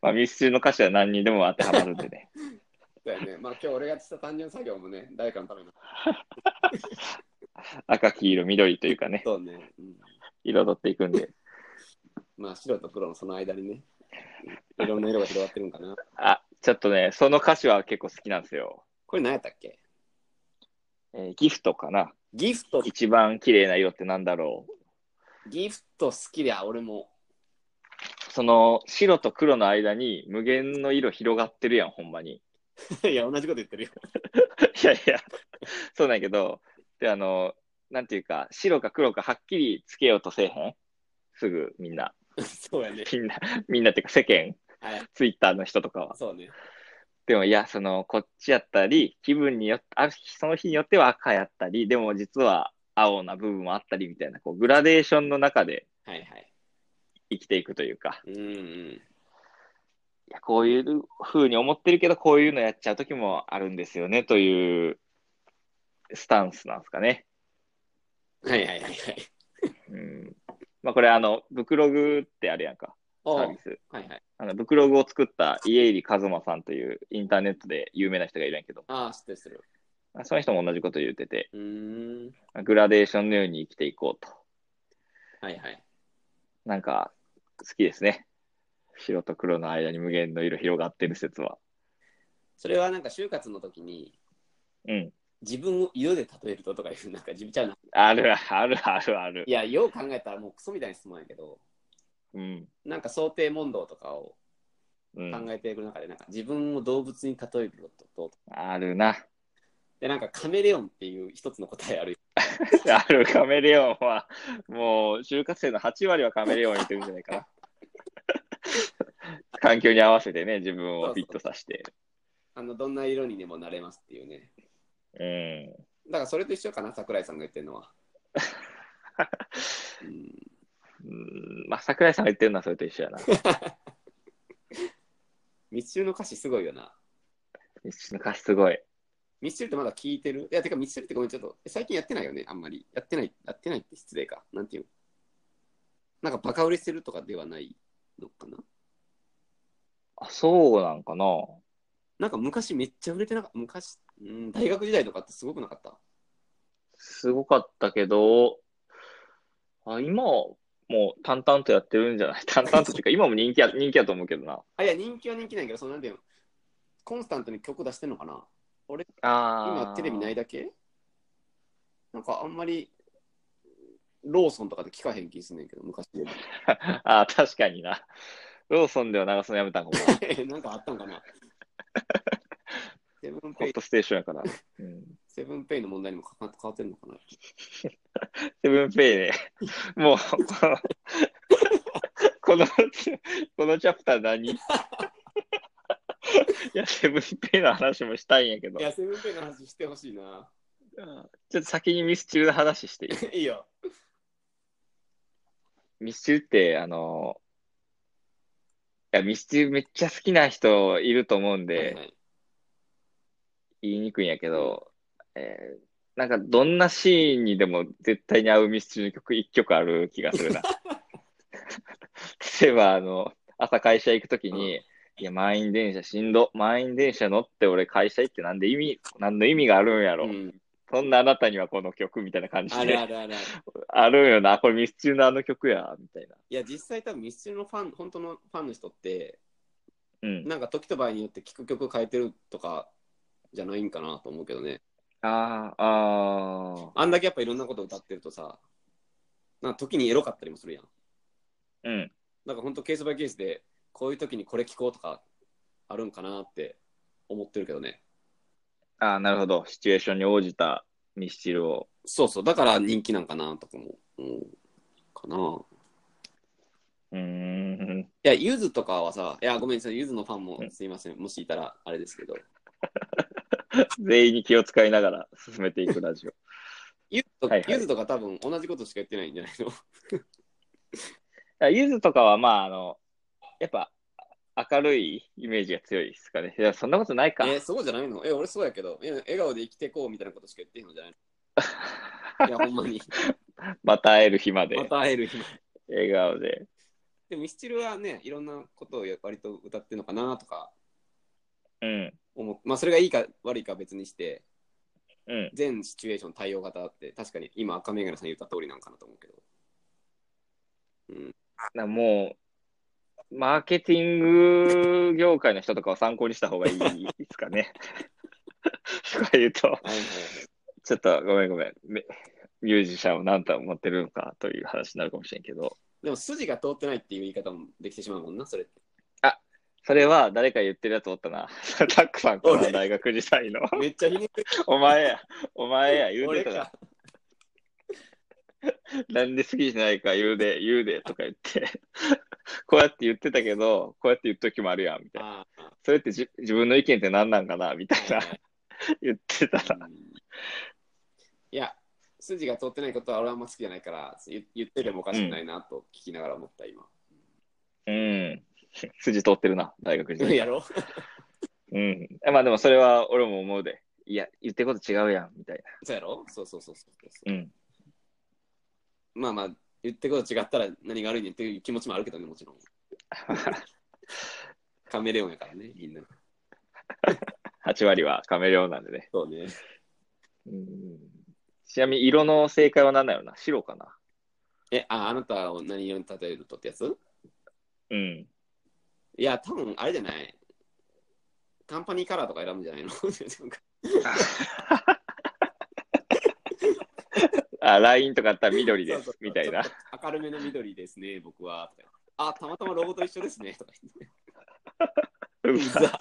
Speaker 2: まあ、ミスチルの歌詞は何にでも当てはまるんで ね。
Speaker 1: そうやね。まあ今日俺がした単純作業もね、誰かのための。
Speaker 2: 赤、黄色、緑というかね、
Speaker 1: そうね。うん
Speaker 2: 彩っていくんで。
Speaker 1: まあ白と黒のその間にね、いろんな色が広がってるんかな。
Speaker 2: あ、ちょっとね、その歌詞は結構好きなんですよ。
Speaker 1: これ何やったっけ
Speaker 2: えーギフトかな。
Speaker 1: ギフト、
Speaker 2: 一番綺麗な色ってなんだろう。
Speaker 1: ギフト好きだ、俺も。
Speaker 2: その白と黒の間に無限の色広がってるやん、ほんまに。
Speaker 1: いや、同じこと言ってるよ。
Speaker 2: いやいや、そうなんやけど、で、あの、なんていうか、白か黒かはっきりつけようとせえへんすぐみんな。
Speaker 1: そうやね。
Speaker 2: みんな、 みんなっていうか世間、
Speaker 1: はい。
Speaker 2: ツイッターの人とかは。
Speaker 1: そうね。
Speaker 2: でも、いや、その、こっちやったり、気分によって、ある日、その日によっては赤やったり、でも実は青な部分もあったりみたいな、こう、グラデーションの中で
Speaker 1: はいはい。
Speaker 2: 生きていくというか、
Speaker 1: うんうん。
Speaker 2: いや、こういう風に思ってるけど、こういうのやっちゃう時もあるんですよね、というスタンスなんですかね。
Speaker 1: はいはいはいはい。
Speaker 2: うんまあこれあの、ブクログってあるやんか、
Speaker 1: お
Speaker 2: サ
Speaker 1: う
Speaker 2: ービス。
Speaker 1: はいはい。
Speaker 2: あの、ブクログを作った家入一馬さんというインターネットで有名な人がいるんやけど、
Speaker 1: ああ、知ってる知ってる。
Speaker 2: まあその人も同じこと言ってて、
Speaker 1: うーん。
Speaker 2: グラデーションのように生きていこうと。
Speaker 1: はいはい。
Speaker 2: なんか、好きですね。白と黒の間に無限の色広がってる説は。
Speaker 1: それはなんか就活の時に、
Speaker 2: うん。
Speaker 1: 自分を色で例えるととかいう、なんか自分ちゃうな。
Speaker 2: あるあるあるある
Speaker 1: い。や、よう考えたらもうクソみたいな質問やけど、
Speaker 2: うん。
Speaker 1: なんか想定問答とかを
Speaker 2: う
Speaker 1: 考
Speaker 2: ん。
Speaker 1: えていく中で、なんか自分を動物に例えることと、
Speaker 2: あるな。
Speaker 1: で、なんかカメレオンっていう一つの答えあるよ。
Speaker 2: あるカメレオンは、もう、就活生の8割はカメレオンにてるんじゃないかな。 環境に合わせてね、自分をフィットさせて。
Speaker 1: あの、どんな色にでもなれますっていうね。
Speaker 2: うん。
Speaker 1: だからそれと一緒かな、桜井さんが言ってるのは。うん
Speaker 2: うんまあ、桜井さんが言ってるのはそれと一緒やな。
Speaker 1: ミスチルの歌詞すごいよな。
Speaker 2: ミスチルの歌詞すごい。
Speaker 1: ミスチルってまだ聞いてるいや、てかミスチルってごめん、ちょっと、え最近やってないよね、あんまり。やってない、やってないって失礼か。なんていうのなんかバカ売れしてるとかではないのかな
Speaker 2: あ、そうなんかな。
Speaker 1: なんか昔めっちゃ売れてなかった。昔、うん、大学時代とかってすごくなかった。
Speaker 2: すごかったけど、あ今はもう淡々とやってるんじゃない淡々とっていうか、今も人気や、人気やと思うけどな。
Speaker 1: あ、いや、人気は人気ないけど、そのなんていうのコンスタントに曲出してんのかな
Speaker 2: あ
Speaker 1: 今テレビない
Speaker 2: だ
Speaker 1: だけなんかあんまりローソンとかで聞かへん気すんねんけど昔 よ
Speaker 2: あー、確かにな。ローソンでは流すのやめたんかも。
Speaker 1: りなんかあったんかなセブン
Speaker 2: ホ
Speaker 1: ペ
Speaker 2: ッ
Speaker 1: イ
Speaker 2: トステーションやから。うん
Speaker 1: セブンペイの問題にもかか変わってんのかな
Speaker 2: セブンペイね。もう、 この、この、このチャプター何いや、セブンペイの話もしたいんやけど、
Speaker 1: い
Speaker 2: ちょ
Speaker 1: や
Speaker 2: っ
Speaker 1: セブンペイの話してほしいな
Speaker 2: と先にミスチルの話していい
Speaker 1: いいよ
Speaker 2: ミスチルって、あの、いや、ミスチルめっちゃ好きな人いると思うん
Speaker 1: はい
Speaker 2: で
Speaker 1: は、い
Speaker 2: 言いにくいんやけど、えーなんかどんなシーンにでも絶対に合うミスチルの曲一曲ある気がするな。例えばあの朝会社行くときに、いや満員電車しんど満員電車乗って俺会社行ってなんで意味何の意味があるんやろ、
Speaker 1: うん
Speaker 2: そんなあなたにはこの曲みたいな感じ
Speaker 1: あ
Speaker 2: で
Speaker 1: る
Speaker 2: あ
Speaker 1: あるあるある
Speaker 2: るんよなこれミスチルのあの曲やみたいない
Speaker 1: や実際多分ミスチルのファン本当のファンの人って
Speaker 2: うん
Speaker 1: なんか時と場合によって聴く曲変えてるとかじゃないんかなと思うけどね
Speaker 2: あーあー
Speaker 1: あんだけやっぱいろんなこと歌ってるとさ、なんか時にエロかったりもするやん。
Speaker 2: うん
Speaker 1: なんか本当ケースバイケースで、こういう時にこれ聞こうとかあるんかなって思ってるけどね。
Speaker 2: あーなるほどシチュエーションに応じたミスチルを
Speaker 1: そうそう、だから人気なんかなとかも思うかな。
Speaker 2: うーん
Speaker 1: いや、ゆずとかはさ、いや、ごめんなさい、ゆずのファンもすいません、もしいたらあれですけど、
Speaker 2: 全員に気を使いながら進めていくラジオ。
Speaker 1: ゆずと,、
Speaker 2: はいはい
Speaker 1: ゆずとか多分同じことしか言ってないんじゃないの
Speaker 2: や ゆずとかは、まあ、あの、やっぱ、明るいイメージが強いですかね。いや、そんなことないか。
Speaker 1: えーそうじゃないのえ、俺そうやけど、いや笑顔で生きてこうみたいなことしか言ってへんのじゃない のいや、ほんまに。
Speaker 2: また会える日まで、
Speaker 1: また会える日まで
Speaker 2: 笑顔で。
Speaker 1: でもミスチルはね、いろんなことを割と歌ってるのかなとか
Speaker 2: うん、
Speaker 1: 思っまあそれがいいか悪いかは別にして、
Speaker 2: うん。
Speaker 1: 全シチュエーション対応型って、確かに今赤目柄さん言った通りなんかなと思うけど。
Speaker 2: なもう、マーケティング業界の人とかを参考にした方がいいですか ね。とか言うと、
Speaker 1: はいはい
Speaker 2: ちょっとごめんごめん。めミュージシャンを何と思ってるのかという話になるかもしれんけど、
Speaker 1: でも筋が通ってないっていう言い方もできてしまうもんな、それって。
Speaker 2: それは誰か言ってるやつおったな。 タックさんから大学時代の。
Speaker 1: めっちゃひねくれて
Speaker 2: お前や、お前や、言う
Speaker 1: 俺
Speaker 2: てたな
Speaker 1: が。
Speaker 2: なんで好きじゃないか言うで、言うでとか言って、こうやって言ってたけど、こうやって言っときもあるやん、みたいな。
Speaker 1: ああ
Speaker 2: それってじ自分の意見って何なんかな、みたいな、 言ってたな。
Speaker 1: うんいや、筋が通ってないことは俺はあんま好きじゃないから、言言っててもおかしくないなと聞きながら思った、今。
Speaker 2: うん。筋通ってるな、大学時代。
Speaker 1: やろ
Speaker 2: うん。まあでもそれは俺も思うで。いや、言ってること違うやん、みたい
Speaker 1: そうやろそうそうそうそうそう。
Speaker 2: な。うん。
Speaker 1: まあまあ、言ってること違ったら何が悪いねんっていう気持ちもあるけどね、もち ろん。カメレオンやからね、みんな。
Speaker 2: 8割はカメレオンなんでね。
Speaker 1: そうね。
Speaker 2: うん。ちなみに色の正解は何だろうな白かな
Speaker 1: え、あ、あなたを何色に例えるとってやつ
Speaker 2: うん。
Speaker 1: いや、多分あれじゃない。カンパニーカラーとか選ぶんじゃないの
Speaker 2: あ、LINE とかあったら緑で
Speaker 1: そ
Speaker 2: す
Speaker 1: う、そう
Speaker 2: みたいな
Speaker 1: ちょ。っと明るめの緑ですね、僕は。とかあ、たまたまロゴと一緒ですね。とか
Speaker 2: う
Speaker 1: 言ってう
Speaker 2: ざ、
Speaker 1: ざ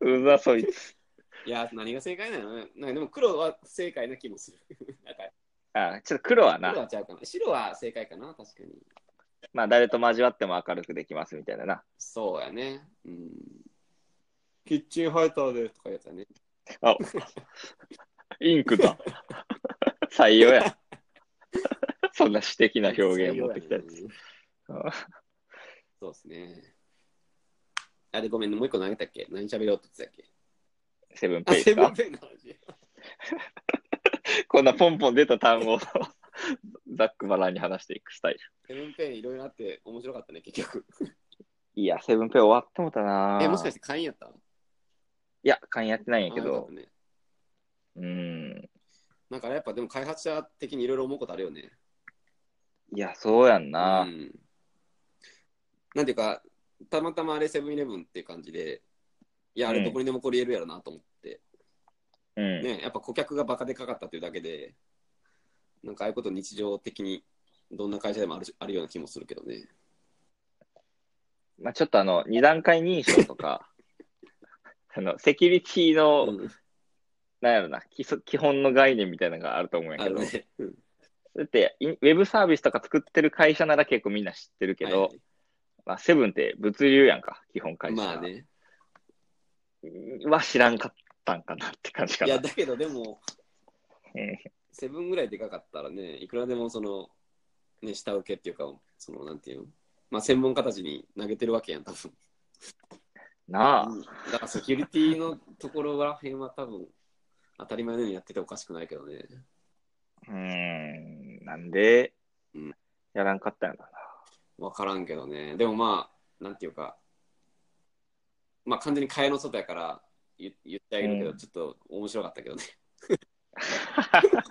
Speaker 2: うざそいつ。
Speaker 1: いや、何が正解なのなんかでも黒は正解な気もする。なんか
Speaker 2: あ、ちょっと黒は
Speaker 1: 黒
Speaker 2: な、
Speaker 1: はちゃうかな。白は正解かな、確かに。
Speaker 2: まあ誰と交わっても明るくできますみたいなな。
Speaker 1: そうやね。うん。キッチンハイターでとかやつやね。
Speaker 2: あ、インクだ。 採用や。 そんな詩的な表現持ってきたやつ。
Speaker 1: そうそうですね。あれ、ごめんね、もう一個投げたっけ何喋ろうって言ってたっ
Speaker 2: セブン
Speaker 1: けあ、
Speaker 2: ペイ
Speaker 1: セブ
Speaker 2: か
Speaker 1: ン。ペンの話。
Speaker 2: こんなポンポン出た単語をざっくばらんに話していくスタイル。
Speaker 1: セブンペンいろいろあって面白かったね、結局。
Speaker 2: いや、セブンペイ終わってもたな
Speaker 1: え、もしかしてて会員やった
Speaker 2: いや、勘やってないんやけ
Speaker 1: あよか
Speaker 2: ど
Speaker 1: った。ね。
Speaker 2: うん。
Speaker 1: なんかやっぱでも開発者的にいろいろ思うことあるよね。
Speaker 2: いや、そうやんな。
Speaker 1: うん、なんていうか、たまたまあれセブンイレブンっていう感じで、いや、あれどこにでもこれ言えるやろなと思って、
Speaker 2: うん。
Speaker 1: ね、やっぱ顧客がバカでかかったというだけで、なんかああいうこと日常的にどんな会社でもあるあるような気もするけどね。
Speaker 2: まあ、ちょっとあの、二段階認証とか、 あの、セキュリティの、
Speaker 1: うん
Speaker 2: なんやろな基礎、基本の概念みたいなのがあると思うんや
Speaker 1: あ
Speaker 2: け
Speaker 1: る
Speaker 2: ど、
Speaker 1: ね。うん
Speaker 2: だって、いウェブサービスとか作ってる会社なら結構みんな知ってるけど、
Speaker 1: はい
Speaker 2: まあ、セブンって物流やんか、基本会社。
Speaker 1: まあ。ね。
Speaker 2: は知らんかったんかなって感じか
Speaker 1: い
Speaker 2: な。
Speaker 1: や、だけどでも
Speaker 2: うん、
Speaker 1: セブンぐらいでかかったらね、いくらでもその、ね、下請けっていうか、その、なんていうの、まあ、専門家たちに投げてるわけやん、多分
Speaker 2: なあ、
Speaker 1: うんだからセキュリティのところらへんは多分当たり前のようにやってておかしくないけどね。
Speaker 2: うーん、なんで
Speaker 1: うん、
Speaker 2: やらんかったんやろ
Speaker 1: わからんけどね。でもまあ、なんていうか、まあ完全に蚊帳の外やから言言ってあげるけど、
Speaker 2: うん
Speaker 1: ちょっと面白かったけどね。
Speaker 2: な。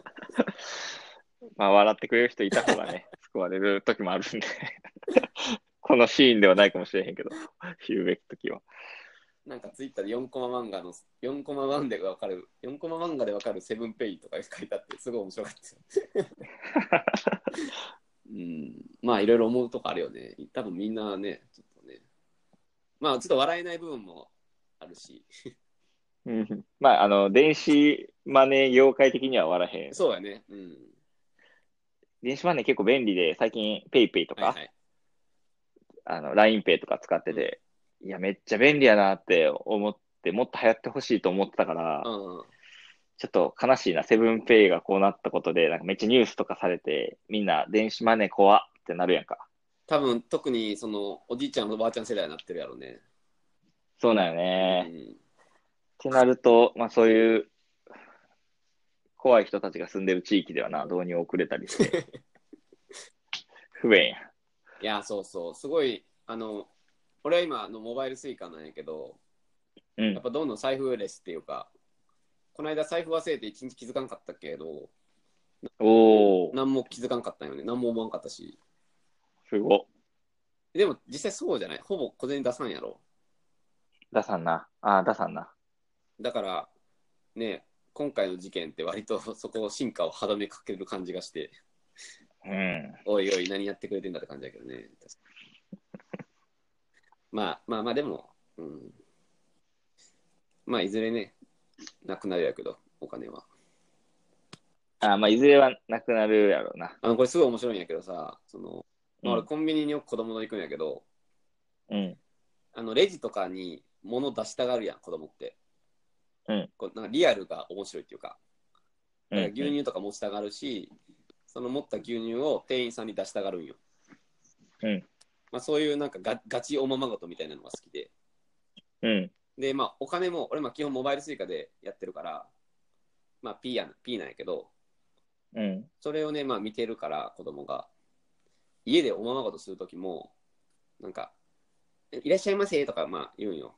Speaker 2: まあ、笑ってくれる人いた方 がね、救われる時もあるんで。 このシーンではないかもしれへんけど、言うべき時は。
Speaker 1: なんかツイッターで4コマ漫画の、4コマ漫画でわかる、4コマ漫画でわかるセブンペイとか書いてあって、すごい面白かったよ。 うん、まあいろいろ思うとこあるよね。多分みんなね、ちょっとね。まあちょっと笑えない部分もあるし。
Speaker 2: うんまあ、あの、電子マネー業界的には笑へん。
Speaker 1: そうやね。うん。
Speaker 2: 電子マネー結構便利で、最近 PayPay とか、
Speaker 1: はいはい。
Speaker 2: あの LINEPay とか使ってて、いや、めっちゃ便利やなって思って、もっと流行ってほしいと思ってたから、
Speaker 1: うんうん。
Speaker 2: ちょっと悲しいな、セブンペイがこうなったことで、なんかめっちゃニュースとかされて、みんな電子マネー怖っってなるやんか。
Speaker 1: 多分特にそのおじいちゃんおばあちゃん世代になってるやろね。
Speaker 2: そうだよ
Speaker 1: う
Speaker 2: ね。
Speaker 1: ん
Speaker 2: ってなると、まあそういう、怖い人たちが住んでる地域ではな、導入遅れたりして。 不便や。
Speaker 1: いや、そうそう、すごい、あの、俺は今あのモバイルスイカなんやけど、
Speaker 2: う
Speaker 1: や
Speaker 2: ん
Speaker 1: っ。ぱどんどん財布レスっていうか、この間財布忘れて一日気づかんかったけど、
Speaker 2: おー、
Speaker 1: 何も気づかんかったんよね、何も思わんかったし。
Speaker 2: すご。
Speaker 1: でも実際そうじゃない、ほぼ小銭出さんやろ。
Speaker 2: 出さんな。ああ、出さんな。
Speaker 1: だから、ね、今回の事件って割とそこを進化を歯止めかける感じがして、
Speaker 2: うん。
Speaker 1: おいおい、何やってくれてんだって感じだけどね。 まあまあまあ、でも、うん。まあ、いずれね、なくなるやけど、お金は。
Speaker 2: ああ、まあいずれはなくなるやろうな。
Speaker 1: あの、これすごい面白いんやけどさ、その、まあ
Speaker 2: う
Speaker 1: 俺
Speaker 2: ん
Speaker 1: コンビニによく子供と行くんやけど、
Speaker 2: うん。
Speaker 1: あの、レジとかに物出したがるやん、子供って。
Speaker 2: うん
Speaker 1: こうなんかリアルが面白いっていうか、
Speaker 2: う
Speaker 1: だから
Speaker 2: ん。
Speaker 1: 牛乳とか持ちたがるし、その持った牛乳を店員さんに出したがるんよ。
Speaker 2: うん
Speaker 1: まあ、そういうなんかガガチおままごとみたいなのが好きで。
Speaker 2: うん。
Speaker 1: で、まあ、お金も、俺、まあ、基本モバイルスイカでやってるから、まあ、P やな、P なんやけど、
Speaker 2: うん。
Speaker 1: それをね、まあ、見てるから、子供が。家でおままごとするときも、なんか、いらっしゃいませとか、まあ、言うんよ。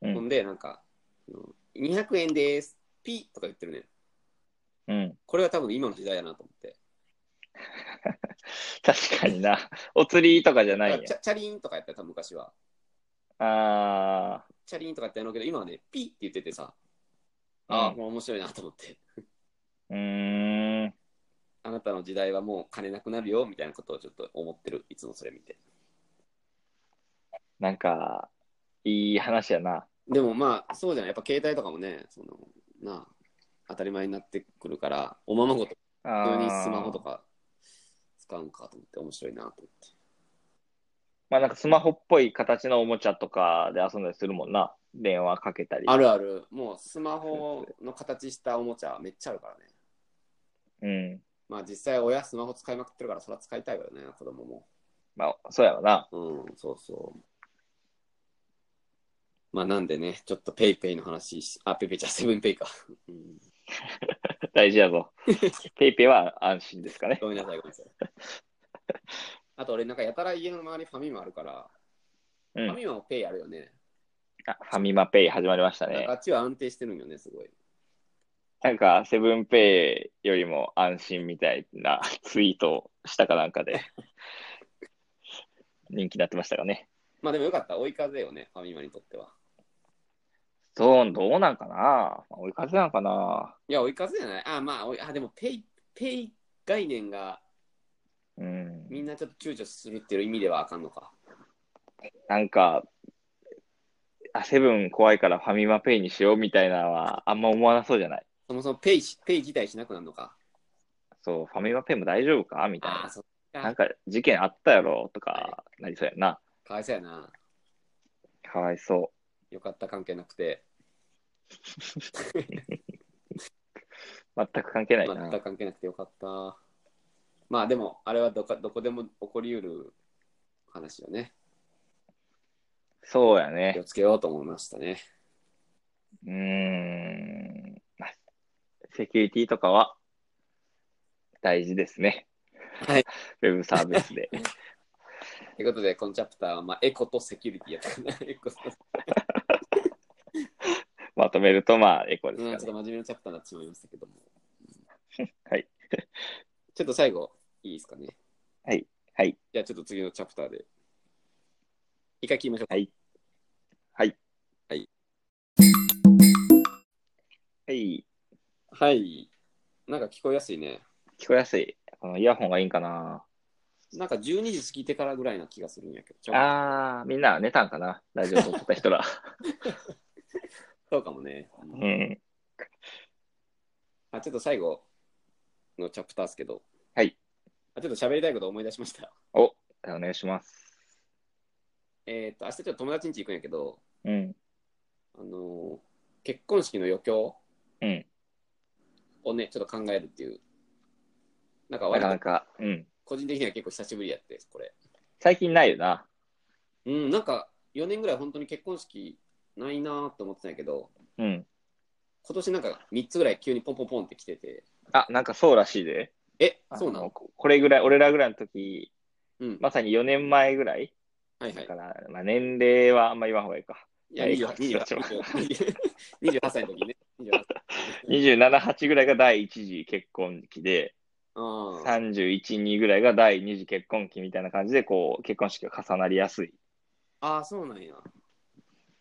Speaker 2: う
Speaker 1: ほん
Speaker 2: ん。
Speaker 1: で、なんか、うん200円です、ピとか言ってるね。
Speaker 2: うん。
Speaker 1: これは多分今の時代やなと思って。
Speaker 2: 確かにな。 お釣りとかじゃないん
Speaker 1: チ
Speaker 2: や。
Speaker 1: ャチャリーンとかやったよ、多分昔は。
Speaker 2: あ
Speaker 1: チャリーンとかやったんやろうけど、今はね、ピって言っててさ、ああ、
Speaker 2: うん
Speaker 1: もう面白いなと思って。
Speaker 2: あ、うーん。
Speaker 1: あなたの時代はもう金なくなるよ、みたいなことをちょっと思ってる。いつもそれ見て。
Speaker 2: なんか、いい話やな。
Speaker 1: でもまあそうじゃないやっぱ携帯とかもねそのなあ当たり前になってくるからおままごと
Speaker 2: あ
Speaker 1: 普
Speaker 2: ー
Speaker 1: 通にスマホと。か使うんかと思って面白いなと思って
Speaker 2: まあなんかスマホっぽい形のおもちゃとかで遊んだりするもんな。電話かけたり。
Speaker 1: あるあるもうスマホの形したおもちゃめっちゃあるからね
Speaker 2: うん。
Speaker 1: まあ実際親スマホ使いまくってるからそれは使いたいからね子供も
Speaker 2: まあ、そうやろな。
Speaker 1: うんそうそうまあなんでねちょっとペイペイの話しあペイペイじゃセブンペイか、うん、
Speaker 2: 大事やぞ。 ペイペイは安心ですかね。
Speaker 1: ごめんなさいごめんなさいあと俺なんかやたら家の周りファミマあるから
Speaker 2: うん
Speaker 1: ファミマもペイあるよね。
Speaker 2: あファミマペイ始まりました
Speaker 1: なん
Speaker 2: ね
Speaker 1: かあ。っちは安定してるんよね、すごい。
Speaker 2: なんか、セブンペイよりも安心みたいな ツイートをしたかなん かで、人気になってましたかね。
Speaker 1: まあでもよかった、追い風よね、ファミマにとっては。
Speaker 2: そう、どうなんかな追い風なんかない
Speaker 1: や、追い風じゃない。あ、まあ、追いあでもペイ、ペイ概念が
Speaker 2: うん。
Speaker 1: みんなちょっと躊躇するっていう意味ではあかんのか。
Speaker 2: なんか、あ、セブン怖いからファミマペイにしようみたいなのはあんま思わなそうじゃない。
Speaker 1: そもそもペイし、ペイ自体しなくなるのか。
Speaker 2: そう、ファミマペイも大丈夫かみたい
Speaker 1: ああ、
Speaker 2: な。
Speaker 1: そっ
Speaker 2: なん
Speaker 1: か。
Speaker 2: か事件あったやろとかなりそうやな。
Speaker 1: かわいそうやな。
Speaker 2: かわいそ
Speaker 1: よかった、関係なくて。
Speaker 2: う。全く関係ない
Speaker 1: 全
Speaker 2: な。
Speaker 1: く関係なくてよかった。まあでも、あれはどかどこでも起こりうる話よね。
Speaker 2: そうや
Speaker 1: 気
Speaker 2: ね
Speaker 1: を。つけようと思いましたね。
Speaker 2: うーん。まあセキュリティとかは大事ですね。
Speaker 1: はい。
Speaker 2: ウェブサービスで。
Speaker 1: ということで、このチャプターは、まあ、エコとセキュリティやったな。エコと
Speaker 2: まとめると、まあ、エコです
Speaker 1: う
Speaker 2: かね
Speaker 1: ん、ちょっ。と真面目なチャプターになってしまいましたけども。
Speaker 2: はい。
Speaker 1: ちょっと最後、いいですかね。
Speaker 2: はい。はい。
Speaker 1: じゃあちょっと次のチャプターで。一回聞きましょうか。
Speaker 2: はいはい。
Speaker 1: はい。
Speaker 2: はい。
Speaker 1: はい。なんか聞こえやすいね。
Speaker 2: 聞こえやすい。このイヤホンがいいんかな。
Speaker 1: なんか12時過ぎてからぐらいな気がするんやけど。
Speaker 2: あー、みんな寝たんかな。ラジオ撮ってた 人ら。
Speaker 1: そうかもね。
Speaker 2: うん。
Speaker 1: あ、ちょっと最後のチャプターですけど。
Speaker 2: はい。
Speaker 1: あちょっと喋りたいこと思い出しました。
Speaker 2: お、お願いします。
Speaker 1: えっ、と、明日ちょっと友達ん家行くんやけど、
Speaker 2: うん。
Speaker 1: あのー結婚式の余興
Speaker 2: うん。
Speaker 1: をね、ちょっと考えるっていう。なんか
Speaker 2: な
Speaker 1: 割
Speaker 2: かな
Speaker 1: と
Speaker 2: か、うん。
Speaker 1: 個人的には結構久しぶりやって、これ。
Speaker 2: 最近ないよな。
Speaker 1: うん、なんか4年ぐらい本当に結婚式ないなーって思ってたんやけど、
Speaker 2: うん。
Speaker 1: 今年なんか3つぐらい急にポンポンポンって来てて、
Speaker 2: あ、なんかそうらしいで。
Speaker 1: え、
Speaker 2: あ
Speaker 1: そうなの
Speaker 2: ここれぐらい、俺らぐらいの時、
Speaker 1: うん。
Speaker 2: まさに4年前ぐらい
Speaker 1: はいは
Speaker 2: だ
Speaker 1: い
Speaker 2: か。ら、まあ、年齢はあんま言わんほうがいいか。
Speaker 1: いや、
Speaker 2: はい
Speaker 1: 28 28 28歳の時ね。28歳。
Speaker 2: 27、8ぐらいが第一次結婚期で、
Speaker 1: ああ、
Speaker 2: 31、2ぐらいが第二次結婚期みたいな感じで、こう、結婚式が重なりやすい
Speaker 1: ああそうなんや。い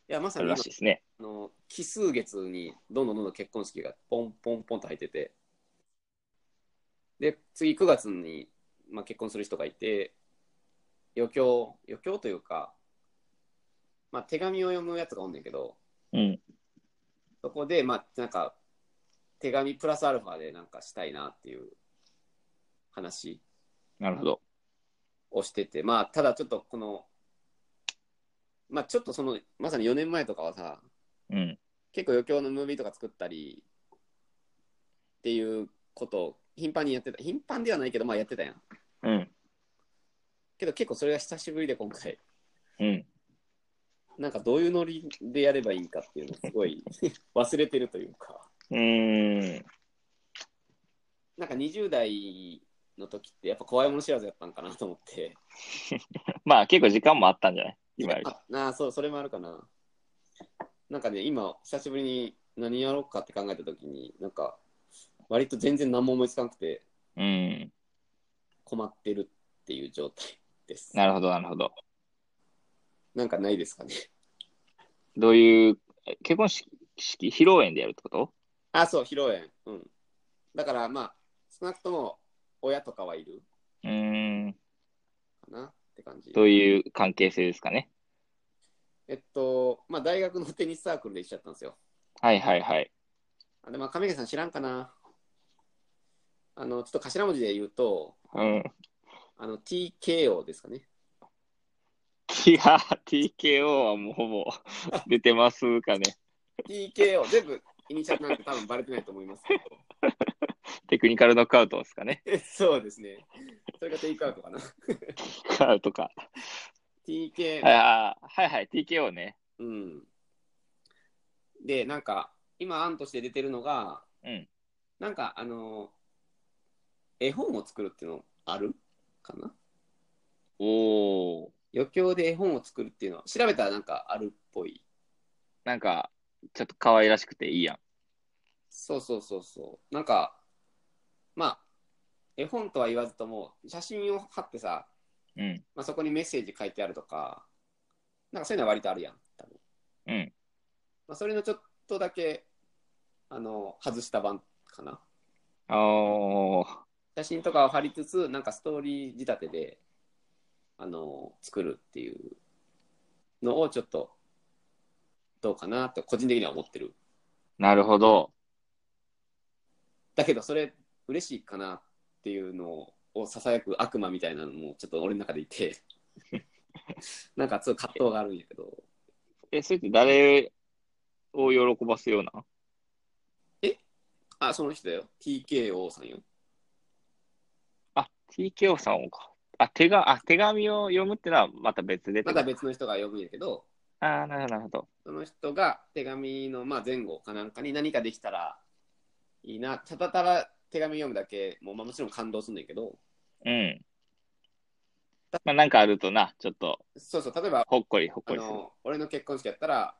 Speaker 1: や、まさに
Speaker 2: ら
Speaker 1: 今
Speaker 2: しいですね。
Speaker 1: あの奇数月にどんどんどんどん結婚式がポンポンポンと入っててで次9月に、まあ、結婚する人がいて余興余興というか、まあ、手紙を読むやつがおんねんけど
Speaker 2: うん。
Speaker 1: そこでまあなんか手紙プラスアルファでなんかしたいなっていう話
Speaker 2: なるほど。
Speaker 1: をしててまあただちょっとこのまあちょっとそのまさに4年前とかはさ
Speaker 2: うん。
Speaker 1: 結構余興のムービーとか作ったりっていうことを頻繁にやってた頻繁ではないけどまあやってたやん
Speaker 2: うん。
Speaker 1: けど結構それが久しぶりで今回
Speaker 2: うん。
Speaker 1: なんかどういうノリでやればいいかっていうのをすごい 忘れてるというか
Speaker 2: うーん。
Speaker 1: なんか20代の時ってやっぱ怖いもの知らずやったんかなと思って
Speaker 2: まあ、結構時間もあったんじゃない今より。
Speaker 1: あなあそうそれもあるかななんかね今久しぶりに何やろうかって考えた時になんか割と全然何も思いつかなくて
Speaker 2: うん。
Speaker 1: 困ってるっていう状態です
Speaker 2: なるほど、なるほど。
Speaker 1: なんかないですかね
Speaker 2: どういう、え結婚式、式披露宴でやるってこと
Speaker 1: あ、そう、披露宴。うん。だから、まあ、少なくとも親とかはいる
Speaker 2: うーん。
Speaker 1: かなって感じ。
Speaker 2: どういう関係性ですかね。
Speaker 1: えっと、まあ、大学のテニスサークルで一緒だったんですよ。
Speaker 2: はいはいはい。
Speaker 1: あで、まあ、亀毛さん知らんかなあの、ちょっと頭文字で言うと、
Speaker 2: うん。
Speaker 1: あの、TKO ですかね。
Speaker 2: いや、TKO はもうほぼ出てますかね。
Speaker 1: TKO、全部、イニシャルなんて多分バレてないと思いますけど。
Speaker 2: テクニカルノックアウトですかね。
Speaker 1: え そうですね。それがテイクアウトかな。
Speaker 2: アウトか。
Speaker 1: TKO。
Speaker 2: あーはいはい、TKO ね。
Speaker 1: うん。で、なんか、今案として出てるのが、
Speaker 2: うん
Speaker 1: なんか、あの、絵本を作るっていうのあるかな
Speaker 2: おお。
Speaker 1: 余興で絵本を作るっていうのは、調べたらなんかあるっぽい。
Speaker 2: なんか、ちょっと可愛らしくていいやん。
Speaker 1: そうそうそうそう。なんか、まあ、絵本とは言わずとも、写真を貼ってさ、
Speaker 2: うん。
Speaker 1: まあ、そこにメッセージ書いてあるとか、なんかそういうのは割とあるやん、多分。
Speaker 2: うん。
Speaker 1: まあ、それのちょっとだけ、あの、外した版かな。
Speaker 2: おー。
Speaker 1: 写真とかを貼りつつなんかストーリー仕立てであの作るっていうのをちょっとどうかなと個人的には思ってる
Speaker 2: なるほど。
Speaker 1: だけどそれ嬉しいかなっていうのをささやく悪魔みたいなのもちょっと俺の中でいてなんかそう葛藤があるんやけど
Speaker 2: え、それって誰を喜ばすような
Speaker 1: あその人だよ TKO さんよ
Speaker 2: あ、TKO さんをか。あ、手が、あ、手紙を読むってのはまた別で。
Speaker 1: また別の人が呼ぶんやけど
Speaker 2: ああ、なるほど、なるほど。
Speaker 1: その人が手紙のまあ前後かなんかに何かできたらいいな、ただただ手紙読むだけ、もうまあもちろん感動するんだけど、
Speaker 2: うん。まあ、なんかあるとな、ちょっと、
Speaker 1: そうそう、例えば、
Speaker 2: ほっこりほっ
Speaker 1: あ
Speaker 2: こりする。
Speaker 1: の俺の結婚式やったら、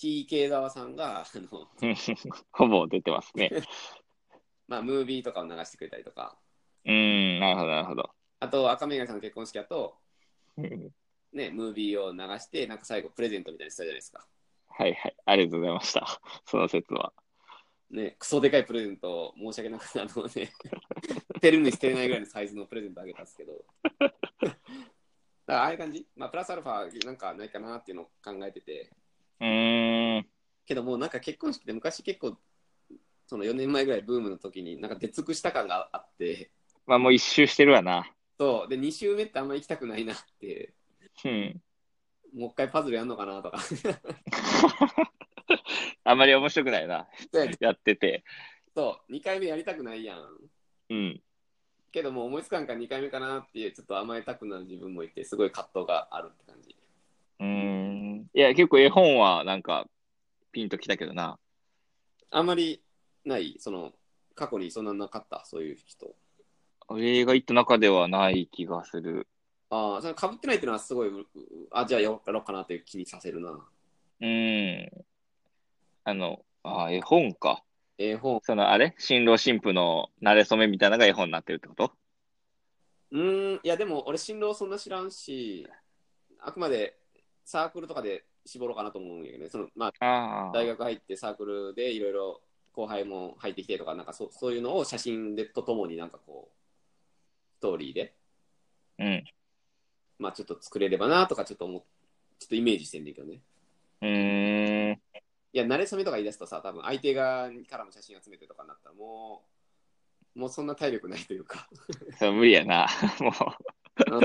Speaker 1: TK 沢さんがあの、
Speaker 2: うん ほぼ出てますね。
Speaker 1: まあ、ムービーとかを流してくれたりとか、
Speaker 2: うん、なるほど、なるほど。
Speaker 1: あと赤目がさんの結婚式だと、
Speaker 2: うん
Speaker 1: ね、ムービーを流して、なんか最後プレゼントみたいにしたじゃないですか。
Speaker 2: はいはい、ありがとうございました。その説は。
Speaker 1: ね、クソでかいプレゼントを申し訳なくて、あのね、 捨てるに捨てれないぐらいのサイズのプレゼントあげたんですけど。だからああいう感じ、まあ、プラスアルファなんかないかなっていうのを考えてて、
Speaker 2: うーん、
Speaker 1: けどもうなんか結婚式って昔結構、その4年前ぐらいブームの時になんか出尽くした感があって、
Speaker 2: まあもう一周してるわな。
Speaker 1: そう、で、2週目ってあんま行きたくないなって、
Speaker 2: うん。
Speaker 1: もう一回パズルやんのかなとか。
Speaker 2: あんまり面白くないな、
Speaker 1: で
Speaker 2: やってて。
Speaker 1: そう、2回目やりたくないやん。
Speaker 2: うん。
Speaker 1: けどもう思いつかんから2回目かなっていうちょっと甘えたくなる自分もいてすごい葛藤があるって感じ
Speaker 2: うーん。いや、結構絵本はなんか、ピンときたけどな。
Speaker 1: あんまりないその過去にそんななかったそういう人
Speaker 2: 映画行った中ではない気がする。
Speaker 1: ああそれかぶってないっていうのはすごいううあじゃあやろうかなっていう気にさせるな
Speaker 2: うん。あの、あ、絵本か。
Speaker 1: 絵本
Speaker 2: その、あれ新郎新婦の馴れ初めみたいなのが絵本になってるってこと
Speaker 1: うーんいやでも俺新郎そんな知らんしあくまでサークルとかで絞ろうかなと思うんやけどねその、まあ、
Speaker 2: ああ。
Speaker 1: 大学入ってサークルでいろいろ後輩も入ってきてとかなんかそそういうのを写真でとともになんかこうストーリーで
Speaker 2: うん。
Speaker 1: まあちょっと作れればなとかちょっと思っちょっとイメージしてんだけどね
Speaker 2: うーん。
Speaker 1: いや慣れ初めとか言い出すとさ多分相手側からも写真集めてとかになったらもうもうそんな体力ないというか
Speaker 2: そう、無理やな。 も
Speaker 1: うん
Speaker 2: う、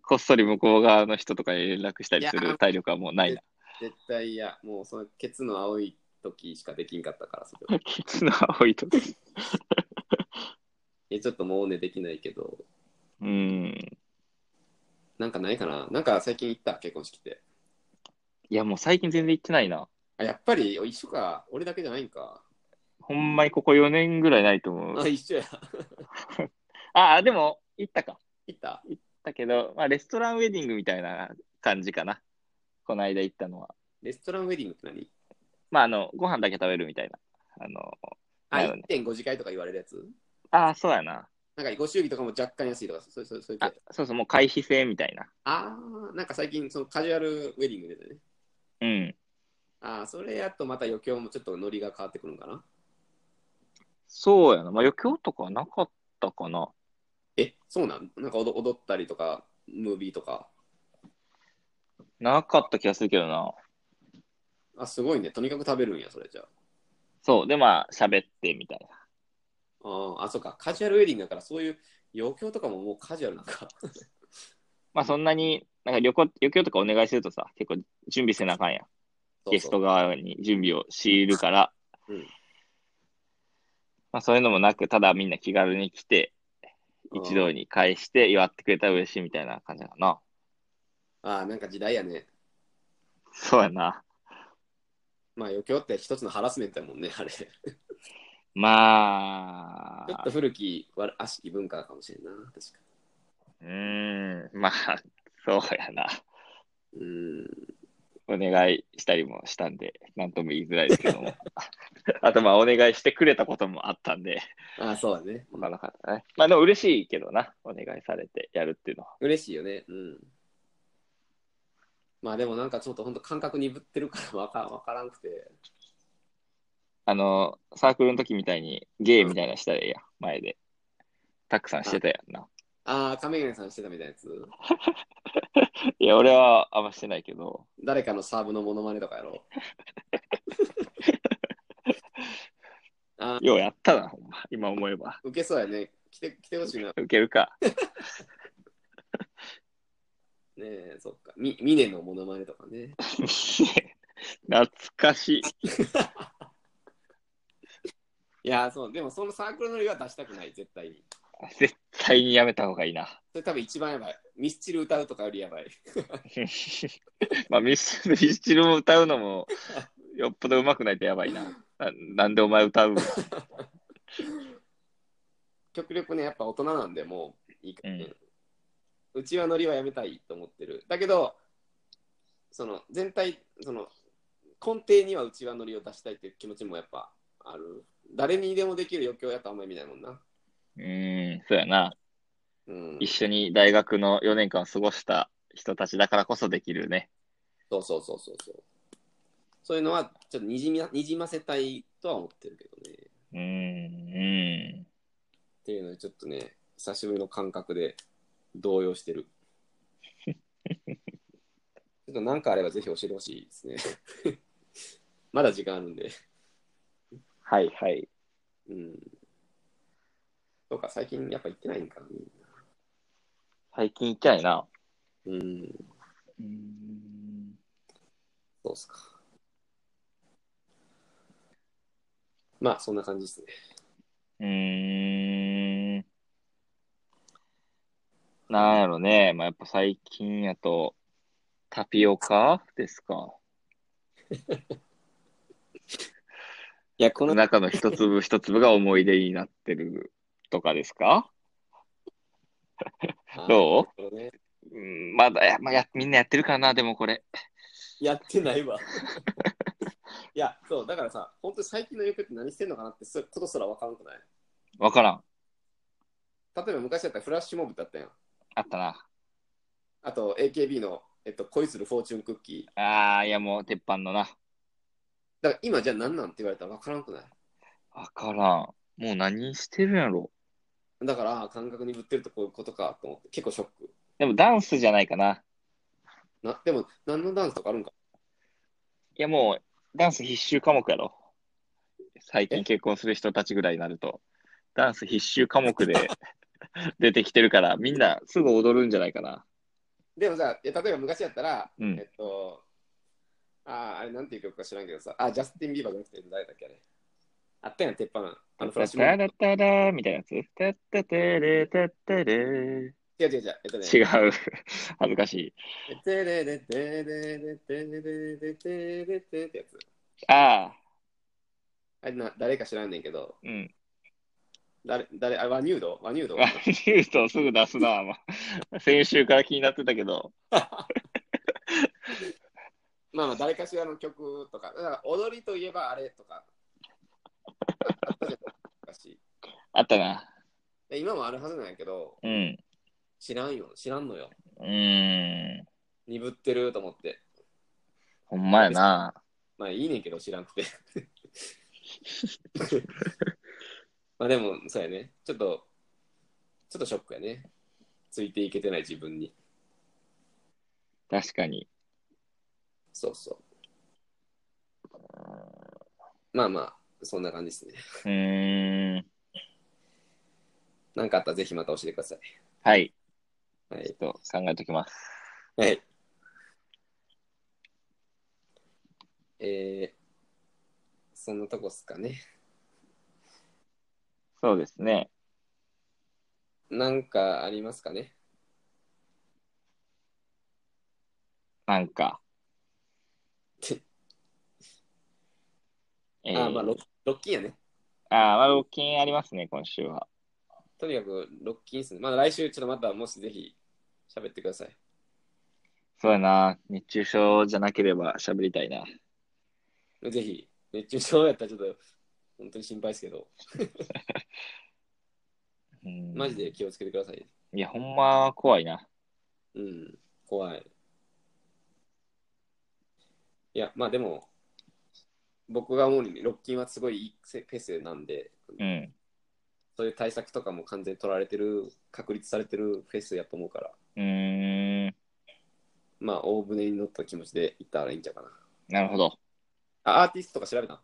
Speaker 2: こっそり向こう側の人とかに連絡したりす
Speaker 1: いや
Speaker 2: る体力はも うないな。
Speaker 1: 絶対いやもうそのケツの青い時しかできんかったからそれは
Speaker 2: ケツの青いと。
Speaker 1: いやちょっともうねできないけど
Speaker 2: うん。
Speaker 1: なんかないかななんか最近行った結婚式って
Speaker 2: いや、もう最近全然行ってないな。
Speaker 1: あやっぱりお一緒か俺だけじゃないんか
Speaker 2: ほんまにここ4年ぐらいないと思
Speaker 1: あ
Speaker 2: う。
Speaker 1: 一緒や
Speaker 2: ああ、でも、行ったか。
Speaker 1: 行った
Speaker 2: だけど、まあ、レストランウェディングみたいな感じかな。この間行ったのは。
Speaker 1: レストランウェディングって何
Speaker 2: まあ、あの、ご飯だけ食べるみたいな。あの、
Speaker 1: あ、
Speaker 2: なるほ
Speaker 1: 1.5次会とか言われるやつ
Speaker 2: ああ、そうやな。
Speaker 1: なんかご祝儀とかも若干安いとか、そうそうそういう系
Speaker 2: あ、そうそう、もう回避制みたいな。
Speaker 1: あー、なんか最近そのカジュアルウェディングでね。
Speaker 2: うん。
Speaker 1: あー、それやとまた余興もちょっとノリが変わってくるんかな。
Speaker 2: そうやな。まあ、余興とかはなかったかな。
Speaker 1: え、そうなんなんか踊踊ったりとか、ムービーとか。
Speaker 2: なかった気がするけどな。
Speaker 1: あ、すごいね。とにかく食べるんや、それじゃあ。
Speaker 2: そう。で、まあ、喋ってみたいな。
Speaker 1: あーあ、そうか。カジュアルウェディングだから、そういう余興とかももうカジュアルなんか。
Speaker 2: まあ、そんなに、なんか旅行、余興とかお願いするとさ、結構準備せなあかんやん。 ゲスト側に準備を強いるから、
Speaker 1: うん
Speaker 2: まあ、そういうのもなく、ただみんな気軽に来て、
Speaker 1: うん
Speaker 2: 一堂に会して祝ってくれたら嬉しいみたいな感じかな。
Speaker 1: ああ、なんか時代やね。
Speaker 2: そうやな。
Speaker 1: まあ余興って一つのハラスメントやもんね、あれ。ち
Speaker 2: ま
Speaker 1: ょっ
Speaker 2: あ
Speaker 1: と、古き悪悪しき文化かもしれんな。確かに。
Speaker 2: うーん、まあ、そうやな。
Speaker 1: うーん
Speaker 2: お願いしたりもしたんで、なんとも言いづらいですけ ども。あと、まあ、お願いしてくれたこともあったんで、
Speaker 1: ああ、そうだね。
Speaker 2: 他の方ね。まあ、でも嬉しいけどな。お願いされてやるっていうのは。
Speaker 1: 嬉しいよね。うん。まあでもなんかちょっと本当感覚鈍ってるからわかわからんくて。
Speaker 2: あの、サークルの時みたいにゲーみたいなのしたらええやん、前で。たくさんしてたやんな。
Speaker 1: ああ、亀谷さんしてたみたいなやつ。
Speaker 2: いや、俺はあんましてないけど、
Speaker 1: 誰かのサーブのモノマネとかやろ
Speaker 2: ようやったな、ほんま。今思えば。
Speaker 1: う。受けそうやね。来て来てほしいな。ね
Speaker 2: 受けるか。
Speaker 1: え、そっか。み、ミネのモノマネとかね。
Speaker 2: 懐かしい。
Speaker 1: いやー、そう。でもそのサークルのりは出したくない、絶対に。
Speaker 2: 絶対にやめた方がいいな。
Speaker 1: それ多分一番やばい。ミスチル歌うとかよりやばい。
Speaker 2: まあ、ミス、ミスチルも歌うのも、よっぽど上手くないとやばいな。ななんでお前歌うの
Speaker 1: 極力ね、やっぱ大人なんで、もういいか、う
Speaker 2: う
Speaker 1: んうちはノリはやめたいと思ってる。だけど、その全体、その根底にはうちはノリを出したいっていう気持ちもやっぱある。誰にでもできる余興やったらあんまり見ないもんな。
Speaker 2: うーん、そうやな。
Speaker 1: うん
Speaker 2: 一、緒に大学の4年間を過ごした人たちだからこそできるね。
Speaker 1: そうそうそうそうそう。そういうのはちょっとにじみなにじませたいとは思ってるけどね。っ
Speaker 2: うーん、うん。
Speaker 1: ていうのでちょっとね、久しぶりの感覚で動揺してる。 ちょっと何かあればぜひ教えてほしいですね。 まだ時間あるんで。
Speaker 2: はいはい。
Speaker 1: うん。そうか、最近やっぱ行ってないんかな。
Speaker 2: 最近行ってないな。
Speaker 1: うん、
Speaker 2: うん。
Speaker 1: そうっすか。まあ、そんな感じですね。
Speaker 2: ん。なんやろね。まあ、やっぱ最近やと、タピオカですか。
Speaker 1: いや、この、
Speaker 2: 中の一 粒一粒が思い出になってるとかですかど
Speaker 1: う、ね、
Speaker 2: うん、まだや、まあ、や、みんなやってるかな、でもこれ。
Speaker 1: やってないわ。いや、そう、だからさ、本当に最近の欲って何してんのかなって、そういうことすら分からんくない
Speaker 2: わからん。
Speaker 1: 例えば昔だったらフラッシュモブってあったやん。
Speaker 2: あったな。
Speaker 1: あと、AKB の、えっと、恋するフォーチュンクッキー。
Speaker 2: ああ、いやもう、鉄板のな。
Speaker 1: だから今じゃあ何なんって言われたら分からんくない
Speaker 2: わからん。もう何してるんやろ。
Speaker 1: だから、あー感覚にぶってるとこういうことかと思って、結構ショック。
Speaker 2: でもダンスじゃないかな。
Speaker 1: なでも、何のダンスとかあるんか。
Speaker 2: いやもう、ダンス必修科目やろ。最近結婚する人たちぐらいになると、ダンス必修科目で出てきてるから、みんなすぐ踊るんじゃないかな。
Speaker 1: でもさ、いや例えば昔やったら、
Speaker 2: うん
Speaker 1: えっと、あーあれなんていう曲か知らんけどさ、あ、ジャスティン・ビーバーじゃなくて誰だっけあれ。あったやん、鉄板。あのフラッシュモ
Speaker 2: タ
Speaker 1: ブ。
Speaker 2: ラタラみたいなやつ。タッタテレタッタレ違う。
Speaker 1: 違う違う違う。えっとね、
Speaker 2: 恥ずかしい。
Speaker 1: テレレテレレテレレテレレテってやつ。
Speaker 2: あ
Speaker 1: あ
Speaker 2: あ、
Speaker 1: れな、誰か知らんねんけど、
Speaker 2: うん。
Speaker 1: 誰、誰、あ、ワニュードワニュード
Speaker 2: ワンニュートすぐ出すな、まあ先週から気になってたけど。
Speaker 1: まあまあ、誰かしらの曲とか、だから踊りといえばあれとか。あったじゃない昔
Speaker 2: あったな。
Speaker 1: で今もあるはずなんやけど、
Speaker 2: うん。
Speaker 1: 知らんよ、知らんのよ。
Speaker 2: うーん。
Speaker 1: 鈍ってると思って。
Speaker 2: ほんまやな。
Speaker 1: まあいいねんけど知らんくて。まあでも、そうやね。ちょっと、ちょっとショックやね。ついていけてない自分に。
Speaker 2: 確かに。
Speaker 1: そうそう。まあまあ、そんな感じですね。
Speaker 2: うーん。
Speaker 1: なんかあったらぜひまた教えてください。
Speaker 2: はい。
Speaker 1: は
Speaker 2: ちょ
Speaker 1: い
Speaker 2: っ。と考えときます。
Speaker 1: はい。えー、そんなとこっすかね。
Speaker 2: そうですね。
Speaker 1: なんかありますかね。
Speaker 2: なんか。えー
Speaker 1: あー、まあ、ロロッキンやね。
Speaker 2: あー、まあ、ロッキンありますね、今週は。
Speaker 1: とにかくロッキンっすね。まあ来週ちょっとまたもしぜひ喋ってください。
Speaker 2: そうやな。熱中症じゃなければ喋りたいな。
Speaker 1: ぜひ、熱中症やったらちょっと、本当に心配ですけど、
Speaker 2: うん
Speaker 1: マジで。気をつけてください。
Speaker 2: いや、ほんま怖いな。
Speaker 1: うん、怖い。いや、まあでも、僕が思うに、ロッキンはすごいいいペースなんで、
Speaker 2: うん。
Speaker 1: そういう対策とかも完全に取られてる、確立されてるフェスやと思うから、
Speaker 2: うーん。
Speaker 1: まあ、大船に乗った気持ちで行ったらいいんちゃうかな。
Speaker 2: なるほど。
Speaker 1: あ、アーティストとか調べた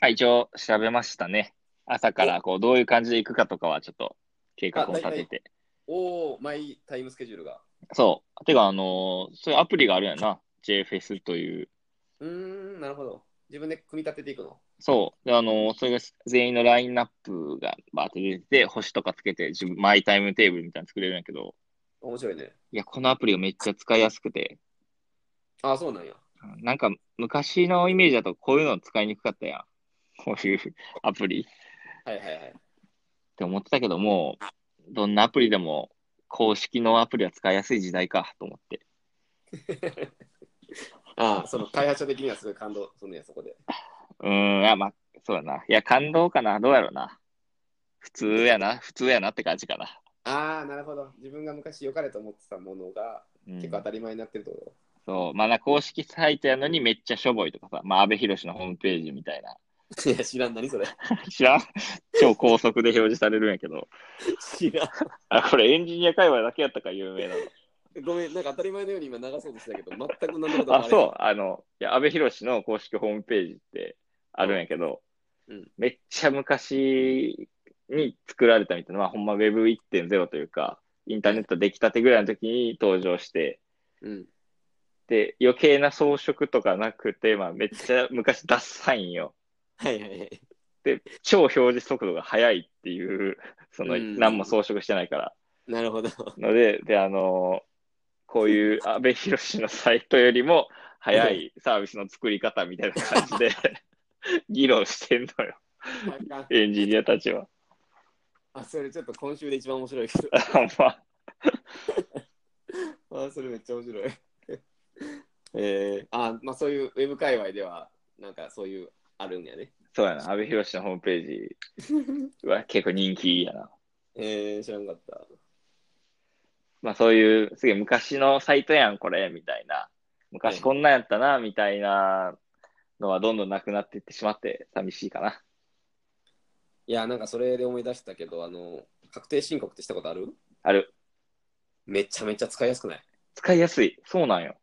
Speaker 2: はい、一応調べましたね。朝からこう、どういう感じで行くかとかはちょっと計画を立
Speaker 1: あ
Speaker 2: て
Speaker 1: 大
Speaker 2: て。
Speaker 1: おー、マイタイムスケジュールが。
Speaker 2: そう。てか、あのーそういうアプリがあるやんな。JFS という。
Speaker 1: うーん、なるほど。自分で組み立てていくの。
Speaker 2: そう。で、あの、それが全員のラインナップがバーって出てて、星とかつけて、自分、マイタイムテーブルみたいなの作れるんやけど、
Speaker 1: 面白いね。
Speaker 2: いや、このアプリがめっちゃ使いやすくて、
Speaker 1: あ、そうなんや。
Speaker 2: なんか昔のイメージだとこういうの使いにくかったやん。こういうアプリっ
Speaker 1: はいはいはい。
Speaker 2: て思ってたけども、どんなアプリでも公式のアプリは使いやすい時代かと思って。
Speaker 1: ああ、その開発者的にはすごい感動するねや、そこで。
Speaker 2: うーん、あ、まあ、そうだな。いや、感動かな。どうやろうな。普通やな。普通やなって感じかな。
Speaker 1: ああ、なるほど。自分が昔良かれと思ってたものが
Speaker 2: うん
Speaker 1: 結構当たり前になってるってこ
Speaker 2: そう、まあ、な公式サイトやのにめっちゃしょぼいとかさ、まあ、安倍博のホームページみたいな。
Speaker 1: と。いや、知らん、何それ。
Speaker 2: 知らん超高速で表示されるんやけど。
Speaker 1: 知ら
Speaker 2: あ、これエンジニア界隈だけやったから有名なの。
Speaker 1: ん。ごめん、なんか当たり前のように今流そうとしてたけど、全く何のこと
Speaker 2: あ、そう、あの、いや、安倍博の公式ホームページってあるんやけど、
Speaker 1: うん
Speaker 2: めっちゃ昔に作られたみたいな、まあ、ほんま Web1.0 というか、インターネットできたてぐらいの時に登場して、
Speaker 1: う。うん。
Speaker 2: で、余計な装飾とかなくて、まあ、めっちゃ昔ダッサいんよ。
Speaker 1: はいはいはい。
Speaker 2: で、超表示速度が速いっていう、その、
Speaker 1: うん
Speaker 2: 何も装飾してないから、
Speaker 1: うなるほど。
Speaker 2: ので、で、あの、こういう安倍博士のサイトよりも早いサービスの作り方みたいな感じで 議論してんのよ、エンジニアたちは。
Speaker 1: あ、それちょっと今週で一番面白いけ ど。
Speaker 2: あまあ、
Speaker 1: あ、それめっちゃ面白い。 えー、あ、まあそういうウェブ界隈では、なんかそういう、あるんや ね。
Speaker 2: そうやな、安倍博士のホームページは結構人気やな。
Speaker 1: えー、知らんかった。
Speaker 2: まあそういう、すげえ昔のサイトやん、これ、みたいな。昔こんなんやったな、みたいなのはどんどんなくなっていってしまって寂しいかな。
Speaker 1: いや、なんかそれで思い出したけど、あの、確定申告ってしたことある
Speaker 2: ある。
Speaker 1: めちゃめちゃ使いやすくない
Speaker 2: 使いやすい。そうなんよ。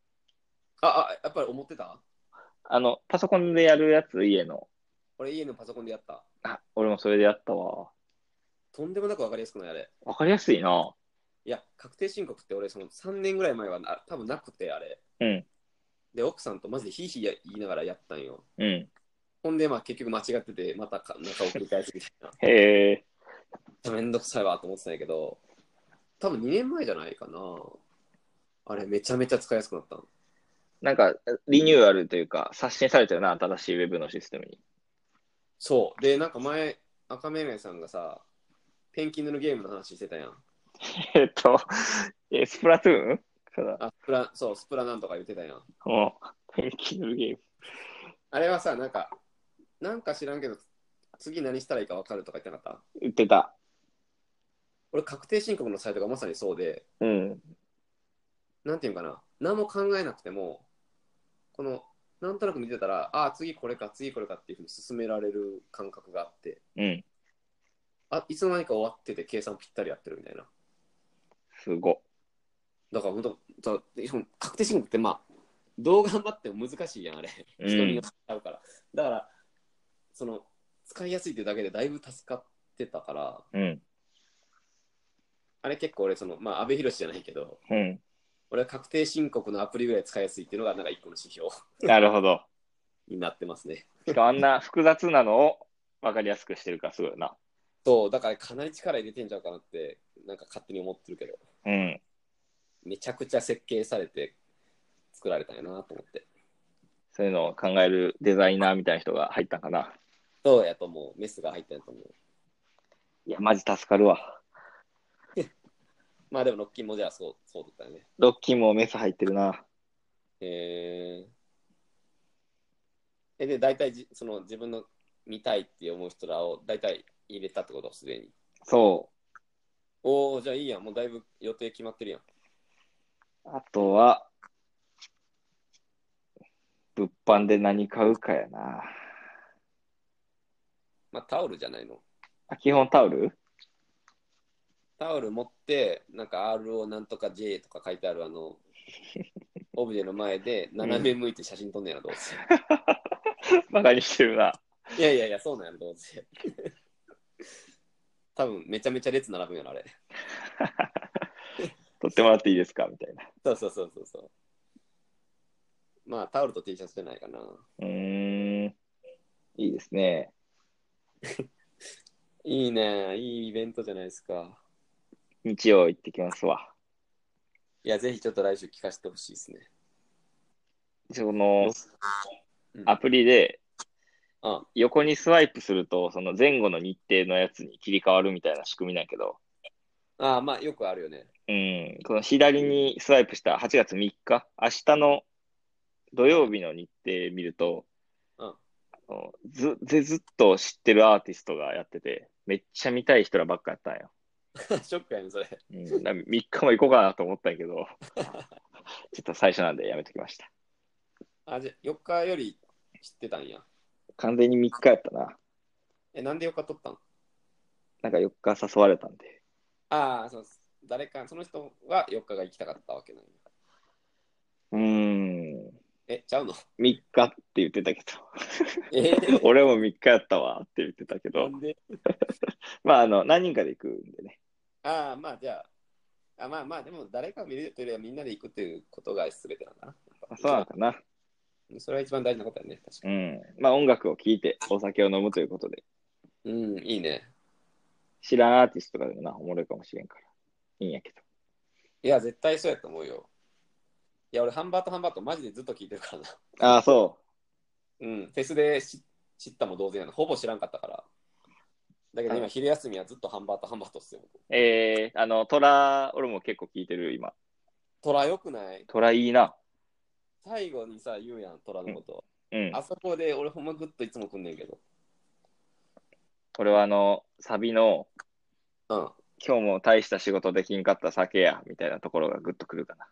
Speaker 1: あ、あ、やっぱり思ってた
Speaker 2: あの、パソコンでやるやつ、家の。
Speaker 1: 俺家のパソコンでやった。
Speaker 2: あ、俺もそれでやったわ。
Speaker 1: とんでもなくわかりやすくないあれ。
Speaker 2: わかりやすいな。
Speaker 1: いや、確定申告って俺、その3年ぐらい前はな多分なくて、あれ。
Speaker 2: うん。
Speaker 1: で、奥さんとマジでヒーヒーや言いながらやったんよ。
Speaker 2: うん。
Speaker 1: ほんで、まあ結局間違ってて、またか中を繰り返すみたいな。
Speaker 2: へえ。
Speaker 1: めんどくさいわと思ってたんやけど、多分2年前じゃないかな。あれ、めちゃめちゃ使いやすくなったの。
Speaker 2: なんか、リニューアルというか、刷新されたよな、新しいウェブのシステムに。
Speaker 1: そう。で、なんか前、赤目目さんがさ、ペンキ塗るゲームの話してたやん。
Speaker 2: えっと、え、スプラトゥーンから、
Speaker 1: あ、スプラ、そう、スプラなんとか言ってたやん。
Speaker 2: もう、ペンキ塗るゲーム。
Speaker 1: あれはさ、なんか、なんか知らんけど、次何したらいいか分かるとか言ってなかった
Speaker 2: 売ってた。
Speaker 1: 俺、確定申告のサイトがまさにそうで、
Speaker 2: うん。
Speaker 1: なんていうんかな、何も考えなくても、この、なんとなく見てたら、ああ、次これか、次これかっていうふうに進められる感覚があって、
Speaker 2: うん。
Speaker 1: あ、いつの間にか終わってて計算ぴったりやってるみたいな。
Speaker 2: すご。
Speaker 1: だから本当そうでしかも確定申告ってまあどう頑張っても難しいやんあれ
Speaker 2: うん
Speaker 1: 人によってちゃうから、だからその使いやすいっていうだけでだいぶ助かってたから
Speaker 2: うん。
Speaker 1: あれ結構俺そのまあ阿部寛じゃないけど
Speaker 2: うん。
Speaker 1: 俺は確定申告のアプリぐらい使いやすいっていうのがなんか一個の指標
Speaker 2: なるほど。
Speaker 1: になってますね
Speaker 2: しかもあんな複雑なのを分かりやすくしてるからすごいな。
Speaker 1: そうだからかなり力入れてんちゃうかなってなんか勝手に思ってるけど
Speaker 2: うん。
Speaker 1: めちゃくちゃ設計されて作られたんやなと思って
Speaker 2: そういうのを考えるデザイナーみたいな人が入ったんかな。
Speaker 1: そうやと思うメスが入ったんやと思う
Speaker 2: いや、マジ助かるわ。
Speaker 1: まあでもロッキンもじゃあそうそうだったよね
Speaker 2: ロッキーもメス入ってるな。
Speaker 1: えー、えで、大体じその自分の見たいって思う人らを大体入れたってことすでに。
Speaker 2: そ
Speaker 1: おお、じゃあいいやん。もうだいぶ予定決まってるやん。
Speaker 2: う。あとは、物販で何買うかやな。
Speaker 1: まあタオルじゃないの。
Speaker 2: あ基本タオル
Speaker 1: タオル持って、なんか RO なんとか J とか書いてあるあの、オブジェの前で斜め向いて写真撮んねやろ、どうせ。
Speaker 2: バカにしてるな。
Speaker 1: いやいやいや、そうなんやろ、どうせ。 多分めちゃめちゃ列並ぶんやろ、あれ。
Speaker 2: 取ってもらっていいですかみたいな。
Speaker 1: そうそうそうそうそう。まあタオルと T シャツじゃないかな。
Speaker 2: うーん。いいですね。
Speaker 1: いいね、いいイベントじゃないですか。
Speaker 2: 日曜行ってきますわ。
Speaker 1: いや、ぜひちょっと来週聞かせてほしいですね。
Speaker 2: その、
Speaker 1: うん
Speaker 2: アプリで
Speaker 1: あ
Speaker 2: 横にスワイプすると、その前後の日程のやつに切り替わるみたいな仕組みなんやけど、
Speaker 1: あ、まあ、よくあるよね。
Speaker 2: うん、この左にスワイプした8月3日、明日の土曜日の日程見ると、
Speaker 1: うん
Speaker 2: あのずずずっと知ってるアーティストがやってて、めっちゃ見たい人らばっかやったんよ。
Speaker 1: ショックやね、それ。
Speaker 2: うん、だ3日も行こうかなと思ったんやけど、 ちょっと最初なんでやめときました。
Speaker 1: あ、じゃ4日より知ってたんや。
Speaker 2: 完全に3日やったな。
Speaker 1: え、なんで4日撮ったん
Speaker 2: なんか4日誘われたんで。
Speaker 1: ああ、そうです。誰か、その人は4日が行きたかったわけなんや。
Speaker 2: うーん、
Speaker 1: え、ちゃうの
Speaker 2: 3日って言ってたけど。
Speaker 1: えー
Speaker 2: 俺も3日やったわって言ってたけ
Speaker 1: な
Speaker 2: ど、
Speaker 1: んで
Speaker 2: まあ、あの、何人かで行くんでね。
Speaker 1: ああ、まあ、じゃあ。あまあまあ、でも誰かを見るというよりはみんなで行くということが全てなんだな。
Speaker 2: まあそうなのかな。
Speaker 1: それは一番大事なことだね、確か
Speaker 2: うん。まあ、音楽を聴いてお酒を飲むということで、
Speaker 1: に。うん、いいね。
Speaker 2: 知らんアーティストとかでもな、おもろいかもしれんから。いいんやけど。
Speaker 1: いや、絶対そうやと思うよ。いや、俺、ハンバートハンバート、マジでずっと聞いてるからな。
Speaker 2: ああ、そ
Speaker 1: うん、フェスでし知ったも同然やな。ほぼ知らんかったから。だけど今、
Speaker 2: は
Speaker 1: 昼休みはずっとハンバートハンバートっすよ。
Speaker 2: う。えー、あの、トラ、俺も結構聞いてる、今。
Speaker 1: トラよくない
Speaker 2: トラいいな。
Speaker 1: 最後にさ、言うやん、トラのこと。
Speaker 2: うん。
Speaker 1: あそこで俺、ほんまグッといつも来んねんけど。
Speaker 2: 俺はあの、サビの、
Speaker 1: うん。
Speaker 2: 今日も大した仕事できんかった酒や、みたいなところがグッとくるか な。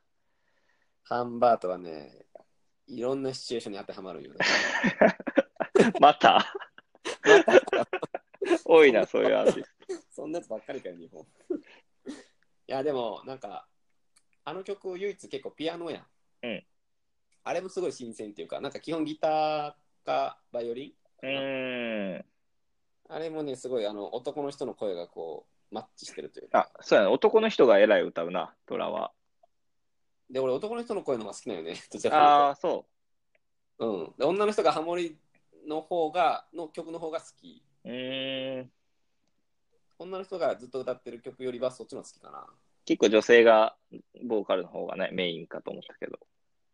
Speaker 1: ハンバートはね、いろんなシチュエーションに当てはまるよね。
Speaker 2: また多いな、そういうアーティス
Speaker 1: そんなやつばっかりかよ、日 本。いや、でも、なんか、あの曲、唯一結構ピアノやん。
Speaker 2: うん
Speaker 1: あれもすごい新鮮っていうか、なんか基本ギターかバイオリン
Speaker 2: ト。うーん。
Speaker 1: あれもね、すごいあの男の人の声がこうマッチしてるという
Speaker 2: あ
Speaker 1: か。、
Speaker 2: そうやな、男の人が偉い歌うな、トラは。
Speaker 1: で、俺、男の人の声の方が好きなよね。どちら
Speaker 2: あ
Speaker 1: か
Speaker 2: あ、そ
Speaker 1: というと。うん。で、女の人がハモリの方が、の曲の方が好き。
Speaker 2: う。うーん。
Speaker 1: 女の人がずっと歌ってる曲よりはそっちの方が好きかな。
Speaker 2: 結構女性が、ボーカルの方がね、メインかと思ったけど。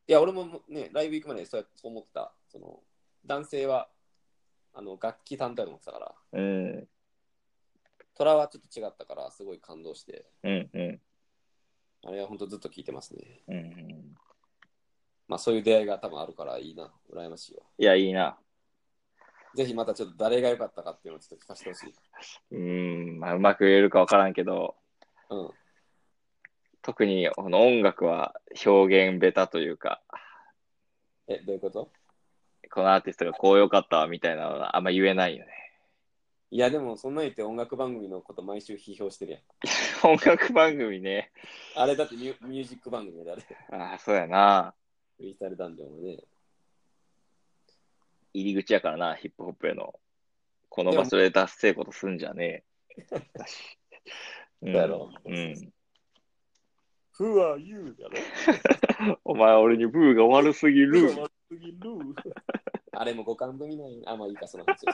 Speaker 1: いや、俺もね、ライブ行くまでそうやそう思ってた。その、男性は、あの、楽器単体だと思ってたから、
Speaker 2: うーん。
Speaker 1: トラはちょっと違ったから、すごい感動して、
Speaker 2: うん、うん。
Speaker 1: あれは本当ずっと聴いてますね。
Speaker 2: うんうん
Speaker 1: まあ、そういう出会いが多分あるからいいな、羨ましいわ。
Speaker 2: いや、いいな。
Speaker 1: ぜひまたちょっと誰が良かったかっていうのをちょっと聞かせてほしい。
Speaker 2: うーん、まあ、うまく言えるかわからんけど、
Speaker 1: うん。
Speaker 2: 特にこの音楽は表現ベタというか、
Speaker 1: え、どういうこと
Speaker 2: このアーティストがこう良かったわみたいなのはあんま言えないよね。
Speaker 1: いや、でも、そんな言って音楽番組のこと毎週批評してるやん。
Speaker 2: 音楽番組ね。
Speaker 1: あれだってミュミュージック番組だね。
Speaker 2: ああ、そうやな。
Speaker 1: フリースタイルダンジョンはね。
Speaker 2: 入り口やからな、ヒップホップへの。この場所で出せえことすんじゃねえ。
Speaker 1: だろ
Speaker 2: うん。うん。
Speaker 1: Who are you? だろ。
Speaker 2: お前、俺にブーが悪すぎる。
Speaker 1: あれも五感組ない。あ、まあいいか、その話。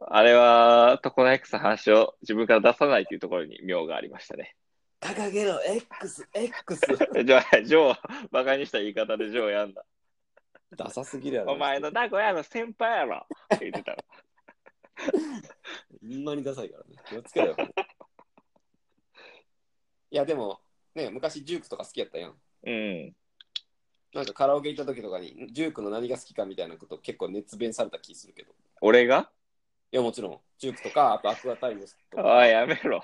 Speaker 2: あれは、とこの X の話を自分から出さないというところに妙がありまし たね。
Speaker 1: 掲げろ、X、X。
Speaker 2: じゃあ、ジョー、バカにした言い方でジョーやんだ。
Speaker 1: ダサすぎるやろ。
Speaker 2: お前の名古屋の先輩やろって言っ てたら。
Speaker 1: ほんまにダサいからね。気をつけろよ。いや、でも、ね、昔ジュークとか好きやったやん。
Speaker 2: うん。
Speaker 1: なんかカラオケ行った時とかに、ジュークの何が好きかみたいなこと結構熱弁された気するけど。い
Speaker 2: 俺が
Speaker 1: や、もちろん、ジュークとか、あとアクアタイムズとか。
Speaker 2: おい、やめろ。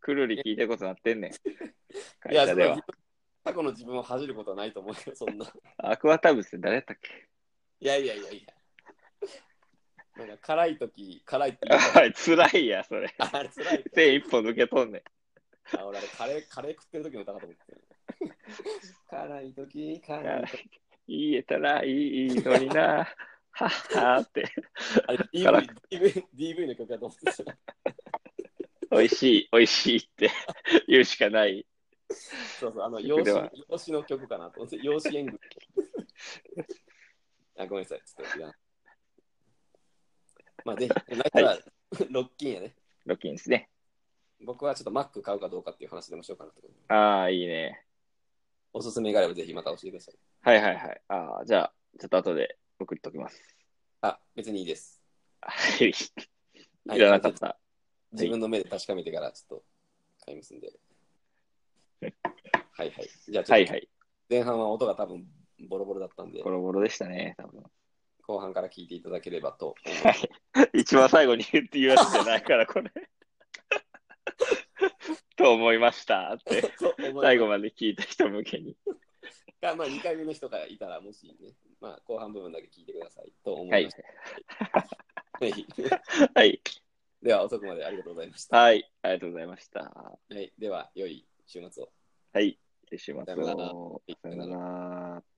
Speaker 2: くるり聞いたことなってんねん。
Speaker 1: い
Speaker 2: 会
Speaker 1: や、
Speaker 2: 社
Speaker 1: そ
Speaker 2: で
Speaker 1: れは
Speaker 2: は
Speaker 1: 自。分過去の自分を恥じることはないと思うよ、そんな。
Speaker 2: アクアタブスって誰やったっけ
Speaker 1: いやいやいやいや。なんか辛い時、辛いって言うか
Speaker 2: おい、辛いや、それ。
Speaker 1: ら、あれ辛い。
Speaker 2: 手一本抜けとんねん。
Speaker 1: あ俺あれカレー、カレー食ってる時の歌かと思ってた。 辛い時、辛い時。
Speaker 2: いいえたらいいのにな。はっはーって。
Speaker 1: あれ
Speaker 2: 辛
Speaker 1: DV, DV, DV の曲だと思ってた。
Speaker 2: 美味しい、美味しいって言うしかない。
Speaker 1: そうそう、あの、
Speaker 2: 曲
Speaker 1: 養
Speaker 2: で
Speaker 1: 子
Speaker 2: は
Speaker 1: 養子の曲かなと思って、養子演舞。あ、ごめんなさい、ちょっと違う。まあ、ぜひ、来週はロッキンやね。
Speaker 2: ロキンですね。
Speaker 1: 僕はちょっと Mac 買うかどうかっていう話でもしようかなと思う。
Speaker 2: ああ、いいね。
Speaker 1: おすすめがあればぜひまた教えてください。
Speaker 2: はいはいはい。ああ、じゃあ、ちょっと後で送っときます。
Speaker 1: あ、別にいいです。
Speaker 2: はい。
Speaker 1: はい
Speaker 2: いらなかった。
Speaker 1: 自分の目で確かめてからちょっと買いますんで。はいはい。じゃあち
Speaker 2: は
Speaker 1: ょっ
Speaker 2: い
Speaker 1: と
Speaker 2: はい。
Speaker 1: 前半は音が多分ボロボロだったんで
Speaker 2: ボ、ロボロでしたね、多分。
Speaker 1: 後半から聞いていただければと。
Speaker 2: 一番最後に言って言うやつじゃないから、これ。 と思いましたって、最後まで聞いた人向けに。
Speaker 1: が、まあ、2回目の人がいたら、もしね、まあ、後半部分だけ聞いてくださいと思
Speaker 2: はいい
Speaker 1: まし。た。ぜひ。
Speaker 2: はい。
Speaker 1: では、遅くまでありがとうございました。は
Speaker 2: はい。ありがとうございました。
Speaker 1: い、では、良い週末を。
Speaker 2: はい。失礼しま
Speaker 1: さ
Speaker 2: す。
Speaker 1: よなら
Speaker 2: さよなら。